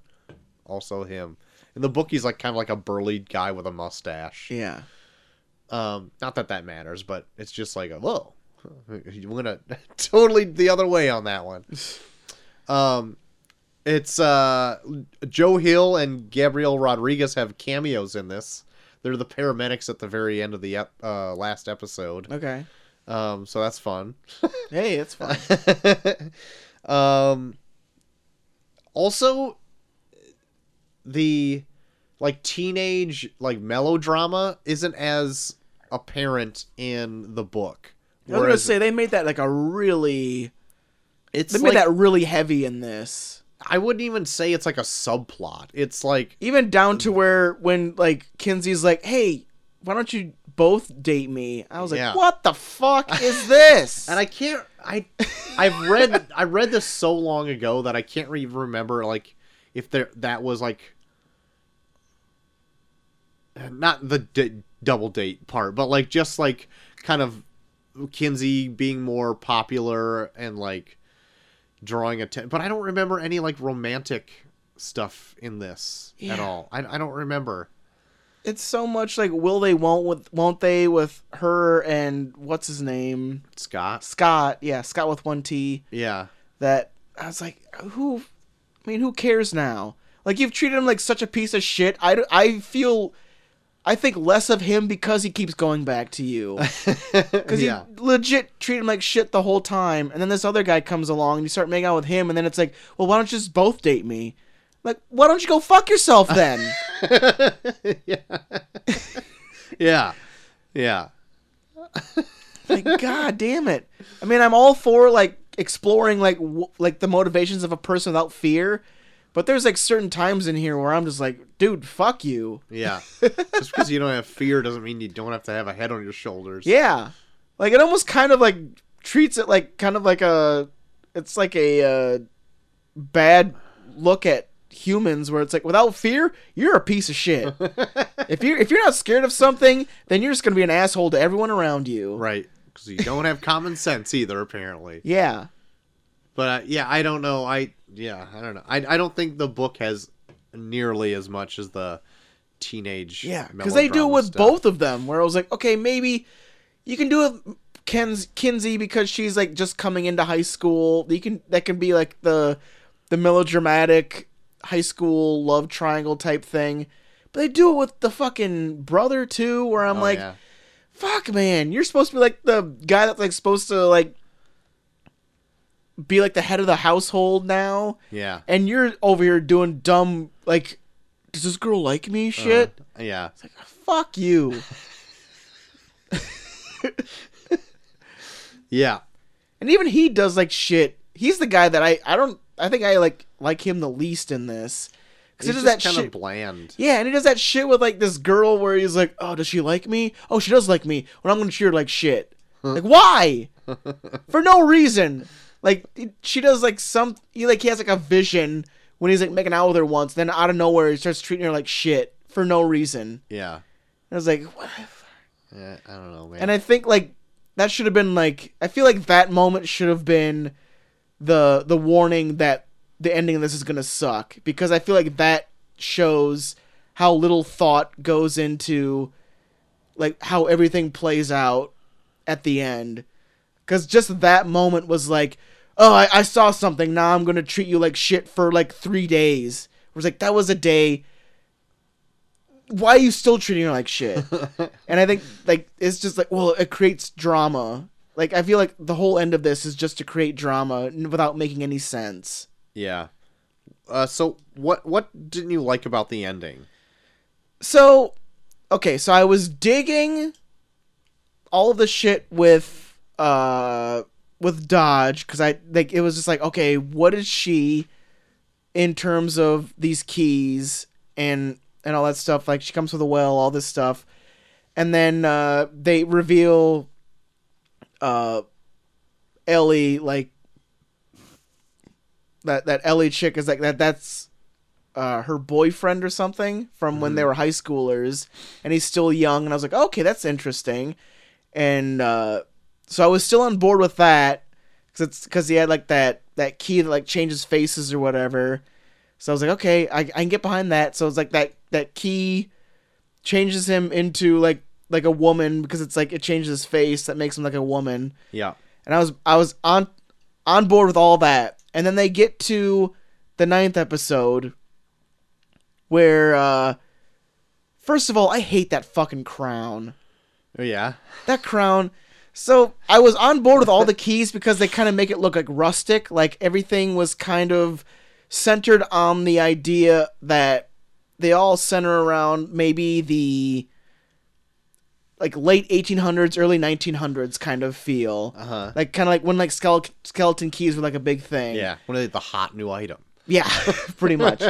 Speaker 2: also him. In the book he's like kind of like a burly guy with a mustache.
Speaker 1: yeah.
Speaker 2: Um, not that that matters, but it's just like, a, whoa, you went a, totally the other way on that one. Um, it's uh, Joe Hill and Gabriel Rodriguez have cameos in this. They're the paramedics at the very end of the ep- uh, last episode.
Speaker 1: Okay.
Speaker 2: Um, so that's fun.
Speaker 1: Hey, it's fine.
Speaker 2: um, also, the like teenage like melodrama isn't as apparent in the book.
Speaker 1: I was gonna say they made that like a really
Speaker 2: it's
Speaker 1: they made
Speaker 2: like,
Speaker 1: that really heavy in this.
Speaker 2: I wouldn't even say it's like a subplot. It's like
Speaker 1: Even down to where when like Kinsey's like, hey, why don't you both date me? I was like,
Speaker 2: Yeah.
Speaker 1: what the fuck is this?
Speaker 2: and I can't I I've read I read this so long ago that I can't even remember like if there that was like not the d- double date part, but like just like kind of Kinsey being more popular and like drawing attention. But I don't remember any like romantic stuff in this at
Speaker 1: Yeah.
Speaker 2: all. I, I don't remember.
Speaker 1: it's so much like will they won't with won't they with her and what's his name
Speaker 2: Scott.
Speaker 1: Scott, yeah, Scott with one T.
Speaker 2: Yeah.
Speaker 1: That I was like, who? I mean, who cares now? Like you've treated him like such a piece of shit. I, d- I feel, I think less of him because he keeps going back to you. Because
Speaker 2: yeah.
Speaker 1: you legit treat him like shit the whole time, and then this other guy comes along and you start making out with him, and then it's like, well, why don't you just both date me? Like, why don't you go fuck yourself then?
Speaker 2: yeah. yeah. Yeah.
Speaker 1: like god damn it i mean i'm all for like exploring like w- like the motivations of a person without fear but there's like certain times in here where i'm just like dude fuck you
Speaker 2: Yeah. Just because you don't have fear doesn't mean you don't have to have a head on your shoulders.
Speaker 1: yeah like it almost kind of like treats it like kind of like a it's like a uh, bad look at humans where it's like without fear you're a piece of shit if you're if you're not scared of something then you're just gonna be an asshole to everyone around you
Speaker 2: Right. Because you don't have common sense either, apparently.
Speaker 1: yeah
Speaker 2: But uh, yeah, I don't know. I yeah, I don't know. I I don't think the book has nearly as much as the teenage.
Speaker 1: Yeah, because they do it
Speaker 2: melodrama
Speaker 1: with
Speaker 2: stuff.
Speaker 1: both of them. Where I was like, okay, maybe you can do it with Ken's Kinsey because she's like just coming into high school. You can that can be like the the melodramatic high school love triangle type thing. But they do it with the fucking brother too, where I'm
Speaker 2: Oh,
Speaker 1: like,
Speaker 2: yeah.
Speaker 1: fuck, man, you're supposed to be like the guy that's like supposed to like be like the head of the household now,
Speaker 2: yeah,
Speaker 1: and you're over here doing dumb like, does this girl like
Speaker 2: Uh.
Speaker 1: me shit?
Speaker 2: yeah.
Speaker 1: Fuck you.
Speaker 2: Yeah.
Speaker 1: And even he does like shit. He's the guy that I I don't I think I like like him the least in this because he
Speaker 2: He's
Speaker 1: does that
Speaker 2: just kinda
Speaker 1: shit.
Speaker 2: bland.
Speaker 1: Yeah, and he does that shit with like this girl where he's like, "Oh, does she like me? Oh, she does like me." Well, I'm gonna treat her like shit. like why? For no reason. Like it- she does like some. He like he has like a vision when he's like making out with her once. Then out of nowhere, he starts treating her like shit for no reason.
Speaker 2: Yeah.
Speaker 1: And I was like, what?
Speaker 2: Yeah, I don't know, man.
Speaker 1: and I think like that should have been like I feel like that moment should have been the the warning that the ending of this is gonna suck because I feel like that shows how little thought goes into like how everything plays out at the end because just that moment was like oh I, I saw something now i'm gonna treat you like shit for like three days it was like that was a day why are you still treating her like shit and i think like it's just like well it creates drama like i feel like the whole end of this is just to create drama n- without making any sense
Speaker 2: yeah. Uh, so what what didn't you like about the ending?
Speaker 1: so okay so i was digging all the shit with uh with dodge because i like it was just like okay what is she in terms of these keys and and all that stuff like she comes with a well all this stuff and then uh they reveal uh ellie like that that ellie chick is like that that's uh, her boyfriend or something from when they were high schoolers, and he's still young. And I was like, okay, that's interesting. And uh, so I was still on board with that because it's because he had like that that key that like changes faces or whatever. So I was like, okay, I, I can get behind that. So it's like that that key changes him into like like a woman because it's like it changes his face that makes him like a woman
Speaker 2: Yeah.
Speaker 1: and I was I was on on board with all that. And then they get to the ninth episode where uh first of all, I hate that fucking crown.
Speaker 2: Oh, yeah.
Speaker 1: That crown. So I was on board with all the keys because they kind of make it look like rustic, like everything was kind of centered on the idea that they all center around maybe the like late 1800s, early 1900s kind of feel
Speaker 2: Uh-huh.
Speaker 1: like kind of like when like skeleton, skeleton keys were like a big thing.
Speaker 2: Yeah. One of the hot new item.
Speaker 1: yeah, pretty much.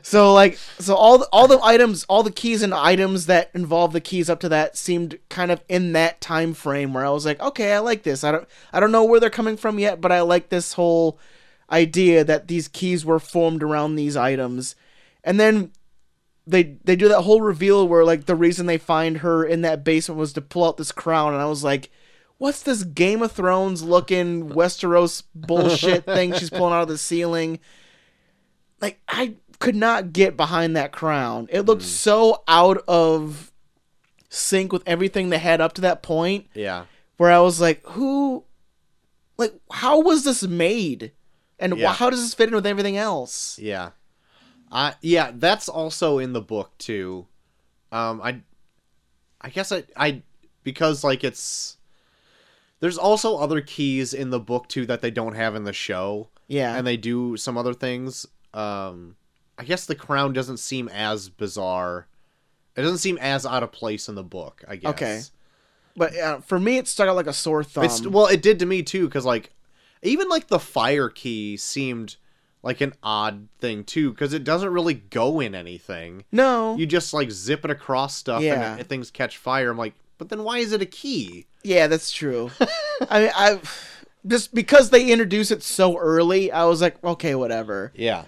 Speaker 1: so like, so all the, all the items, all the keys and items that involve the keys up to that seemed kind of in that time frame where I was like, okay, I like this. I don't, I don't know where they're coming from yet, but I like this whole idea that these keys were formed around these items, and then. They, they do that whole reveal where like the reason they find her in that basement was to pull out this crown and I was like, what's this Game of Thrones looking Westeros bullshit thing she's pulling out of the ceiling? Like I could not get behind that crown. It
Speaker 2: Mm.
Speaker 1: looked so out of sync with everything they had up to that point
Speaker 2: Yeah.
Speaker 1: where I was like, who like how was this made? And wh-
Speaker 2: Yeah.
Speaker 1: how does this fit in with everything else?
Speaker 2: Yeah. I yeah, that's also in the book too. Um I I guess I I because like it's there's also other keys in the book too that they don't have in the show
Speaker 1: Yeah.
Speaker 2: and they do some other things. Um I guess the crown doesn't seem as bizarre. It doesn't seem as out of place in the book, I guess.
Speaker 1: Okay. but uh, for me, it stuck out like a sore thumb.
Speaker 2: It's well, it did to me too, because like even like the fire key seemed like an odd thing too, because it doesn't really go in anything.
Speaker 1: no.
Speaker 2: You just like zip it across stuff,
Speaker 1: Yeah.
Speaker 2: and it- things catch fire. I'm like, but then why is it a key?
Speaker 1: Yeah, that's true. I mean, I just because they introduce it so early, I was like, okay, whatever.
Speaker 2: Yeah,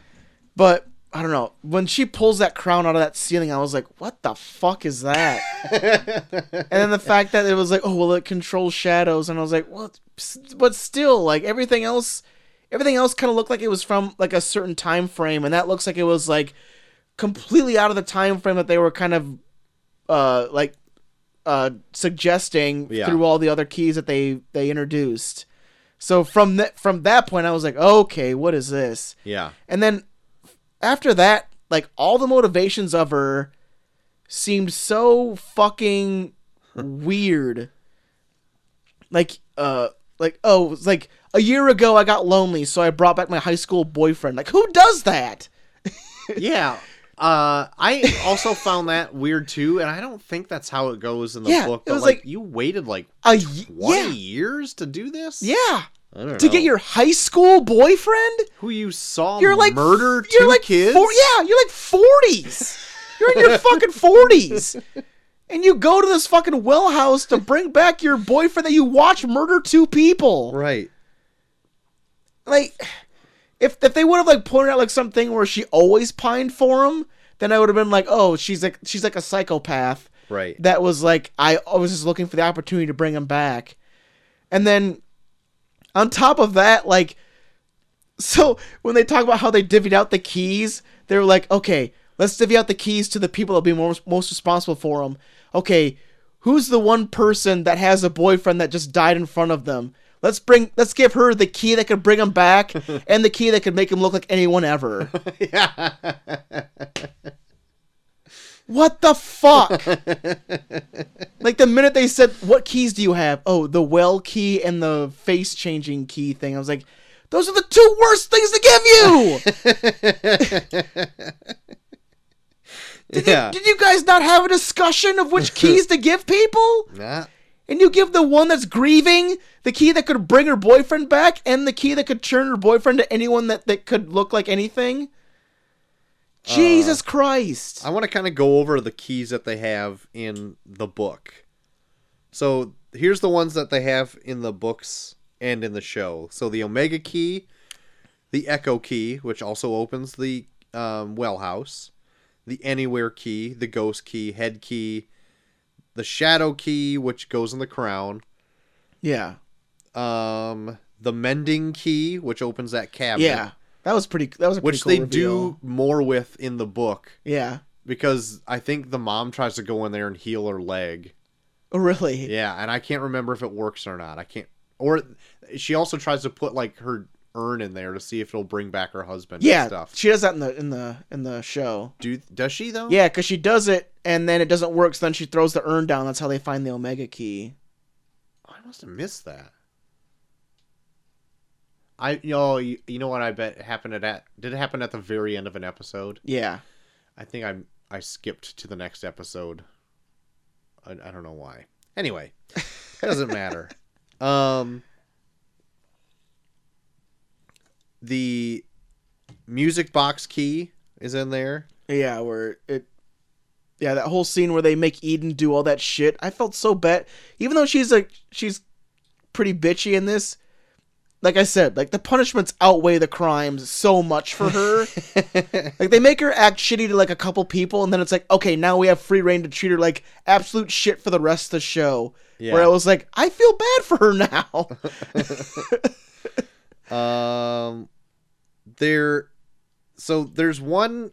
Speaker 1: But I don't know. When she pulls that crown out of that ceiling, I was like, what the fuck is that? and then the fact that it was like, oh, well, it controls shadows, and I was like, what? But still, like everything else, everything else kind of looked like it was from like a certain time frame, and that looks like it was like completely out of the time frame that they were kind of uh like uh suggesting
Speaker 2: Yeah.
Speaker 1: through all the other keys that they they introduced. So from that from that point I was like, "Okay, what is this?"
Speaker 2: yeah,
Speaker 1: And then after that, like all the motivations of her seemed so fucking weird. Like uh like oh, it was like a year ago I got lonely, so I brought back my high school boyfriend. Like who does that?
Speaker 2: yeah. Uh, I also found that weird too, and I don't think that's how it goes in the
Speaker 1: Yeah,
Speaker 2: book.
Speaker 1: it
Speaker 2: But
Speaker 1: was
Speaker 2: like,
Speaker 1: like-
Speaker 2: you waited like
Speaker 1: A y-
Speaker 2: twenty
Speaker 1: yeah.
Speaker 2: years to do this.
Speaker 1: Yeah.
Speaker 2: I don't
Speaker 1: to
Speaker 2: know.
Speaker 1: get your high school boyfriend?
Speaker 2: who you saw
Speaker 1: You're like
Speaker 2: murder 2
Speaker 1: you're like
Speaker 2: kids.
Speaker 1: four- yeah, you're like forties. You're in your fucking forties, and you go to this fucking well house to bring back your boyfriend that you watch murder two people.
Speaker 2: Right.
Speaker 1: Like, if if they would have like pointed out like something where she always pined for him, then I would have been like, oh, she's like she's like a psychopath
Speaker 2: Right.
Speaker 1: that was like I, I was just looking for the opportunity to bring him back and then on top of that like so when they talk about how they divvied out the keys they were like okay let's divvy out the keys to the people that'll be most, most responsible for them okay who's the one person that has a boyfriend that just died in front of them let's bring let's give her the key that could bring him back and the key that could make him look like anyone ever
Speaker 2: yeah.
Speaker 1: What the fuck? like the minute they said, "What keys do you have?" Oh, the well key and the face changing key thing. I was like, "Those are the two worst things to give you."
Speaker 2: yeah.
Speaker 1: Did you guys not have a discussion of which keys to give people?
Speaker 2: Nah.
Speaker 1: And you give the one that's grieving the key that could bring her boyfriend back, and the key that could turn her boyfriend to anyone that that could look like anything. Jesus Christ!
Speaker 2: Uh, I want to kind of go over the keys that they have in the book. So here's the ones that they have in the books and in the show. So the Omega key, the Echo key, which also opens the um, well house, the Anywhere key, the Ghost key, Head key, the Shadow key, which goes in the crown,
Speaker 1: yeah,
Speaker 2: um, the Mending key, which opens that cabinet,
Speaker 1: yeah. That was pretty. That was a pretty
Speaker 2: which
Speaker 1: cool
Speaker 2: they
Speaker 1: reveal.
Speaker 2: do more with in the book
Speaker 1: Yeah.
Speaker 2: because I think the mom tries to go in there and heal her leg.
Speaker 1: Oh, really?
Speaker 2: Yeah, and I can't remember if it works or not. I can't. Or she also tries to put like her urn in there to see if it'll bring back her husband.
Speaker 1: Yeah,
Speaker 2: and stuff.
Speaker 1: she does that in the in the in the show.
Speaker 2: Do does she though?
Speaker 1: Yeah, because she does it, and then it doesn't work. So then she throws the urn down. That's how they find the Omega key.
Speaker 2: I must have missed that. I y'all you, you know what I bet it happened at that did it happen at the very end of an episode?
Speaker 1: Yeah,
Speaker 2: I think I I skipped to the next episode. I, I don't know why. Anyway, it doesn't matter. Um, the music box key is in there.
Speaker 1: yeah, where it, yeah, that whole scene where they make Eden do all that shit. I felt so bad, even though she's like she's pretty bitchy in this. Like I said, like the punishments outweigh the crimes so much for her. like they make her act shitty to like a couple people, and then it's like, okay, now we have free reign to treat her like absolute shit for the rest of the show. Where I was like, I feel bad for her now.
Speaker 2: Um, there. So there's one.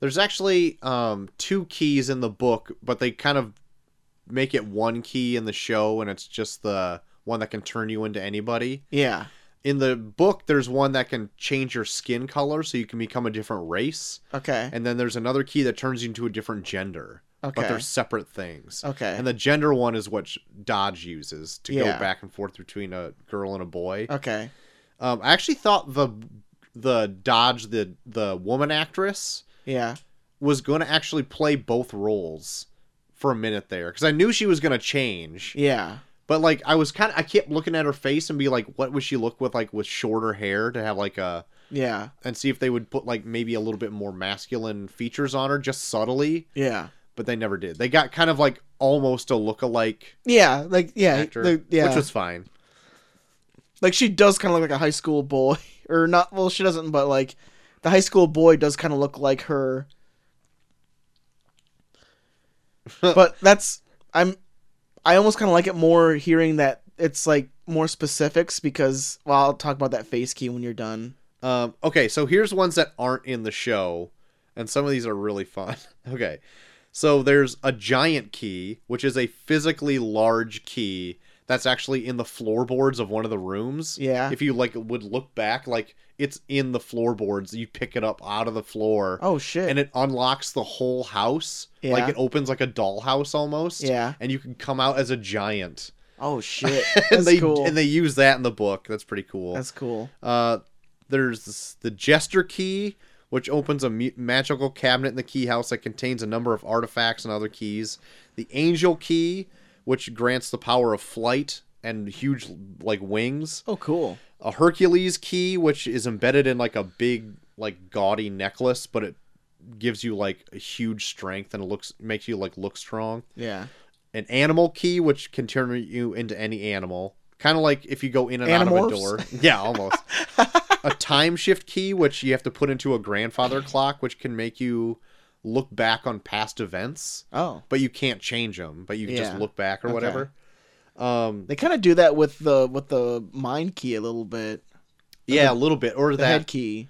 Speaker 2: There's actually um two keys in the book, but they kind of make it one key in the show, and it's just the one that can turn you into anybody.
Speaker 1: yeah.
Speaker 2: In the book, there's one that can change your skin color, so you can become a different race,
Speaker 1: Okay.
Speaker 2: and then there's another key that turns you into a different gender.
Speaker 1: Okay.
Speaker 2: But they're separate things.
Speaker 1: Okay.
Speaker 2: And the gender one is what Dodge uses to
Speaker 1: Yeah.
Speaker 2: go back and forth between a girl and a boy.
Speaker 1: okay.
Speaker 2: Um, I actually thought the the Dodge the the woman actress
Speaker 1: Yeah.
Speaker 2: was going to actually play both roles for a minute there because I knew she was going to change,
Speaker 1: Yeah.
Speaker 2: but like I was kind of I kept looking at her face and be like, what would she look with like with shorter hair to have like a
Speaker 1: Yeah.
Speaker 2: and see if they would put like maybe a little bit more masculine features on her just subtly,
Speaker 1: Yeah.
Speaker 2: but they never did. They got kind of like almost a lookalike
Speaker 1: Yeah. Like yeah.
Speaker 2: actor,
Speaker 1: the- yeah.
Speaker 2: which was fine.
Speaker 1: like she does kind of look like a high school boy, or not. Well, she doesn't, but like the high school boy does kind of look like her. but that's I'm. I almost kind of like it more hearing that it's like more specifics because well I'll talk about that face key when you're done.
Speaker 2: Um, okay, so here's ones that aren't in the show, and some of these are really fun. Okay, so there's a giant key, which is a physically large key that's actually in the floorboards of one of the rooms.
Speaker 1: Yeah.
Speaker 2: If you like would look back, like it's in the floorboards. You pick it up out of the floor,
Speaker 1: Oh shit.
Speaker 2: and it unlocks the whole house.
Speaker 1: Yeah.
Speaker 2: Like it opens like a dollhouse almost.
Speaker 1: Yeah.
Speaker 2: And you can come out as a giant.
Speaker 1: oh shit.
Speaker 2: and
Speaker 1: That's
Speaker 2: they
Speaker 1: cool.
Speaker 2: and they use that in the book. That's pretty cool.
Speaker 1: That's cool.
Speaker 2: Uh, there's this- the Jester Key, which opens a mu- magical cabinet in the key house that contains a number of artifacts and other keys. The Angel Key, which grants the power of flight and huge like wings.
Speaker 1: Oh, cool.
Speaker 2: A Hercules key, which is embedded in like a big like gaudy necklace, but it gives you like a huge strength and it looks makes you like look strong.
Speaker 1: Yeah.
Speaker 2: An animal key, which can turn you into any animal. Kind of like if you go in and out of a door.
Speaker 1: Animorphs?
Speaker 2: Yeah, almost. a time shift key, which you have to put into a grandfather clock, which can make you look back on past events
Speaker 1: Oh,
Speaker 2: but you can't change them. But you can just
Speaker 1: Yeah.
Speaker 2: look back or
Speaker 1: Okay.
Speaker 2: whatever. Um,
Speaker 1: they kind of do that with the with the mind key a little bit.
Speaker 2: yeah, a little bit. Or
Speaker 1: The
Speaker 2: that
Speaker 1: head key.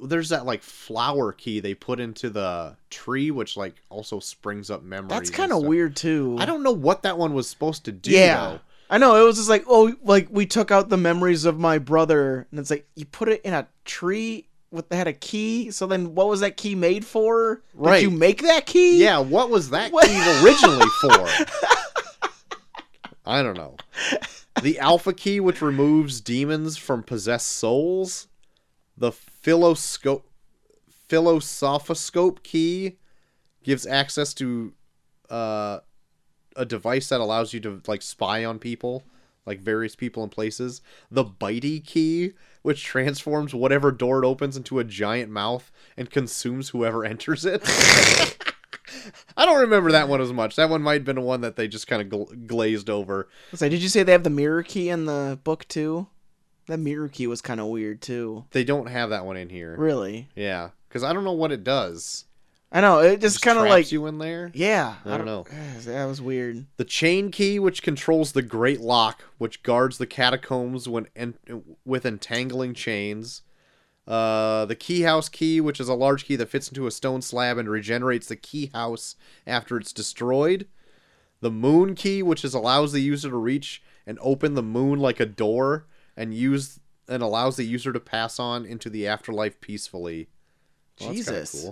Speaker 2: there's that like flower key they put into the tree, which like also springs up memories.
Speaker 1: That's
Speaker 2: and
Speaker 1: kind of
Speaker 2: stuff.
Speaker 1: weird too.
Speaker 2: I don't know what that one was supposed to do.
Speaker 1: Yeah.
Speaker 2: though.
Speaker 1: I know it was just like oh like we took out the memories of my brother and it's like you put it in a tree with that had a key so then what was that key made for?
Speaker 2: Right.
Speaker 1: Did you make that key?
Speaker 2: Yeah, what was that
Speaker 1: What-
Speaker 2: key originally for? I don't know. The alpha key, which removes demons from possessed souls. The philoscope, philosophoscope key, gives access to uh, a device that allows you to like spy on people, like various people and places. The bitey key, which transforms whatever door it opens into a giant mouth and consumes whoever enters it. I don't remember that one as much. That one might have been one that they just kind of gl- glazed over.
Speaker 1: It's like did you say they have the mirror key in the book too? That mirror key was kind of weird too.
Speaker 2: They don't have that one in here.
Speaker 1: Really.
Speaker 2: Yeah, because I don't know what it does.
Speaker 1: I know it
Speaker 2: It
Speaker 1: just,
Speaker 2: just
Speaker 1: kind of
Speaker 2: traps
Speaker 1: like
Speaker 2: you in there.
Speaker 1: yeah.
Speaker 2: I don't know.
Speaker 1: That was weird.
Speaker 2: The chain key, which controls the Great Lock, which guards the catacombs when en- with entangling chains. Uh, the key house key, which is a large key that fits into a stone slab and regenerates the key house after it's destroyed. The moon key, which is allows the user to reach and open the moon like a door and use and allows the user to pass on into the afterlife peacefully. that's kinda
Speaker 1: Jesus.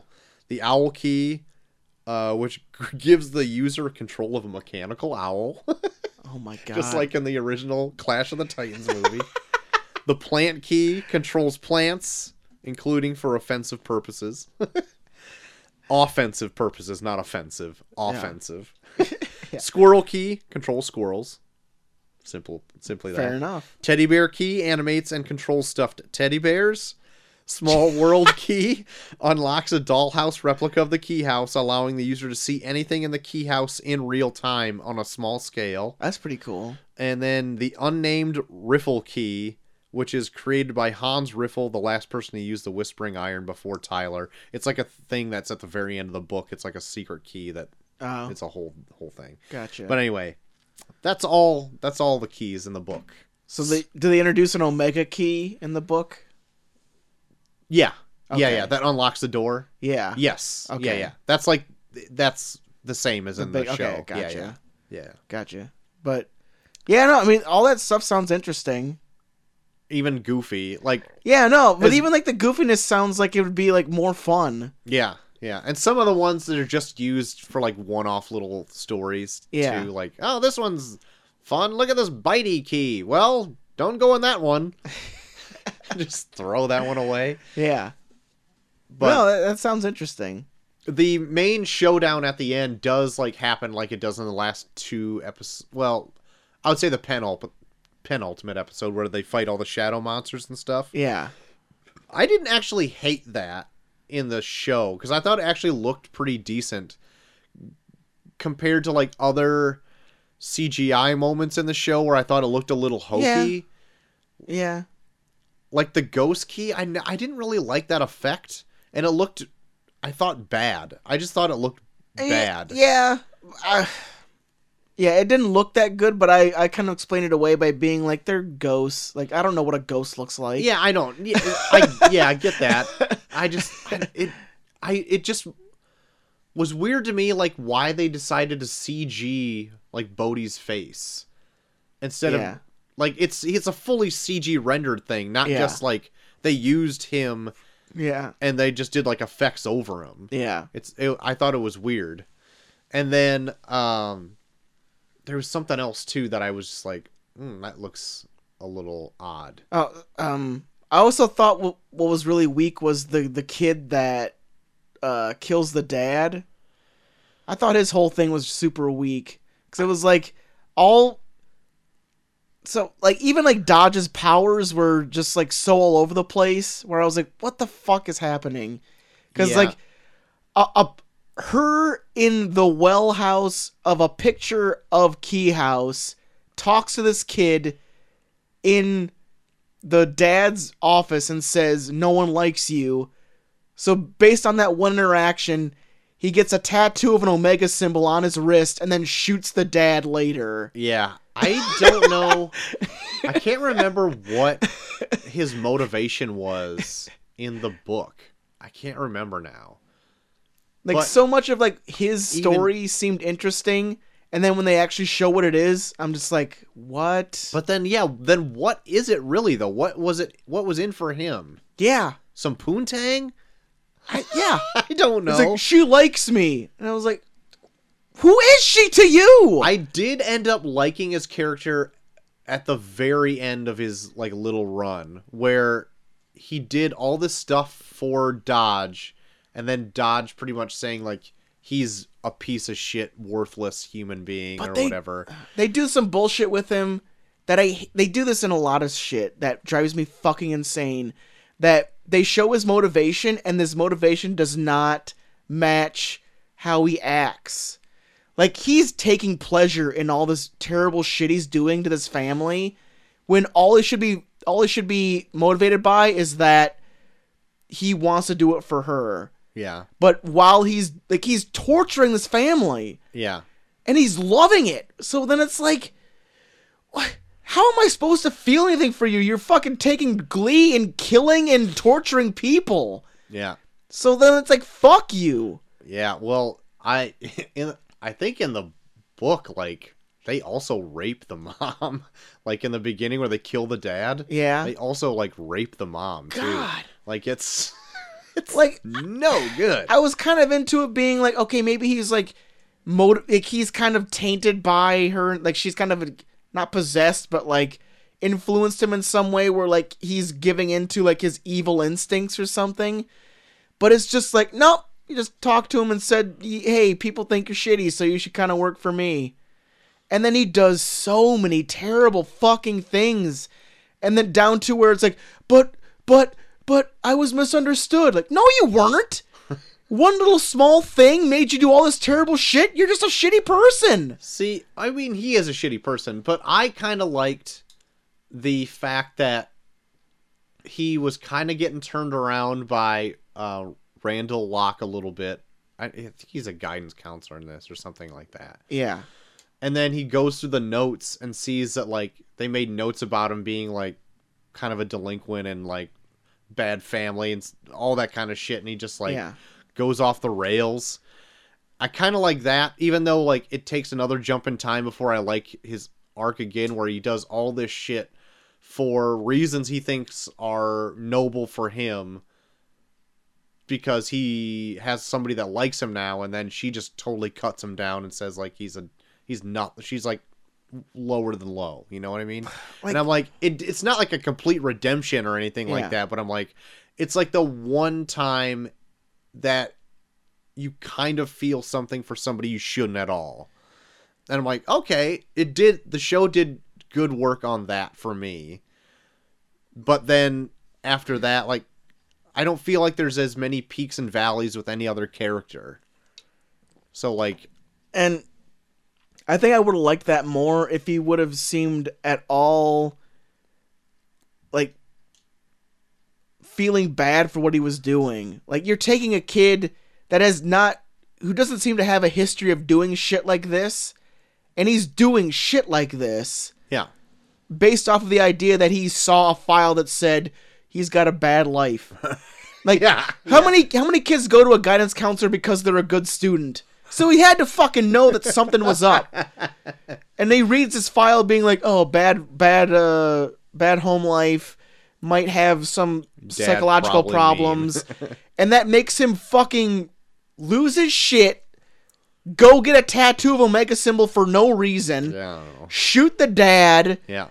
Speaker 2: The owl key, uh, which gives the user control of a mechanical owl,
Speaker 1: Oh my god.
Speaker 2: just like in the original Clash of the Titans movie. the plant key controls plants, including for offensive purposes. offensive purposes, not offensive. Offensive. Squirrel key controls squirrels. Simple, simply that.
Speaker 1: fair enough.
Speaker 2: Teddy bear key animates and controls stuffed teddy bears. Small world key unlocks a dollhouse replica of the key house, allowing the user to see anything in the key house in real time on a small scale.
Speaker 1: That's pretty cool.
Speaker 2: And then the unnamed riffle key, which is created by Hans Riffle, the last person to use the Whispering Iron before Tyler. It's like a thing that's at the very end of the book. It's like a secret key that
Speaker 1: Oh,
Speaker 2: it's a whole whole thing.
Speaker 1: gotcha.
Speaker 2: But anyway, that's all. That's all the keys in the book.
Speaker 1: so they do they introduce an omega key in the book?
Speaker 2: Yeah. Yeah,
Speaker 1: Okay.
Speaker 2: yeah. That unlocks the door.
Speaker 1: Yeah.
Speaker 2: Yes. Yeah,
Speaker 1: Okay.
Speaker 2: yeah. That's like that's the same as
Speaker 1: The
Speaker 2: in
Speaker 1: big-
Speaker 2: the show.
Speaker 1: okay,
Speaker 2: Yeah,
Speaker 1: gotcha.
Speaker 2: Yeah, yeah.
Speaker 1: Gotcha. But yeah, no, I mean all that stuff sounds interesting.
Speaker 2: Even Goofy, like
Speaker 1: Yeah, no, but
Speaker 2: As-
Speaker 1: even like the goofiness sounds like it would be like more fun.
Speaker 2: yeah, yeah. And some of the ones that are just used for like one-off little stories
Speaker 1: Yeah.
Speaker 2: too, like, oh, this one's fun. Look at this bitey key. Well, don't go in that one. just throw that one away.
Speaker 1: Yeah.
Speaker 2: But
Speaker 1: no, that, that sounds interesting.
Speaker 2: the main showdown at the end does like happen like it does in the last two episodes. Well, I would say the penultimate penultimate episode where they fight all the shadow monsters and stuff.
Speaker 1: Yeah.
Speaker 2: I didn't actually hate that in the show because I thought it actually looked pretty decent compared to like other CGI moments in the show where I thought it looked a little hokey.
Speaker 1: Yeah. Yeah.
Speaker 2: Like the ghost key, I, n- I didn't really like that effect, and it looked, I thought bad. I just thought it looked bad.
Speaker 1: Eh, Yeah. I- yeah, it didn't look that good, but I I kind of explained it away by being like they're ghosts. Like I don't know what a ghost looks like.
Speaker 2: Yeah, I don't. Yeah, I, yeah, I get that. I just I, it I it just was weird to me like why they decided to CG like Bodhi's face instead
Speaker 1: Yeah.
Speaker 2: of like it's it's a fully CG rendered thing, not
Speaker 1: Yeah.
Speaker 2: just like they used him
Speaker 1: Yeah.
Speaker 2: and they just did like effects over him.
Speaker 1: Yeah.
Speaker 2: It's it, I thought it was weird. And then um there was something else too that I was just like, mm, that looks a little odd.
Speaker 1: Oh, um, I also thought what, what was really weak was the the kid that uh, kills the dad. I thought his whole thing was super weak because it was like all so like even like Dodge's powers were just like so all over the place where I was like, what the fuck is happening? Because
Speaker 2: Yeah.
Speaker 1: like a, a her in the well house of a picture of Key House talks to this kid in the dad's office and says, No one likes you. So based on that one interaction, he gets a tattoo of an Omega symbol on his wrist and then shoots the dad later.
Speaker 2: Yeah. I don't know. I can't remember what his motivation was in the book. I can't remember now.
Speaker 1: Like
Speaker 2: But-
Speaker 1: so much of like his
Speaker 2: Even-
Speaker 1: story seemed interesting, and then when they actually show what it is, I'm just like, what?
Speaker 2: But then yeah, then what is it really though? What was it what was in for him?
Speaker 1: yeah,
Speaker 2: Some poontang?
Speaker 1: I, yeah.
Speaker 2: I don't know.
Speaker 1: It's like she likes me, and I was like, who is she to you?
Speaker 2: I did end up liking his character at the very end of his like little run where he did all this stuff for Dodge and then Dodge pretty much saying like he's a piece of shit worthless human being
Speaker 1: But
Speaker 2: or
Speaker 1: they-
Speaker 2: whatever.
Speaker 1: they do some bullshit with him that I they do this in a lot of shit that drives me fucking insane. That they show his motivation and this motivation does not match how he acts. Like he's taking pleasure in all this terrible shit he's doing to this family when all he should be all he should be motivated by is that he wants to do it for her.
Speaker 2: Yeah.
Speaker 1: But while he's like he's torturing this family
Speaker 2: Yeah.
Speaker 1: and he's loving it. So then it's like, wha- how am I supposed to feel anything for you? You're fucking taking glee in killing and torturing people.
Speaker 2: Yeah.
Speaker 1: So then it's like, fuck you.
Speaker 2: Yeah, well, I in I think in the book like they also rape the mom, like in the beginning where they kill the dad.
Speaker 1: Yeah.
Speaker 2: They also like rape the mom too.
Speaker 1: God.
Speaker 2: Like it's
Speaker 1: It's like
Speaker 2: no good.
Speaker 1: I was kind of into it being like, okay, maybe he's like, motiv- like he's kind of tainted by her, like she's kind of not possessed, but like influenced him in some way where like he's giving into like his evil instincts or something. But it's just like, nope. You just talked to him and said, hey, people think you're shitty, so you should kind of work for me. And then he does so many terrible fucking things. And then down to where it's like, but, but, but I was misunderstood. Like, no, you weren't. One little small thing made you do all this terrible shit. You're just a shitty person.
Speaker 2: See, I mean he is a shitty person, but I kind of liked the fact that he was kind of getting turned around by uh Randall Locke a little bit. I, I think he's a guidance counselor in this or something like that.
Speaker 1: Yeah.
Speaker 2: and then he goes through the notes and sees that like they made notes about him being like kind of a delinquent and like bad family and s- all that kind of shit and he just like
Speaker 1: Yeah.
Speaker 2: goes off the rails i kind of like that even though like it takes another jump in time before i like his arc again where he does all this shit for reasons he thinks are noble for him because he has somebody that likes him now and then she just totally cuts him down and says like he's a he's not she's like lower than low you know what i mean
Speaker 1: Like-
Speaker 2: and i'm like it, it's not like a complete redemption or anything
Speaker 1: Yeah.
Speaker 2: like that but i'm like it's like the one time that you kind of feel something for somebody you shouldn't at all and i'm like okay it did the show did good work on that for me but then after that like I don't feel like there's as many peaks and valleys with any other character. So like,
Speaker 1: And I think I would have liked that more if he would have seemed at all like feeling bad for what he was doing. Like you're taking a kid that has not who doesn't seem to have a history of doing shit like this and he's doing shit like this
Speaker 2: yeah,
Speaker 1: based off of the idea that he saw a file that said he's got a bad life. Like
Speaker 2: Yeah,
Speaker 1: how many how many kids go to a guidance counselor because they're a good student? So he had to fucking know that something was up. And he reads this file being like, "Oh, bad bad uh bad home life might have some psychological
Speaker 2: probably
Speaker 1: problems." and that makes him fucking lose his shit. Go get a tattoo of Omega symbol for no reason.
Speaker 2: yeah, I don't know.
Speaker 1: Shoot the dad
Speaker 2: yeah,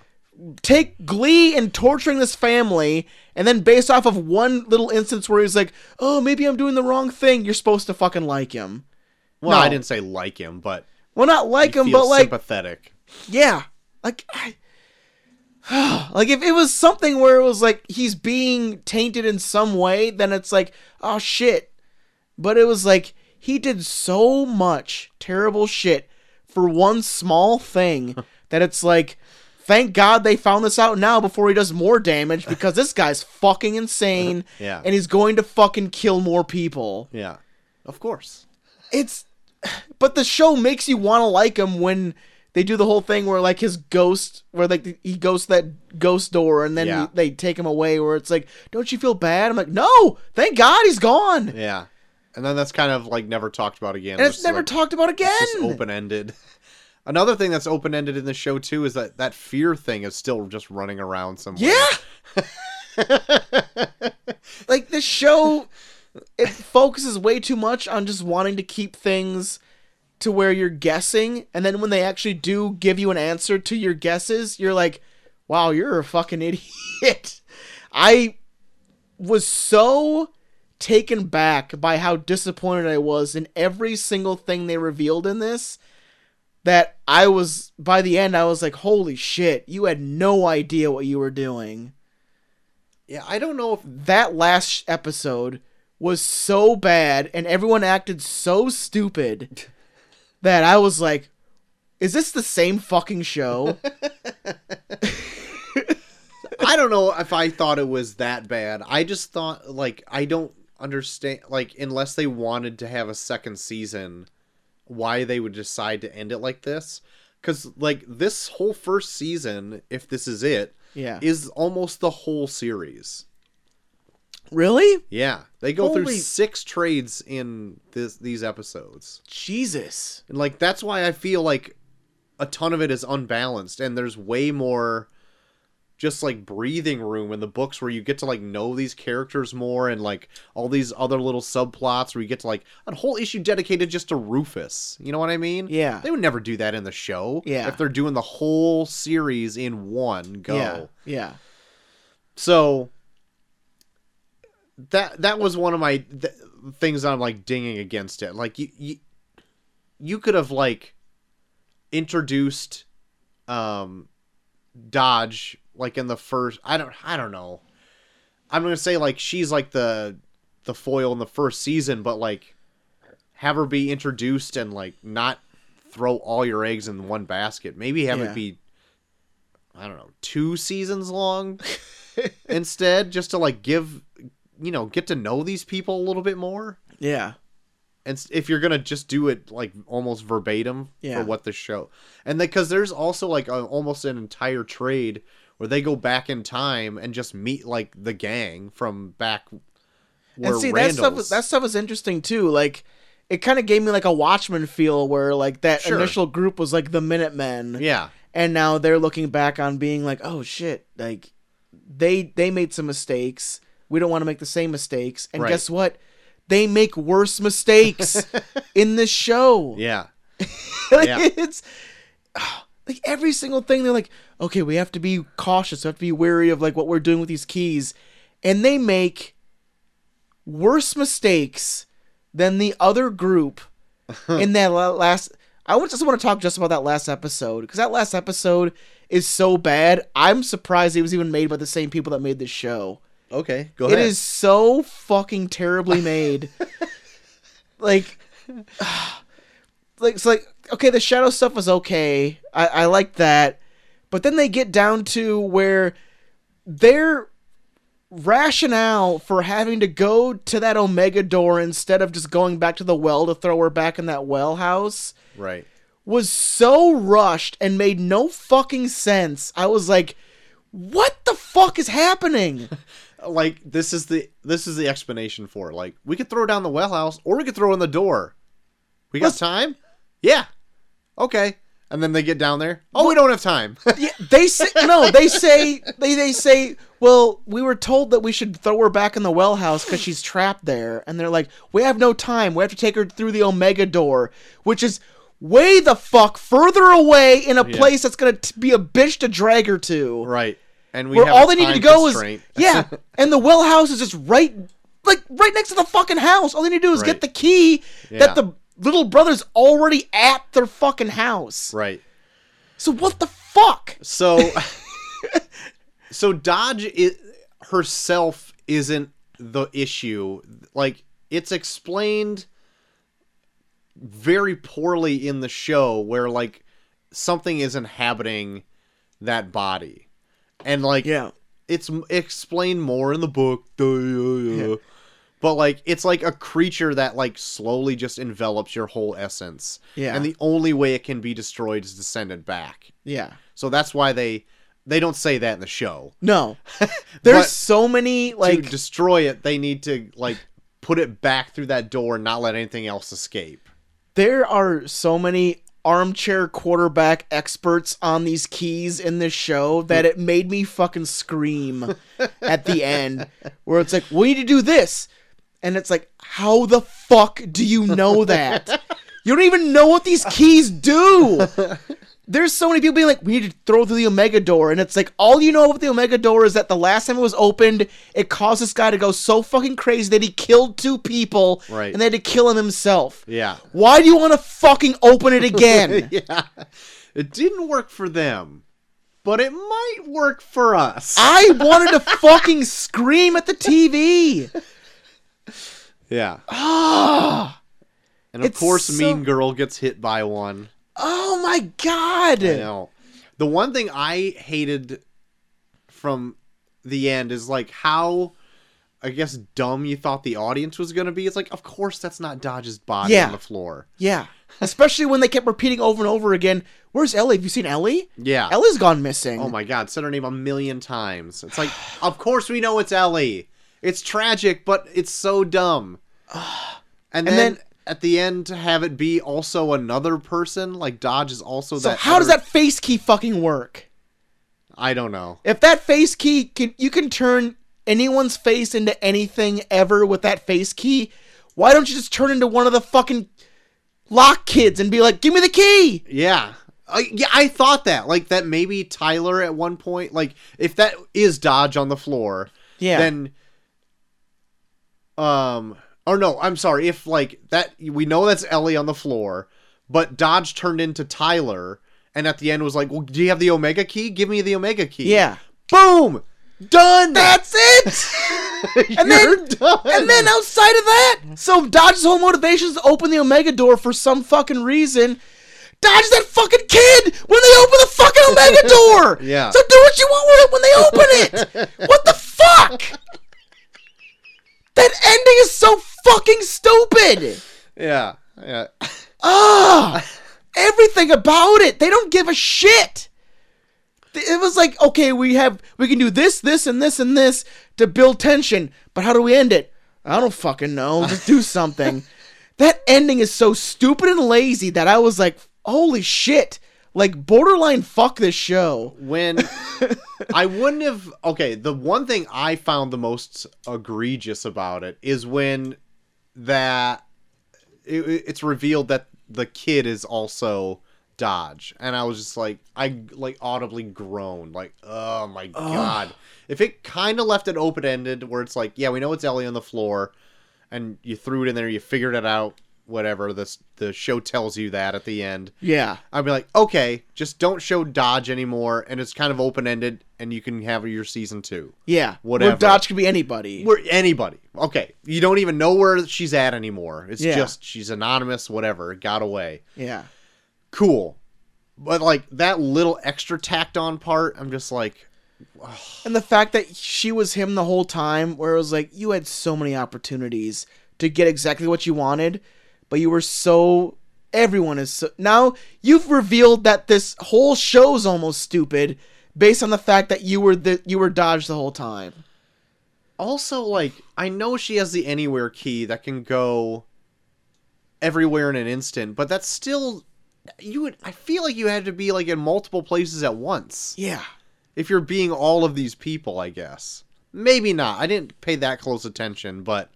Speaker 1: take glee in torturing this family, and then based off of one little instance where he's like, "Oh, maybe I'm doing the wrong thing," you're supposed to fucking like him.
Speaker 2: Well, I
Speaker 1: No.
Speaker 2: didn't say like him, but
Speaker 1: Well, not like
Speaker 2: you
Speaker 1: him,
Speaker 2: feel
Speaker 1: but like,
Speaker 2: sympathetic.
Speaker 1: yeah, like I, like if it was something where it was like he's being tainted in some way, then it's like, oh shit. But it was like he did so much terrible shit for one small thing that it's like thank God they found this out now before he does more damage because this guy's fucking insane
Speaker 2: Yeah.
Speaker 1: and he's going to fucking kill more people
Speaker 2: Yeah. Of course.
Speaker 1: it's but the show makes you want to like him when they do the whole thing where like his ghost where like he goes to that ghost door and then
Speaker 2: Yeah.
Speaker 1: they take him away where it's like don't you feel bad i'm like no thank god he's gone
Speaker 2: Yeah. And then that's kind of like never talked about again.
Speaker 1: and it's
Speaker 2: Just,
Speaker 1: never
Speaker 2: like,
Speaker 1: talked about again
Speaker 2: It's just open ended. Another thing that's open ended in the show too is that that fear thing is still just running around somewhere.
Speaker 1: yeah like the show it focuses way too much on just wanting to keep things to where you're guessing and then when they actually do give you an answer to your guesses you're like wow you're a fucking idiot i was so taken back by how disappointed i was in every single thing they revealed in this that i was by the end i was like holy shit you had no idea what you were doing
Speaker 2: Yeah. I don't know if
Speaker 1: that last sh- episode was so bad and everyone acted so stupid that I was like, is this the same fucking show?
Speaker 2: I don't know if I thought it was that bad. I just thought like I don't understand like unless they wanted to have a second season, why they would decide to end it like this. Cause like this whole first season, if this is it,
Speaker 1: yeah.
Speaker 2: is almost the whole series.
Speaker 1: really?
Speaker 2: Yeah, they go through
Speaker 1: Holy-
Speaker 2: six trades in this these episodes,
Speaker 1: Jesus.
Speaker 2: and like that's why I feel like a ton of it is unbalanced, and there's way more just like breathing room in the books where you get to like know these characters more and like all these other little subplots where you get to like a whole issue dedicated just to Rufus. You know what I mean?
Speaker 1: Yeah.
Speaker 2: They would never do that in the show.
Speaker 1: Yeah.
Speaker 2: If they're doing the whole series in one go.
Speaker 1: Yeah. Yeah.
Speaker 2: So that that was one of my th- things I'm like dinging against it. Like you you, you could have like introduced um Dodge like in the first I don't I don't know. I'm going to say like she's like the the foil in the first season but like have her be introduced and like not throw all your eggs in one basket. Maybe have
Speaker 1: Yeah.
Speaker 2: it be I don't know, two seasons long instead just to like give you know, get to know these people a little bit more.
Speaker 1: Yeah.
Speaker 2: And s- if you're going to just do it like almost verbatim
Speaker 1: Yeah.
Speaker 2: for what the show. And because there's also like a, almost an entire trade where they go back in time and just meet like the gang from back where
Speaker 1: and see
Speaker 2: Randall's.
Speaker 1: that stuff was that stuff was interesting too. Like it kind of gave me like a Watchmen feel where like that
Speaker 2: Sure.
Speaker 1: initial group was like the Minutemen.
Speaker 2: yeah.
Speaker 1: and now they're looking back on being like oh shit like they they made some mistakes we don't want to make the same mistakes and
Speaker 2: Right.
Speaker 1: guess what they make worse mistakes in this show
Speaker 2: Yeah.
Speaker 1: Like,
Speaker 2: yeah.
Speaker 1: it's like every single thing they're like okay we have to be cautious we have to be wary of like what we're doing with these keys and they make worse mistakes than the other group in that la- last i would just want to talk just about that last episode because that last episode is so bad i'm surprised it was even made by the same people that made this show
Speaker 2: Okay. Go
Speaker 1: it is so fucking terribly made. like, like it's like okay, the shadow stuff was okay. I, I liked that, but then they get down to where their rationale for having to go to that Omega door instead of just going back to the well to throw her back in that well house
Speaker 2: Right.
Speaker 1: was so rushed and made no fucking sense. I was like, what the fuck is happening?
Speaker 2: Like this is the this is the explanation for it. Like we could throw down the well house or we could throw in the door. We got
Speaker 1: Let's-
Speaker 2: time? Yeah. Okay. And then they get down there. Oh, we don't have time.
Speaker 1: Yeah, they say no. They say they they say. Well, we were told that we should throw her back in the well house because she's trapped there, and they're like, "We have no time. We have to take her through the Omega door, which is way the fuck further away in a
Speaker 2: Yeah.
Speaker 1: place that's gonna t- be a bitch to drag her to.
Speaker 2: right. And we
Speaker 1: Where
Speaker 2: have
Speaker 1: all
Speaker 2: a
Speaker 1: they needed to
Speaker 2: time
Speaker 1: go
Speaker 2: constraint.
Speaker 1: is yeah, and the well house is just right, like right next to the fucking house. All they need to do is
Speaker 2: Right.
Speaker 1: get the key
Speaker 2: Yeah.
Speaker 1: that the little brother's already at their fucking house.
Speaker 2: Right.
Speaker 1: So what the fuck?
Speaker 2: So So Dodge i herself isn't the issue. Like it's explained very poorly in the show where like something is inhabiting that body. And like
Speaker 1: Yeah.
Speaker 2: it's m- explained more in the book. Duh, yeah, yeah.
Speaker 1: Yeah.
Speaker 2: But like it's like a creature that like slowly just envelops your whole essence.
Speaker 1: Yeah.
Speaker 2: And the only way it can be destroyed is to send it back.
Speaker 1: Yeah.
Speaker 2: So that's why they they don't say that in the show.
Speaker 1: No. There's
Speaker 2: But
Speaker 1: so many like
Speaker 2: to destroy it, they need to like put it back through that door and not let anything else escape.
Speaker 1: there are so many armchair quarterback experts on these keys in this show that it made me fucking scream at the end where it's like we need to do this and it's like how the fuck do you know that you don't even know what these keys do there's so many people being like we need to throw through the omega door and it's like all you know about the omega door is that the last time it was opened it caused this guy to go so fucking crazy that he killed two people
Speaker 2: Right.
Speaker 1: and they had to kill him himself
Speaker 2: Yeah.
Speaker 1: why do you want to fucking open it again?
Speaker 2: yeah. It didn't work for them, but it might work for us.
Speaker 1: I wanted to fucking scream at the TV.
Speaker 2: yeah.
Speaker 1: Ah!
Speaker 2: And of
Speaker 1: It's
Speaker 2: course
Speaker 1: so-
Speaker 2: Mean Girl gets hit by one.
Speaker 1: oh my god.
Speaker 2: I know. The one thing I hated from the end is like how I guess dumb you thought the audience was gonna be. It's like, of course that's not Dodge's body
Speaker 1: Yeah.
Speaker 2: on the floor.
Speaker 1: Yeah. Especially when they kept repeating over and over again, "Where's Ellie? Have you seen Ellie?
Speaker 2: Yeah.
Speaker 1: Ellie's gone missing."
Speaker 2: Oh my god, said her name a million times. It's like, of course we know it's Ellie. It's tragic, but it's so dumb. And,
Speaker 1: And
Speaker 2: then,
Speaker 1: then-
Speaker 2: at the end to have it be also another person, like Dodge is also
Speaker 1: So
Speaker 2: that
Speaker 1: how does
Speaker 2: other-
Speaker 1: that face key fucking work?
Speaker 2: I don't know.
Speaker 1: If that face key can you can turn anyone's face into anything ever with that face key, why don't you just turn into one of the fucking lock kids and be like, "Give me the key."
Speaker 2: Yeah. I, yeah, I thought that. Like that maybe Tyler at one point, like if that is Dodge on the floor,
Speaker 1: Yeah.
Speaker 2: then um or no, I'm sorry, if like that we know that's Ellie on the floor, but Dodge turned into Tyler and at the end was like, "Well, do you have the Omega key? Give me the Omega key."
Speaker 1: Yeah.
Speaker 2: Boom. Done.
Speaker 1: That's it.
Speaker 2: You're
Speaker 1: then-
Speaker 2: done.
Speaker 1: And then outside of that, so Dodge's whole motivation is to open the Omega door for some fucking reason. Dodge that fucking kid when they open the fucking Omega door.
Speaker 2: Yeah.
Speaker 1: So do what you want with it when they open it. what the fuck? That ending is so fucking stupid.
Speaker 2: Yeah. Yeah.
Speaker 1: Ah, everything about it. They don't give a shit. Th- It was like, okay, we have we can do this, this, and this, and this to build tension, but how do we end it? I don't fucking know. Just do something. that ending is so stupid and lazy that I was like, holy shit. Like borderline fuck this show.
Speaker 2: when I wouldn't have okay, the one thing I found the most egregious about it is when that it, it's revealed that the kid is also Dodge and I was just like I like audibly groaned like oh my god. If it kind of left it open ended where it's like yeah, we know it's Ellie on the floor and you threw it in there, you figured it out whatever this the show tells you that at the end
Speaker 1: Yeah.
Speaker 2: I'd be like, okay, just don't show Dodge anymore, and it's kind of open ended, and you can have your season two.
Speaker 1: Yeah.
Speaker 2: Whatever.
Speaker 1: Where Dodge could be anybody.
Speaker 2: Where anybody, okay, you don't even know where she's at anymore. It's
Speaker 1: Yeah.
Speaker 2: just she's anonymous, whatever, got away.
Speaker 1: yeah.
Speaker 2: Cool, but like that little extra tacked on part, I'm just like,
Speaker 1: And the fact that she was him the whole time, where it was like, you had so many opportunities to get exactly what you wanted, but you were so. Everyone is so. Now, you've revealed that this whole show's almost stupid based on the fact that you were the you were dodged the whole time.
Speaker 2: also like I know she has the anywhere key that can go everywhere in an instant, but that's still you would. I feel like you had to be like in multiple places at once.
Speaker 1: Yeah.
Speaker 2: if you're being all of these people, I guess. Maybe not. I didn't pay that close attention, but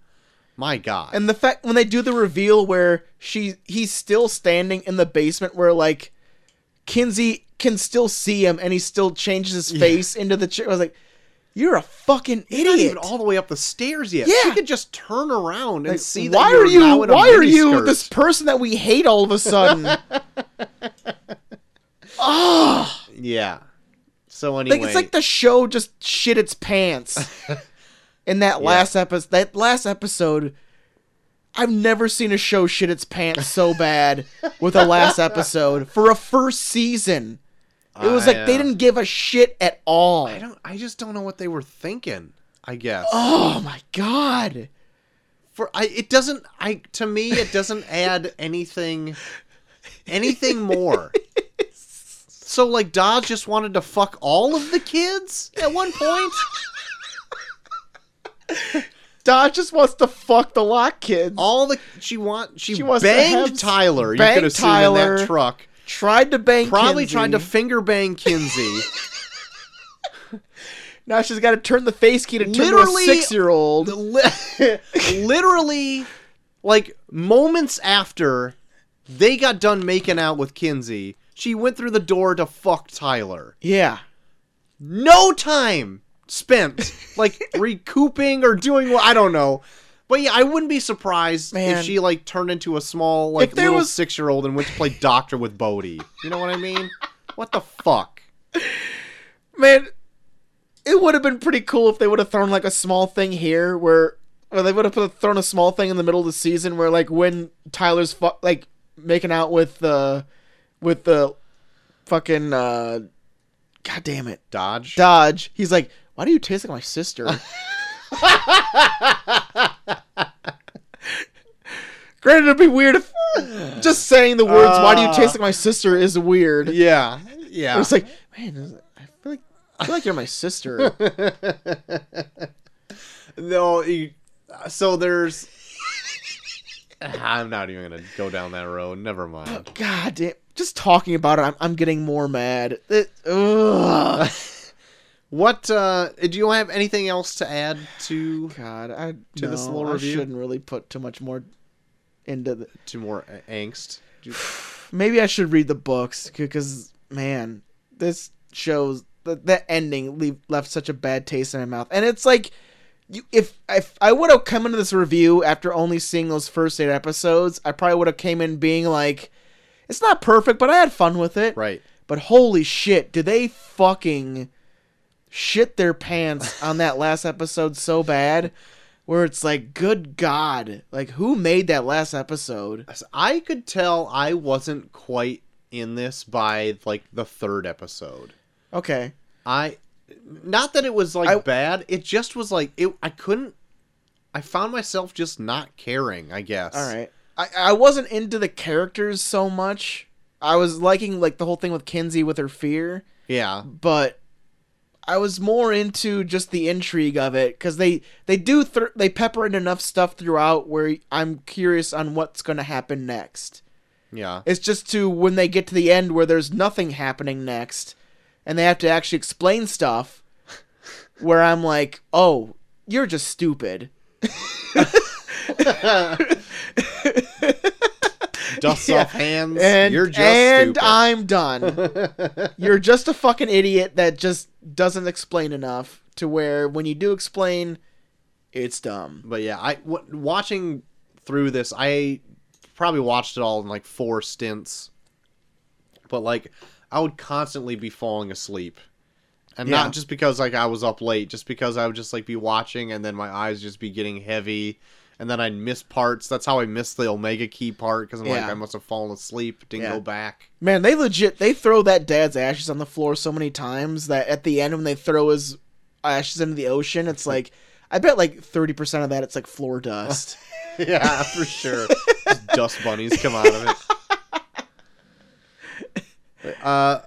Speaker 2: my god.
Speaker 1: And the fact when they do the reveal where she he's still standing in the basement where like Kinsey can still see him and he still changes his face into the chair. I was like, you're a fucking idiot.
Speaker 2: You're not even all the way up the stairs yet. She
Speaker 1: Yeah.
Speaker 2: could just turn around and
Speaker 1: Like,
Speaker 2: see that
Speaker 1: why
Speaker 2: you're
Speaker 1: are you
Speaker 2: now in a
Speaker 1: why are you
Speaker 2: miniskirt.
Speaker 1: this person that we hate all of a sudden
Speaker 2: Yeah. So anyway,
Speaker 1: Like it's like the show just shit its pants. In that
Speaker 2: Yeah.
Speaker 1: last episode, that last episode, I've never seen a show shit its pants so bad with a last episode for a first season. It was
Speaker 2: I,
Speaker 1: like they
Speaker 2: uh,
Speaker 1: didn't give a shit at all.
Speaker 2: I don't. I just don't know what they were thinking. I guess.
Speaker 1: Oh my god.
Speaker 2: for I it doesn't I to me it doesn't add anything anything more. So like Dodge just wanted to fuck all of the kids at one point?
Speaker 1: Dodge just wants to fuck the lock kids.
Speaker 2: All the she want she,
Speaker 1: She wants to
Speaker 2: banged
Speaker 1: have-
Speaker 2: Tyler, you
Speaker 1: banged
Speaker 2: could assume in
Speaker 1: Tyler.
Speaker 2: that truck.
Speaker 1: tried to bang
Speaker 2: Probably
Speaker 1: Kinsey.
Speaker 2: trying to finger bang Kinsey.
Speaker 1: now she's got to turn the face key to turn to a
Speaker 2: Literally-
Speaker 1: six year old.
Speaker 2: The li- literally like moments after they got done making out with Kinsey, she went through the door to fuck Tyler.
Speaker 1: Yeah.
Speaker 2: no time spent like recouping or doing what I don't know. But yeah, I wouldn't be surprised
Speaker 1: Man.
Speaker 2: if she like turned into a small like
Speaker 1: If there
Speaker 2: little
Speaker 1: was-
Speaker 2: six year old and went to play doctor with Bodhi. You know what I mean? What the fuck?
Speaker 1: Man, it would have been pretty cool if they would have thrown like a small thing here where or they would have put, thrown a small thing in the middle of the season where like when Tyler's fu- like making out with uh, with the fucking uh god damn it.
Speaker 2: Dodge.
Speaker 1: Dodge, he's like, "Why do you taste like my sister?" Granted, it'd be weird if just saying the words "Why do you taste like my sister" is weird.
Speaker 2: yeah. Yeah.
Speaker 1: It's like, man, is- I feel like I feel like you're my sister.
Speaker 2: no, you, so there's I'm not even going to go down that road. Never mind.
Speaker 1: God damn! Just talking about it, I'm, I'm getting more mad. It- ugh.
Speaker 2: What uh do you have anything else to add to
Speaker 1: God, I
Speaker 2: To this
Speaker 1: no,
Speaker 2: little
Speaker 1: I
Speaker 2: review?
Speaker 1: shouldn't really put too much more into the.
Speaker 2: to more a- angst? Do you-
Speaker 1: Maybe I should read the books because man, this shows that that ending leave, left such a bad taste in my mouth. And it's like, you, if if I would have come into this review after only seeing those first eight episodes, I probably would have came in being like, it's not perfect, but I had fun with it.
Speaker 2: Right.
Speaker 1: But holy shit, did they fucking shit their pants on that last episode so bad? Where it's like, good God, like who made that last episode?
Speaker 2: So I could tell I wasn't quite in this by like the third episode.
Speaker 1: Okay.
Speaker 2: I not that it was like
Speaker 1: I-
Speaker 2: bad, it just was like it I couldn't I found myself just not caring, I guess.
Speaker 1: All right. I, I wasn't into the characters so much. I was liking like the whole thing with Kinsey with her fear,
Speaker 2: Yeah.
Speaker 1: but I was more into just the intrigue of it because they they do th- they pepper in enough stuff throughout where I'm curious on what's going to happen next.
Speaker 2: Yeah.
Speaker 1: It's just to when they get to the end where there's nothing happening next, and they have to actually explain stuff, where I'm like, oh, you're just stupid.
Speaker 2: Dust off hands.
Speaker 1: and
Speaker 2: You're just
Speaker 1: and
Speaker 2: stupid.
Speaker 1: I'm done. You're just a fucking idiot that just doesn't explain enough to where when you do explain, it's dumb.
Speaker 2: But yeah, I w- watching through this, I probably watched it all in like four stints. But like, I would constantly be falling asleep, and
Speaker 1: Yeah.
Speaker 2: not just because like I was up late, just because I would just like be watching, and then my eyes just be getting heavy, and then I'd miss parts. That's how I missed the Omega Key part because I'm like
Speaker 1: Yeah.
Speaker 2: I must have fallen asleep, didn't
Speaker 1: Yeah.
Speaker 2: go back.
Speaker 1: Man, they legit they throw that dad's ashes on the floor so many times that at the end when they throw his ashes into the ocean, it's like I bet like thirty percent of that it's like floor dust.
Speaker 2: yeah, for sure. Just dust bunnies come out of it. Uh,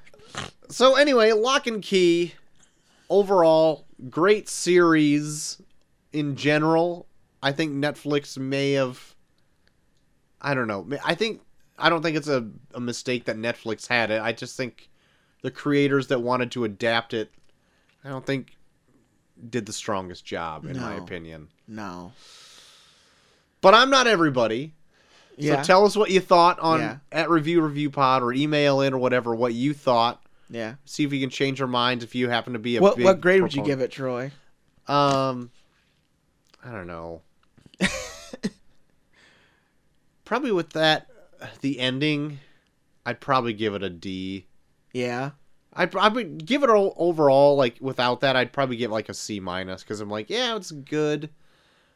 Speaker 2: so anyway, Lock and Key. Overall, great series in general. I think Netflix may have. I don't know. I think I don't think it's a, a mistake that Netflix had it. I just think the creators that wanted to adapt it, I don't think did the strongest job in my
Speaker 1: No.
Speaker 2: opinion.
Speaker 1: no.
Speaker 2: But I'm not everybody.
Speaker 1: Yeah.
Speaker 2: So tell us what you thought on
Speaker 1: Yeah.
Speaker 2: at review review pod or email in or whatever what you thought.
Speaker 1: yeah.
Speaker 2: See if you can change our minds if you happen to be a
Speaker 1: What
Speaker 2: big
Speaker 1: what grade would you give it, Troy?
Speaker 2: it? Um, I don't know. probably with that the ending, I'd probably give it a D.
Speaker 1: Yeah.
Speaker 2: I I would give it all overall like without that I'd probably give like a C minus because I'm like yeah it's good,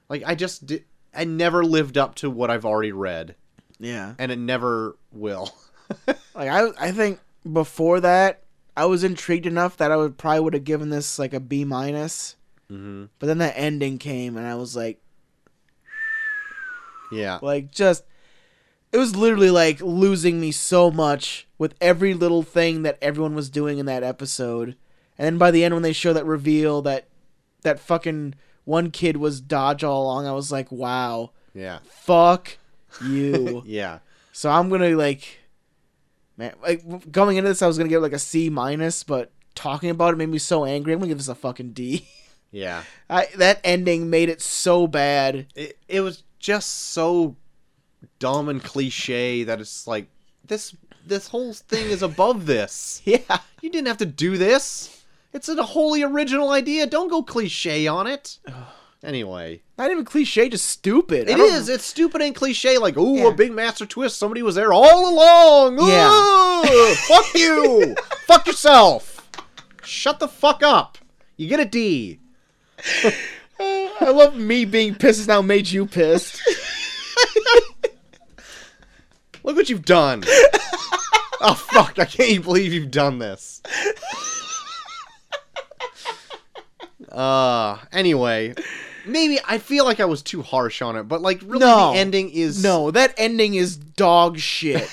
Speaker 2: like I just did, I never lived up to what I've already read
Speaker 1: Yeah.
Speaker 2: and it never will.
Speaker 1: Like I I think before that I was intrigued enough that I would probably would have given this like a B minus.
Speaker 2: mm-hmm.
Speaker 1: But then that ending came and I was like
Speaker 2: Yeah,
Speaker 1: like just it was literally like losing me so much with every little thing that everyone was doing in that episode and then by the end when they show that reveal that that fucking one kid was dodge all along i was like wow
Speaker 2: yeah,
Speaker 1: fuck you
Speaker 2: yeah.
Speaker 1: so i'm gonna like man like w- going into this i was gonna give it, like a c minus but talking about it made me so angry i'm gonna give this a fucking d
Speaker 2: Yeah.
Speaker 1: I, that ending made it so bad
Speaker 2: It, it was just so dumb and cliche that it's like this this whole thing is above this.
Speaker 1: yeah
Speaker 2: You didn't have to do this. It's a wholly original idea. Don't go cliche on it. Anyway,
Speaker 1: not even cliche just stupid I
Speaker 2: it
Speaker 1: don't-
Speaker 2: is. It's stupid and cliche. Like, ooh,
Speaker 1: Yeah.
Speaker 2: a big master twist. Somebody was there all along.
Speaker 1: Yeah.
Speaker 2: Ooh, fuck you. fuck yourself. Shut the fuck up. You get a D.
Speaker 1: I love me being pissed has now made you pissed.
Speaker 2: Look what you've done. oh fuck, I can't believe you've done this. Uh anyway, maybe I feel like I was too harsh on it, but like really
Speaker 1: No.
Speaker 2: the ending is
Speaker 1: no, that ending is dog shit.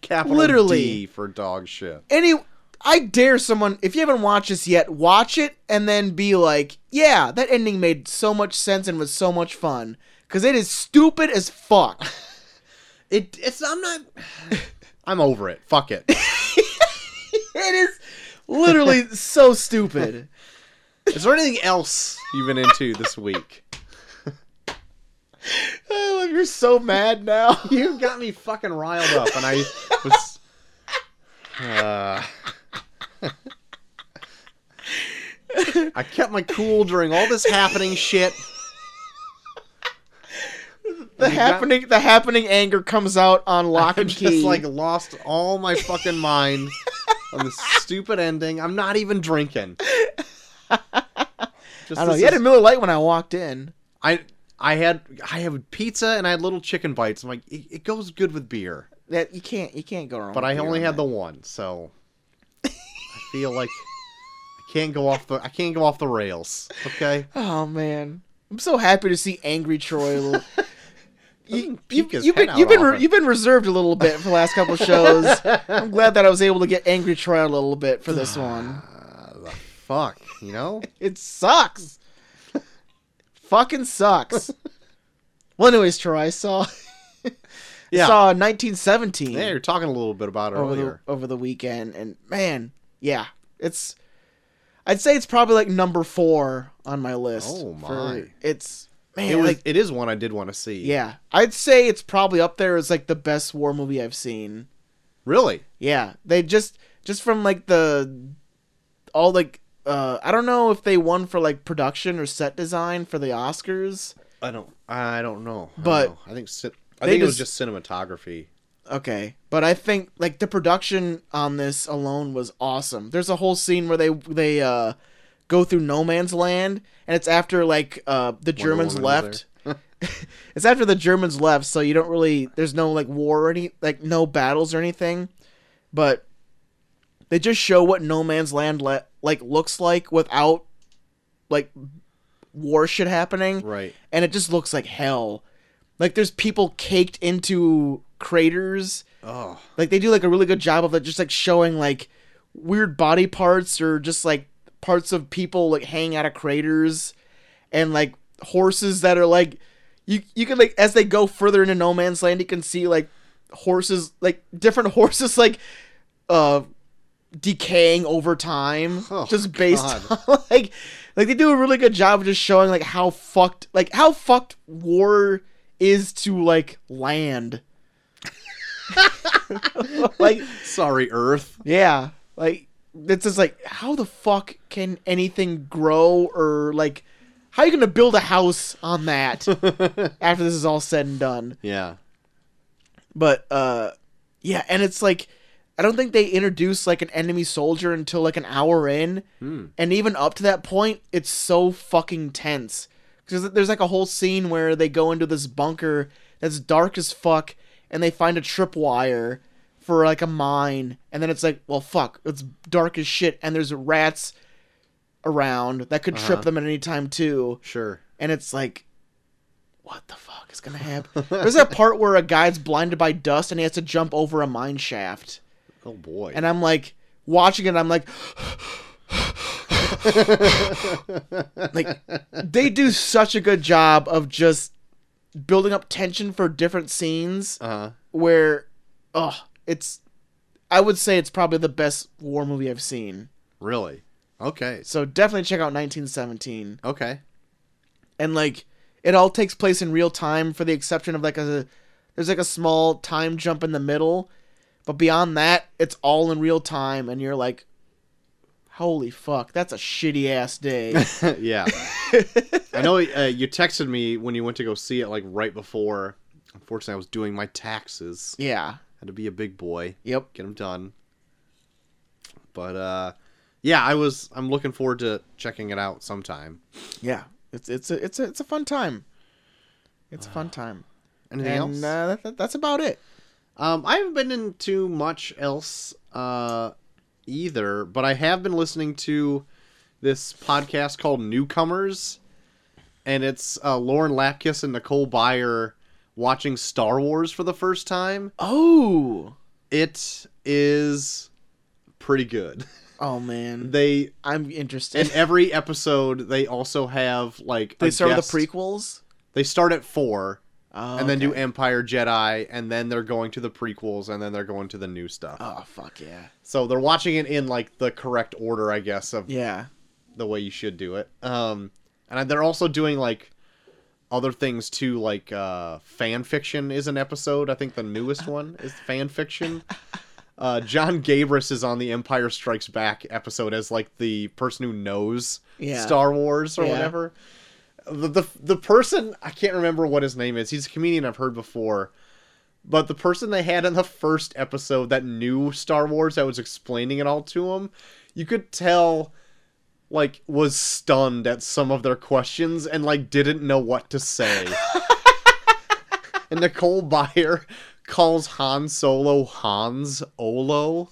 Speaker 2: capital
Speaker 1: literally.
Speaker 2: D for dog shit.
Speaker 1: Any I dare someone if you haven't watched this yet, watch it and then be like, "Yeah, that ending made so much sense and was so much fun." Cuz it is stupid as fuck.
Speaker 2: It it's I'm not I'm over it. Fuck it.
Speaker 1: it is literally so stupid.
Speaker 2: Is there anything else you've been into this week?
Speaker 1: Oh, you're so mad now.
Speaker 2: You got me fucking riled up, and I was. Uh, I kept my cool during all this happening shit.
Speaker 1: The
Speaker 2: You got-
Speaker 1: happening the happening anger comes out on lock
Speaker 2: I
Speaker 1: and
Speaker 2: just
Speaker 1: key.
Speaker 2: like lost all my fucking mind on this stupid ending. I'm not even drinking. Just
Speaker 1: I don't know.
Speaker 2: this
Speaker 1: You had
Speaker 2: is-
Speaker 1: a Miller Light when I walked in.
Speaker 2: I I had I have pizza and I had little chicken bites. I'm like, it, it goes good with beer.
Speaker 1: That you can't you can't go wrong.
Speaker 2: but
Speaker 1: with
Speaker 2: I
Speaker 1: beer
Speaker 2: only
Speaker 1: on
Speaker 2: had
Speaker 1: that.
Speaker 2: the one, so I feel like I can't go off the I can't go off the rails. Okay,
Speaker 1: Oh man, I'm so happy to see angry Troy. A little... you,
Speaker 2: Doesn't
Speaker 1: you,
Speaker 2: peek his
Speaker 1: you've
Speaker 2: head
Speaker 1: been
Speaker 2: out
Speaker 1: you've been
Speaker 2: often.
Speaker 1: re- you've been reserved a little bit for the last couple shows. I'm glad that I was able to get angry Troy a little bit for this one.
Speaker 2: Ah, the fuck, you know?
Speaker 1: It sucks. Fucking sucks. well, anyways, Troy, I saw I
Speaker 2: Yeah,
Speaker 1: saw 1917
Speaker 2: yeah. You're talking a little bit about it
Speaker 1: over the,
Speaker 2: earlier.
Speaker 1: over the weekend, and man, yeah, it's. I'd say it's probably like number four on my list.
Speaker 2: Oh,
Speaker 1: for-
Speaker 2: my.
Speaker 1: it's man,
Speaker 2: It was.
Speaker 1: like
Speaker 2: it is one I did want to see.
Speaker 1: Yeah, I'd say it's probably up there as like the best war movie I've seen.
Speaker 2: Really?
Speaker 1: Yeah, they just just from like the all like uh I don't know if they won for like production or set design for the Oscars.
Speaker 2: I don't. I don't know. I
Speaker 1: But
Speaker 2: don't know. I think. cin- I
Speaker 1: they
Speaker 2: think it was
Speaker 1: just-
Speaker 2: just cinematography.
Speaker 1: Okay, but I think like the production on this alone was awesome. There's a whole scene where they they uh go through no man's land and it's after like uh the Germans
Speaker 2: Woman was
Speaker 1: left. it's after the Germans left, so you don't really there's no like war or any like no battles or anything, but they just show what no man's land le- like looks like without like war shit happening
Speaker 2: Right.
Speaker 1: and it just looks like hell. Like there's people caked into craters.
Speaker 2: Oh.
Speaker 1: Like they do like a really good job of it, just like showing like weird body parts or just like parts of people like hanging out of craters, and like horses that are like you you can like as they go further into no man's land, you can see like horses like different horses like uh decaying over time
Speaker 2: Oh,
Speaker 1: just based
Speaker 2: God.
Speaker 1: on like like they do a really good job of just showing like how fucked like how fucked war is to like land like
Speaker 2: Sorry, Earth.
Speaker 1: yeah like it's just like how the fuck can anything grow or like how you gonna build a house on that after this is all said and done
Speaker 2: yeah.
Speaker 1: but uh yeah and it's like I don't think they introduce like an enemy soldier until like an hour in,
Speaker 2: Hmm.
Speaker 1: and even up to that point, it's so fucking tense. Because there's like a whole scene where they go into this bunker that's dark as fuck, and they find a tripwire for like a mine, and then it's like, well, fuck, it's dark as shit, and there's rats around that could trip
Speaker 2: Uh-huh.
Speaker 1: them at any time too
Speaker 2: Sure.
Speaker 1: and it's like what the fuck is gonna happen there's that part where a guy's blinded by dust and he has to jump over a mine shaft
Speaker 2: Oh boy.
Speaker 1: and i'm like watching it i'm like like they do such a good job of just building up tension for different scenes
Speaker 2: uh
Speaker 1: where oh it's i would say it's probably the best war movie i've seen
Speaker 2: really. Okay.
Speaker 1: so definitely check out 1917
Speaker 2: Okay.
Speaker 1: and like it all takes place in real time for the exception of like a there's like a small time jump in the middle but beyond that it's all in real time and you're like holy fuck that's a shitty ass day
Speaker 2: yeah. I know uh, you texted me when you went to go see it, like right before. Unfortunately, I was doing my taxes.
Speaker 1: yeah
Speaker 2: Had to be a big boy,
Speaker 1: yep
Speaker 2: get them done. But uh, yeah, I was. I'm looking forward to checking it out sometime.
Speaker 1: yeah it's it's a it's a, it's a fun time it's a fun time
Speaker 2: Anything else?
Speaker 1: and uh, that, that- that's about it
Speaker 2: Um, I haven't been into much else uh, either, but I have been listening to this podcast called Newcomers, and it's uh, Lauren Lapkus and Nicole Byer watching Star Wars for the first time.
Speaker 1: oh
Speaker 2: It is pretty good.
Speaker 1: oh man
Speaker 2: They
Speaker 1: i'm interested
Speaker 2: in every episode they also have like
Speaker 1: they
Speaker 2: a
Speaker 1: start with
Speaker 2: guest-
Speaker 1: the prequels
Speaker 2: They start at four.
Speaker 1: oh,
Speaker 2: And then do
Speaker 1: okay.
Speaker 2: Empire Jedi, and then they're going to the prequels, and then they're going to the new stuff.
Speaker 1: oh fuck yeah
Speaker 2: So they're watching it in like the correct order, I guess, of
Speaker 1: yeah
Speaker 2: the way you should do it. Um, and they're also doing like other things too, like uh, fan fiction is an episode. I think the newest one is fan fiction. Uh, John Gabris is on the Empire Strikes Back episode as like the person who knows
Speaker 1: Yeah.
Speaker 2: Star Wars or
Speaker 1: Yeah.
Speaker 2: whatever. The, the the person I can't remember what his name is. He's a comedian I've heard before. But the person they had in the first episode that knew Star Wars that was explaining it all to him, you could tell like was stunned at some of their questions and like didn't know what to say. and Nicole Byer calls Han Solo Hans Olo.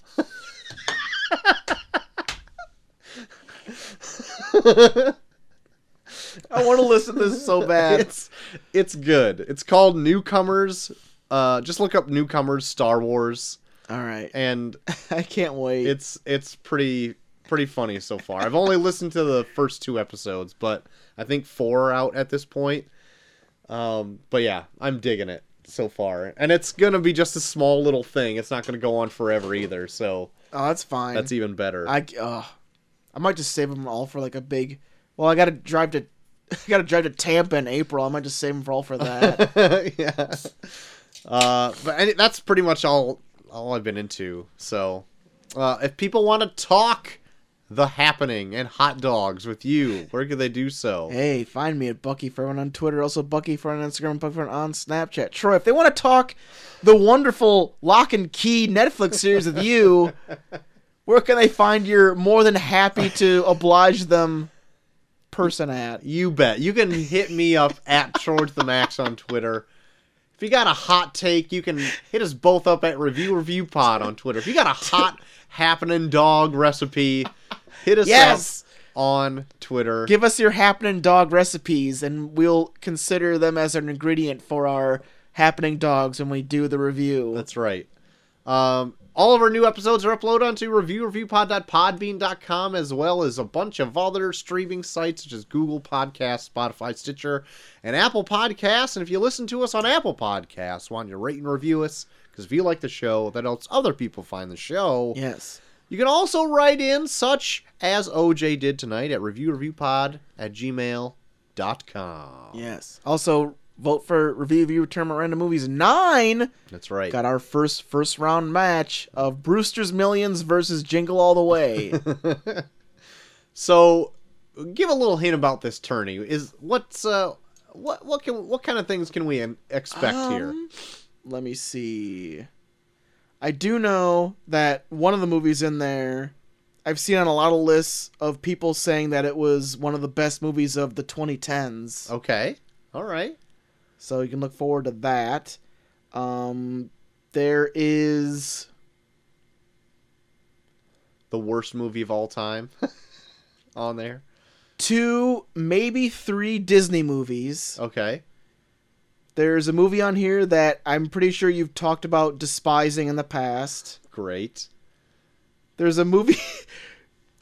Speaker 1: i want to listen to this so bad
Speaker 2: It's it's good. It's called Newcomers. Uh, just look up Newcomers Star Wars,
Speaker 1: all right
Speaker 2: and
Speaker 1: i can't wait
Speaker 2: it's it's pretty pretty funny so far. I've only listened to the first two episodes, but I think four are out at this point. Um, but yeah, I'm digging it so far, and it's gonna be just a small little thing. It's not gonna go on forever either, so
Speaker 1: Oh, that's fine.
Speaker 2: that's e- even better.
Speaker 1: I uh, I might just save them all for like a big. Well, I gotta drive to, I gotta drive to Tampa in April. I might just save them for all for that.
Speaker 2: yeah. Uh, but any, that's pretty much all all I've been into. So, uh, if people want to talk the happening and hot dogs with you, where could they do so?
Speaker 1: hey, find me at Bucky Furman on Twitter. Also Bucky Furman on Instagram. Bucky Furman on Snapchat. Troy, if they want to talk the wonderful Lock and Key Netflix series with you, where can they find your more than happy to oblige them person at?
Speaker 2: You bet. You can hit me up at George the Max on Twitter. If you got a hot take, you can hit us both up at Review Review Pod on Twitter. If you got a hot happening dog recipe, hit us
Speaker 1: Yes.
Speaker 2: up on Twitter.
Speaker 1: Give us your happening dog recipes, and we'll consider them as an ingredient for our happening dogs when we do the review.
Speaker 2: That's right. Um, all of our new episodes are uploaded onto reviewreviewpod.podbean.com as well as a bunch of other streaming sites such as Google Podcasts, Spotify, Stitcher, and Apple Podcasts. And if you listen to us on Apple Podcasts, why don't you rate and review us? Because if you like the show, that helps other people find the show.
Speaker 1: yes.
Speaker 2: You can also write in, such as OJ did tonight, at reviewreviewpod at gmail.com.
Speaker 1: Yes. Also, vote for review review Return random movies nine.
Speaker 2: That's right.
Speaker 1: Got our first first round match of Brewster's Millions versus Jingle All the Way.
Speaker 2: So, give a little hint about this tourney. Is what's uh what what Um, can what kind of things can we in- expect here?
Speaker 1: Um, Let me Um, see. I do know that one of the movies in there, I've seen on a lot of lists of people saying that it was one of the best movies of the 2010s.
Speaker 2: Okay. All right.
Speaker 1: So you can look forward to that. Um, there is.
Speaker 2: The worst movie of all time on there.
Speaker 1: two, maybe three Disney movies.
Speaker 2: Okay.
Speaker 1: There's a movie on here that I'm pretty sure you've talked about despising in the past.
Speaker 2: Great.
Speaker 1: There's a movie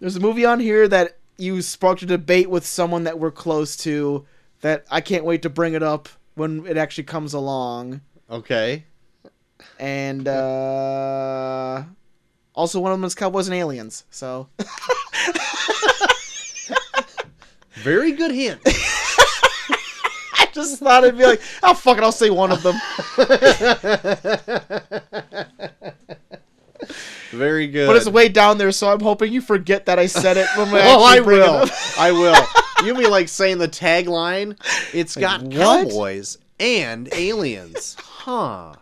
Speaker 1: There's a movie on here that you sparked a debate with someone that we're close to that I can't wait to bring it up when it actually comes along.
Speaker 2: Okay.
Speaker 1: And uh also one of them is Cowboys and Aliens. So
Speaker 2: Very good hint.
Speaker 1: I just thought it'd be like, oh fuck it, I'll say one of them.
Speaker 2: Very good.
Speaker 1: But it's way down there, so I'm hoping you forget that I said it when we
Speaker 2: oh, I
Speaker 1: actually bring it
Speaker 2: will.
Speaker 1: up.
Speaker 2: I will. You mean like saying the tagline? It's got
Speaker 1: what?
Speaker 2: cowboys and aliens, huh?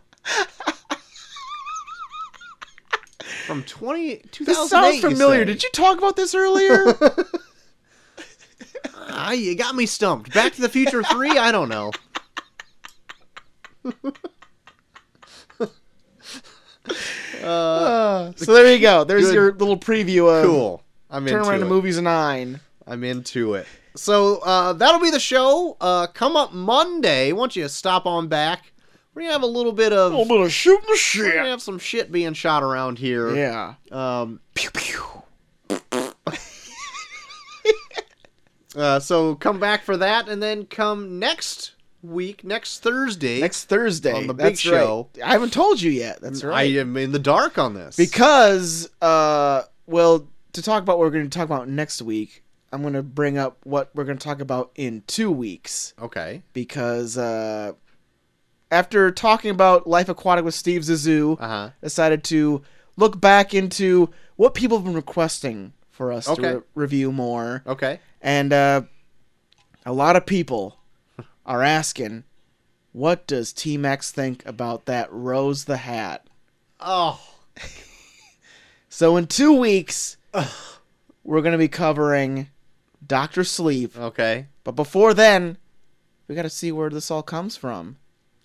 Speaker 2: From 20, 2008.
Speaker 1: This sounds familiar. Did you talk about this earlier?
Speaker 2: Ah, you got me stumped. Back to the Future 3? I don't know.
Speaker 1: Uh, so there you go. There's
Speaker 2: Good.
Speaker 1: your little preview of
Speaker 2: Cool. I'm
Speaker 1: Turn
Speaker 2: into
Speaker 1: Around
Speaker 2: it.
Speaker 1: to Movies 9.
Speaker 2: I'm into it. So uh, that'll be the show. Uh, come up Monday. Why don't you stop on back? We're gonna have a little bit of
Speaker 1: bit of shooting the
Speaker 2: we're gonna have some shit being shot around here.
Speaker 1: Yeah.
Speaker 2: Um,
Speaker 1: Pew pew.
Speaker 2: uh, so come back for that, and then come next week, next Thursday.
Speaker 1: Next Thursday
Speaker 2: On the big
Speaker 1: That's right.
Speaker 2: show.
Speaker 1: I haven't told you yet. That's
Speaker 2: I
Speaker 1: right.
Speaker 2: am in the dark on this
Speaker 1: because uh, well, to talk about what we're going to talk about next week, I'm going to bring up what we're going to talk about in two weeks.
Speaker 2: okay,
Speaker 1: because uh, after talking about Life Aquatic with Steve Zissou,
Speaker 2: Uh-huh.
Speaker 1: decided to look back into what people have been requesting for us
Speaker 2: Okay. Oh.
Speaker 1: to re- review more,
Speaker 2: okay,
Speaker 1: and uh, a lot of people are asking, "What does T Max think about that Rose the Hat?"
Speaker 2: oh,
Speaker 1: So in two weeks, we're gonna be covering Doctor Sleep,
Speaker 2: okay,
Speaker 1: but before then, we got to see where this all comes from.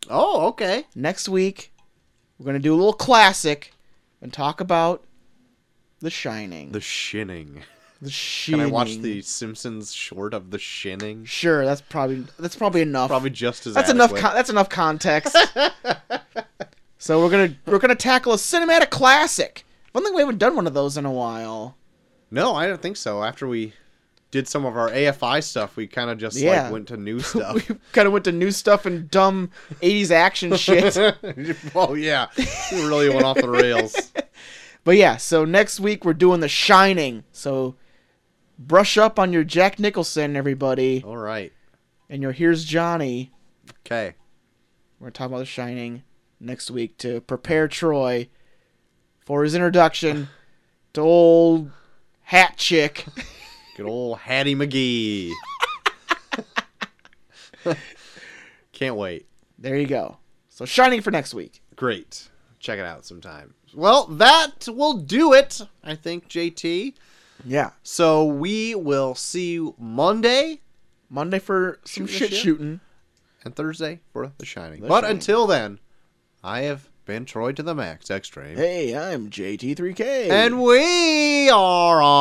Speaker 2: oh, okay,
Speaker 1: next week we're gonna do a little classic and talk about The Shining.
Speaker 2: the shinning.
Speaker 1: The
Speaker 2: Can
Speaker 1: Shining.
Speaker 2: I watch the Simpsons short of the shinning?
Speaker 1: Sure, that's probably that's probably enough.
Speaker 2: Probably just as
Speaker 1: that's enough.
Speaker 2: adequate.
Speaker 1: Con- that's enough context. so we're gonna we're gonna tackle a cinematic classic. I don't think we haven't done one of those in a while.
Speaker 2: No, I don't think so. After we did some of our AFI stuff, we kind of just
Speaker 1: Yeah.
Speaker 2: like went to new stuff.
Speaker 1: We kind of went to new stuff and dumb '80s action shit.
Speaker 2: oh yeah, we really went off the rails.
Speaker 1: But yeah, so next week we're doing The Shining. So brush up on your Jack Nicholson, everybody,
Speaker 2: All right.
Speaker 1: and your here's Johnny.
Speaker 2: Okay.
Speaker 1: We're going to talk about The Shining next week to prepare Troy for his introduction to old hat chick.
Speaker 2: Good old Hattie McGee. Can't wait.
Speaker 1: There you go. So Shining for next week.
Speaker 2: Great. Check it out sometime. Well, that will do it. I think JT.
Speaker 1: Yeah.
Speaker 2: So we will see you Monday
Speaker 1: Monday for some
Speaker 2: Shooting the
Speaker 1: shit
Speaker 2: shit.
Speaker 1: shooting.
Speaker 2: and Thursday for The Shining.
Speaker 1: The
Speaker 2: but
Speaker 1: Shining.
Speaker 2: until then, I have been Troy to the max. Extreme.
Speaker 1: Hey, I'm JT3K.
Speaker 2: And we are on.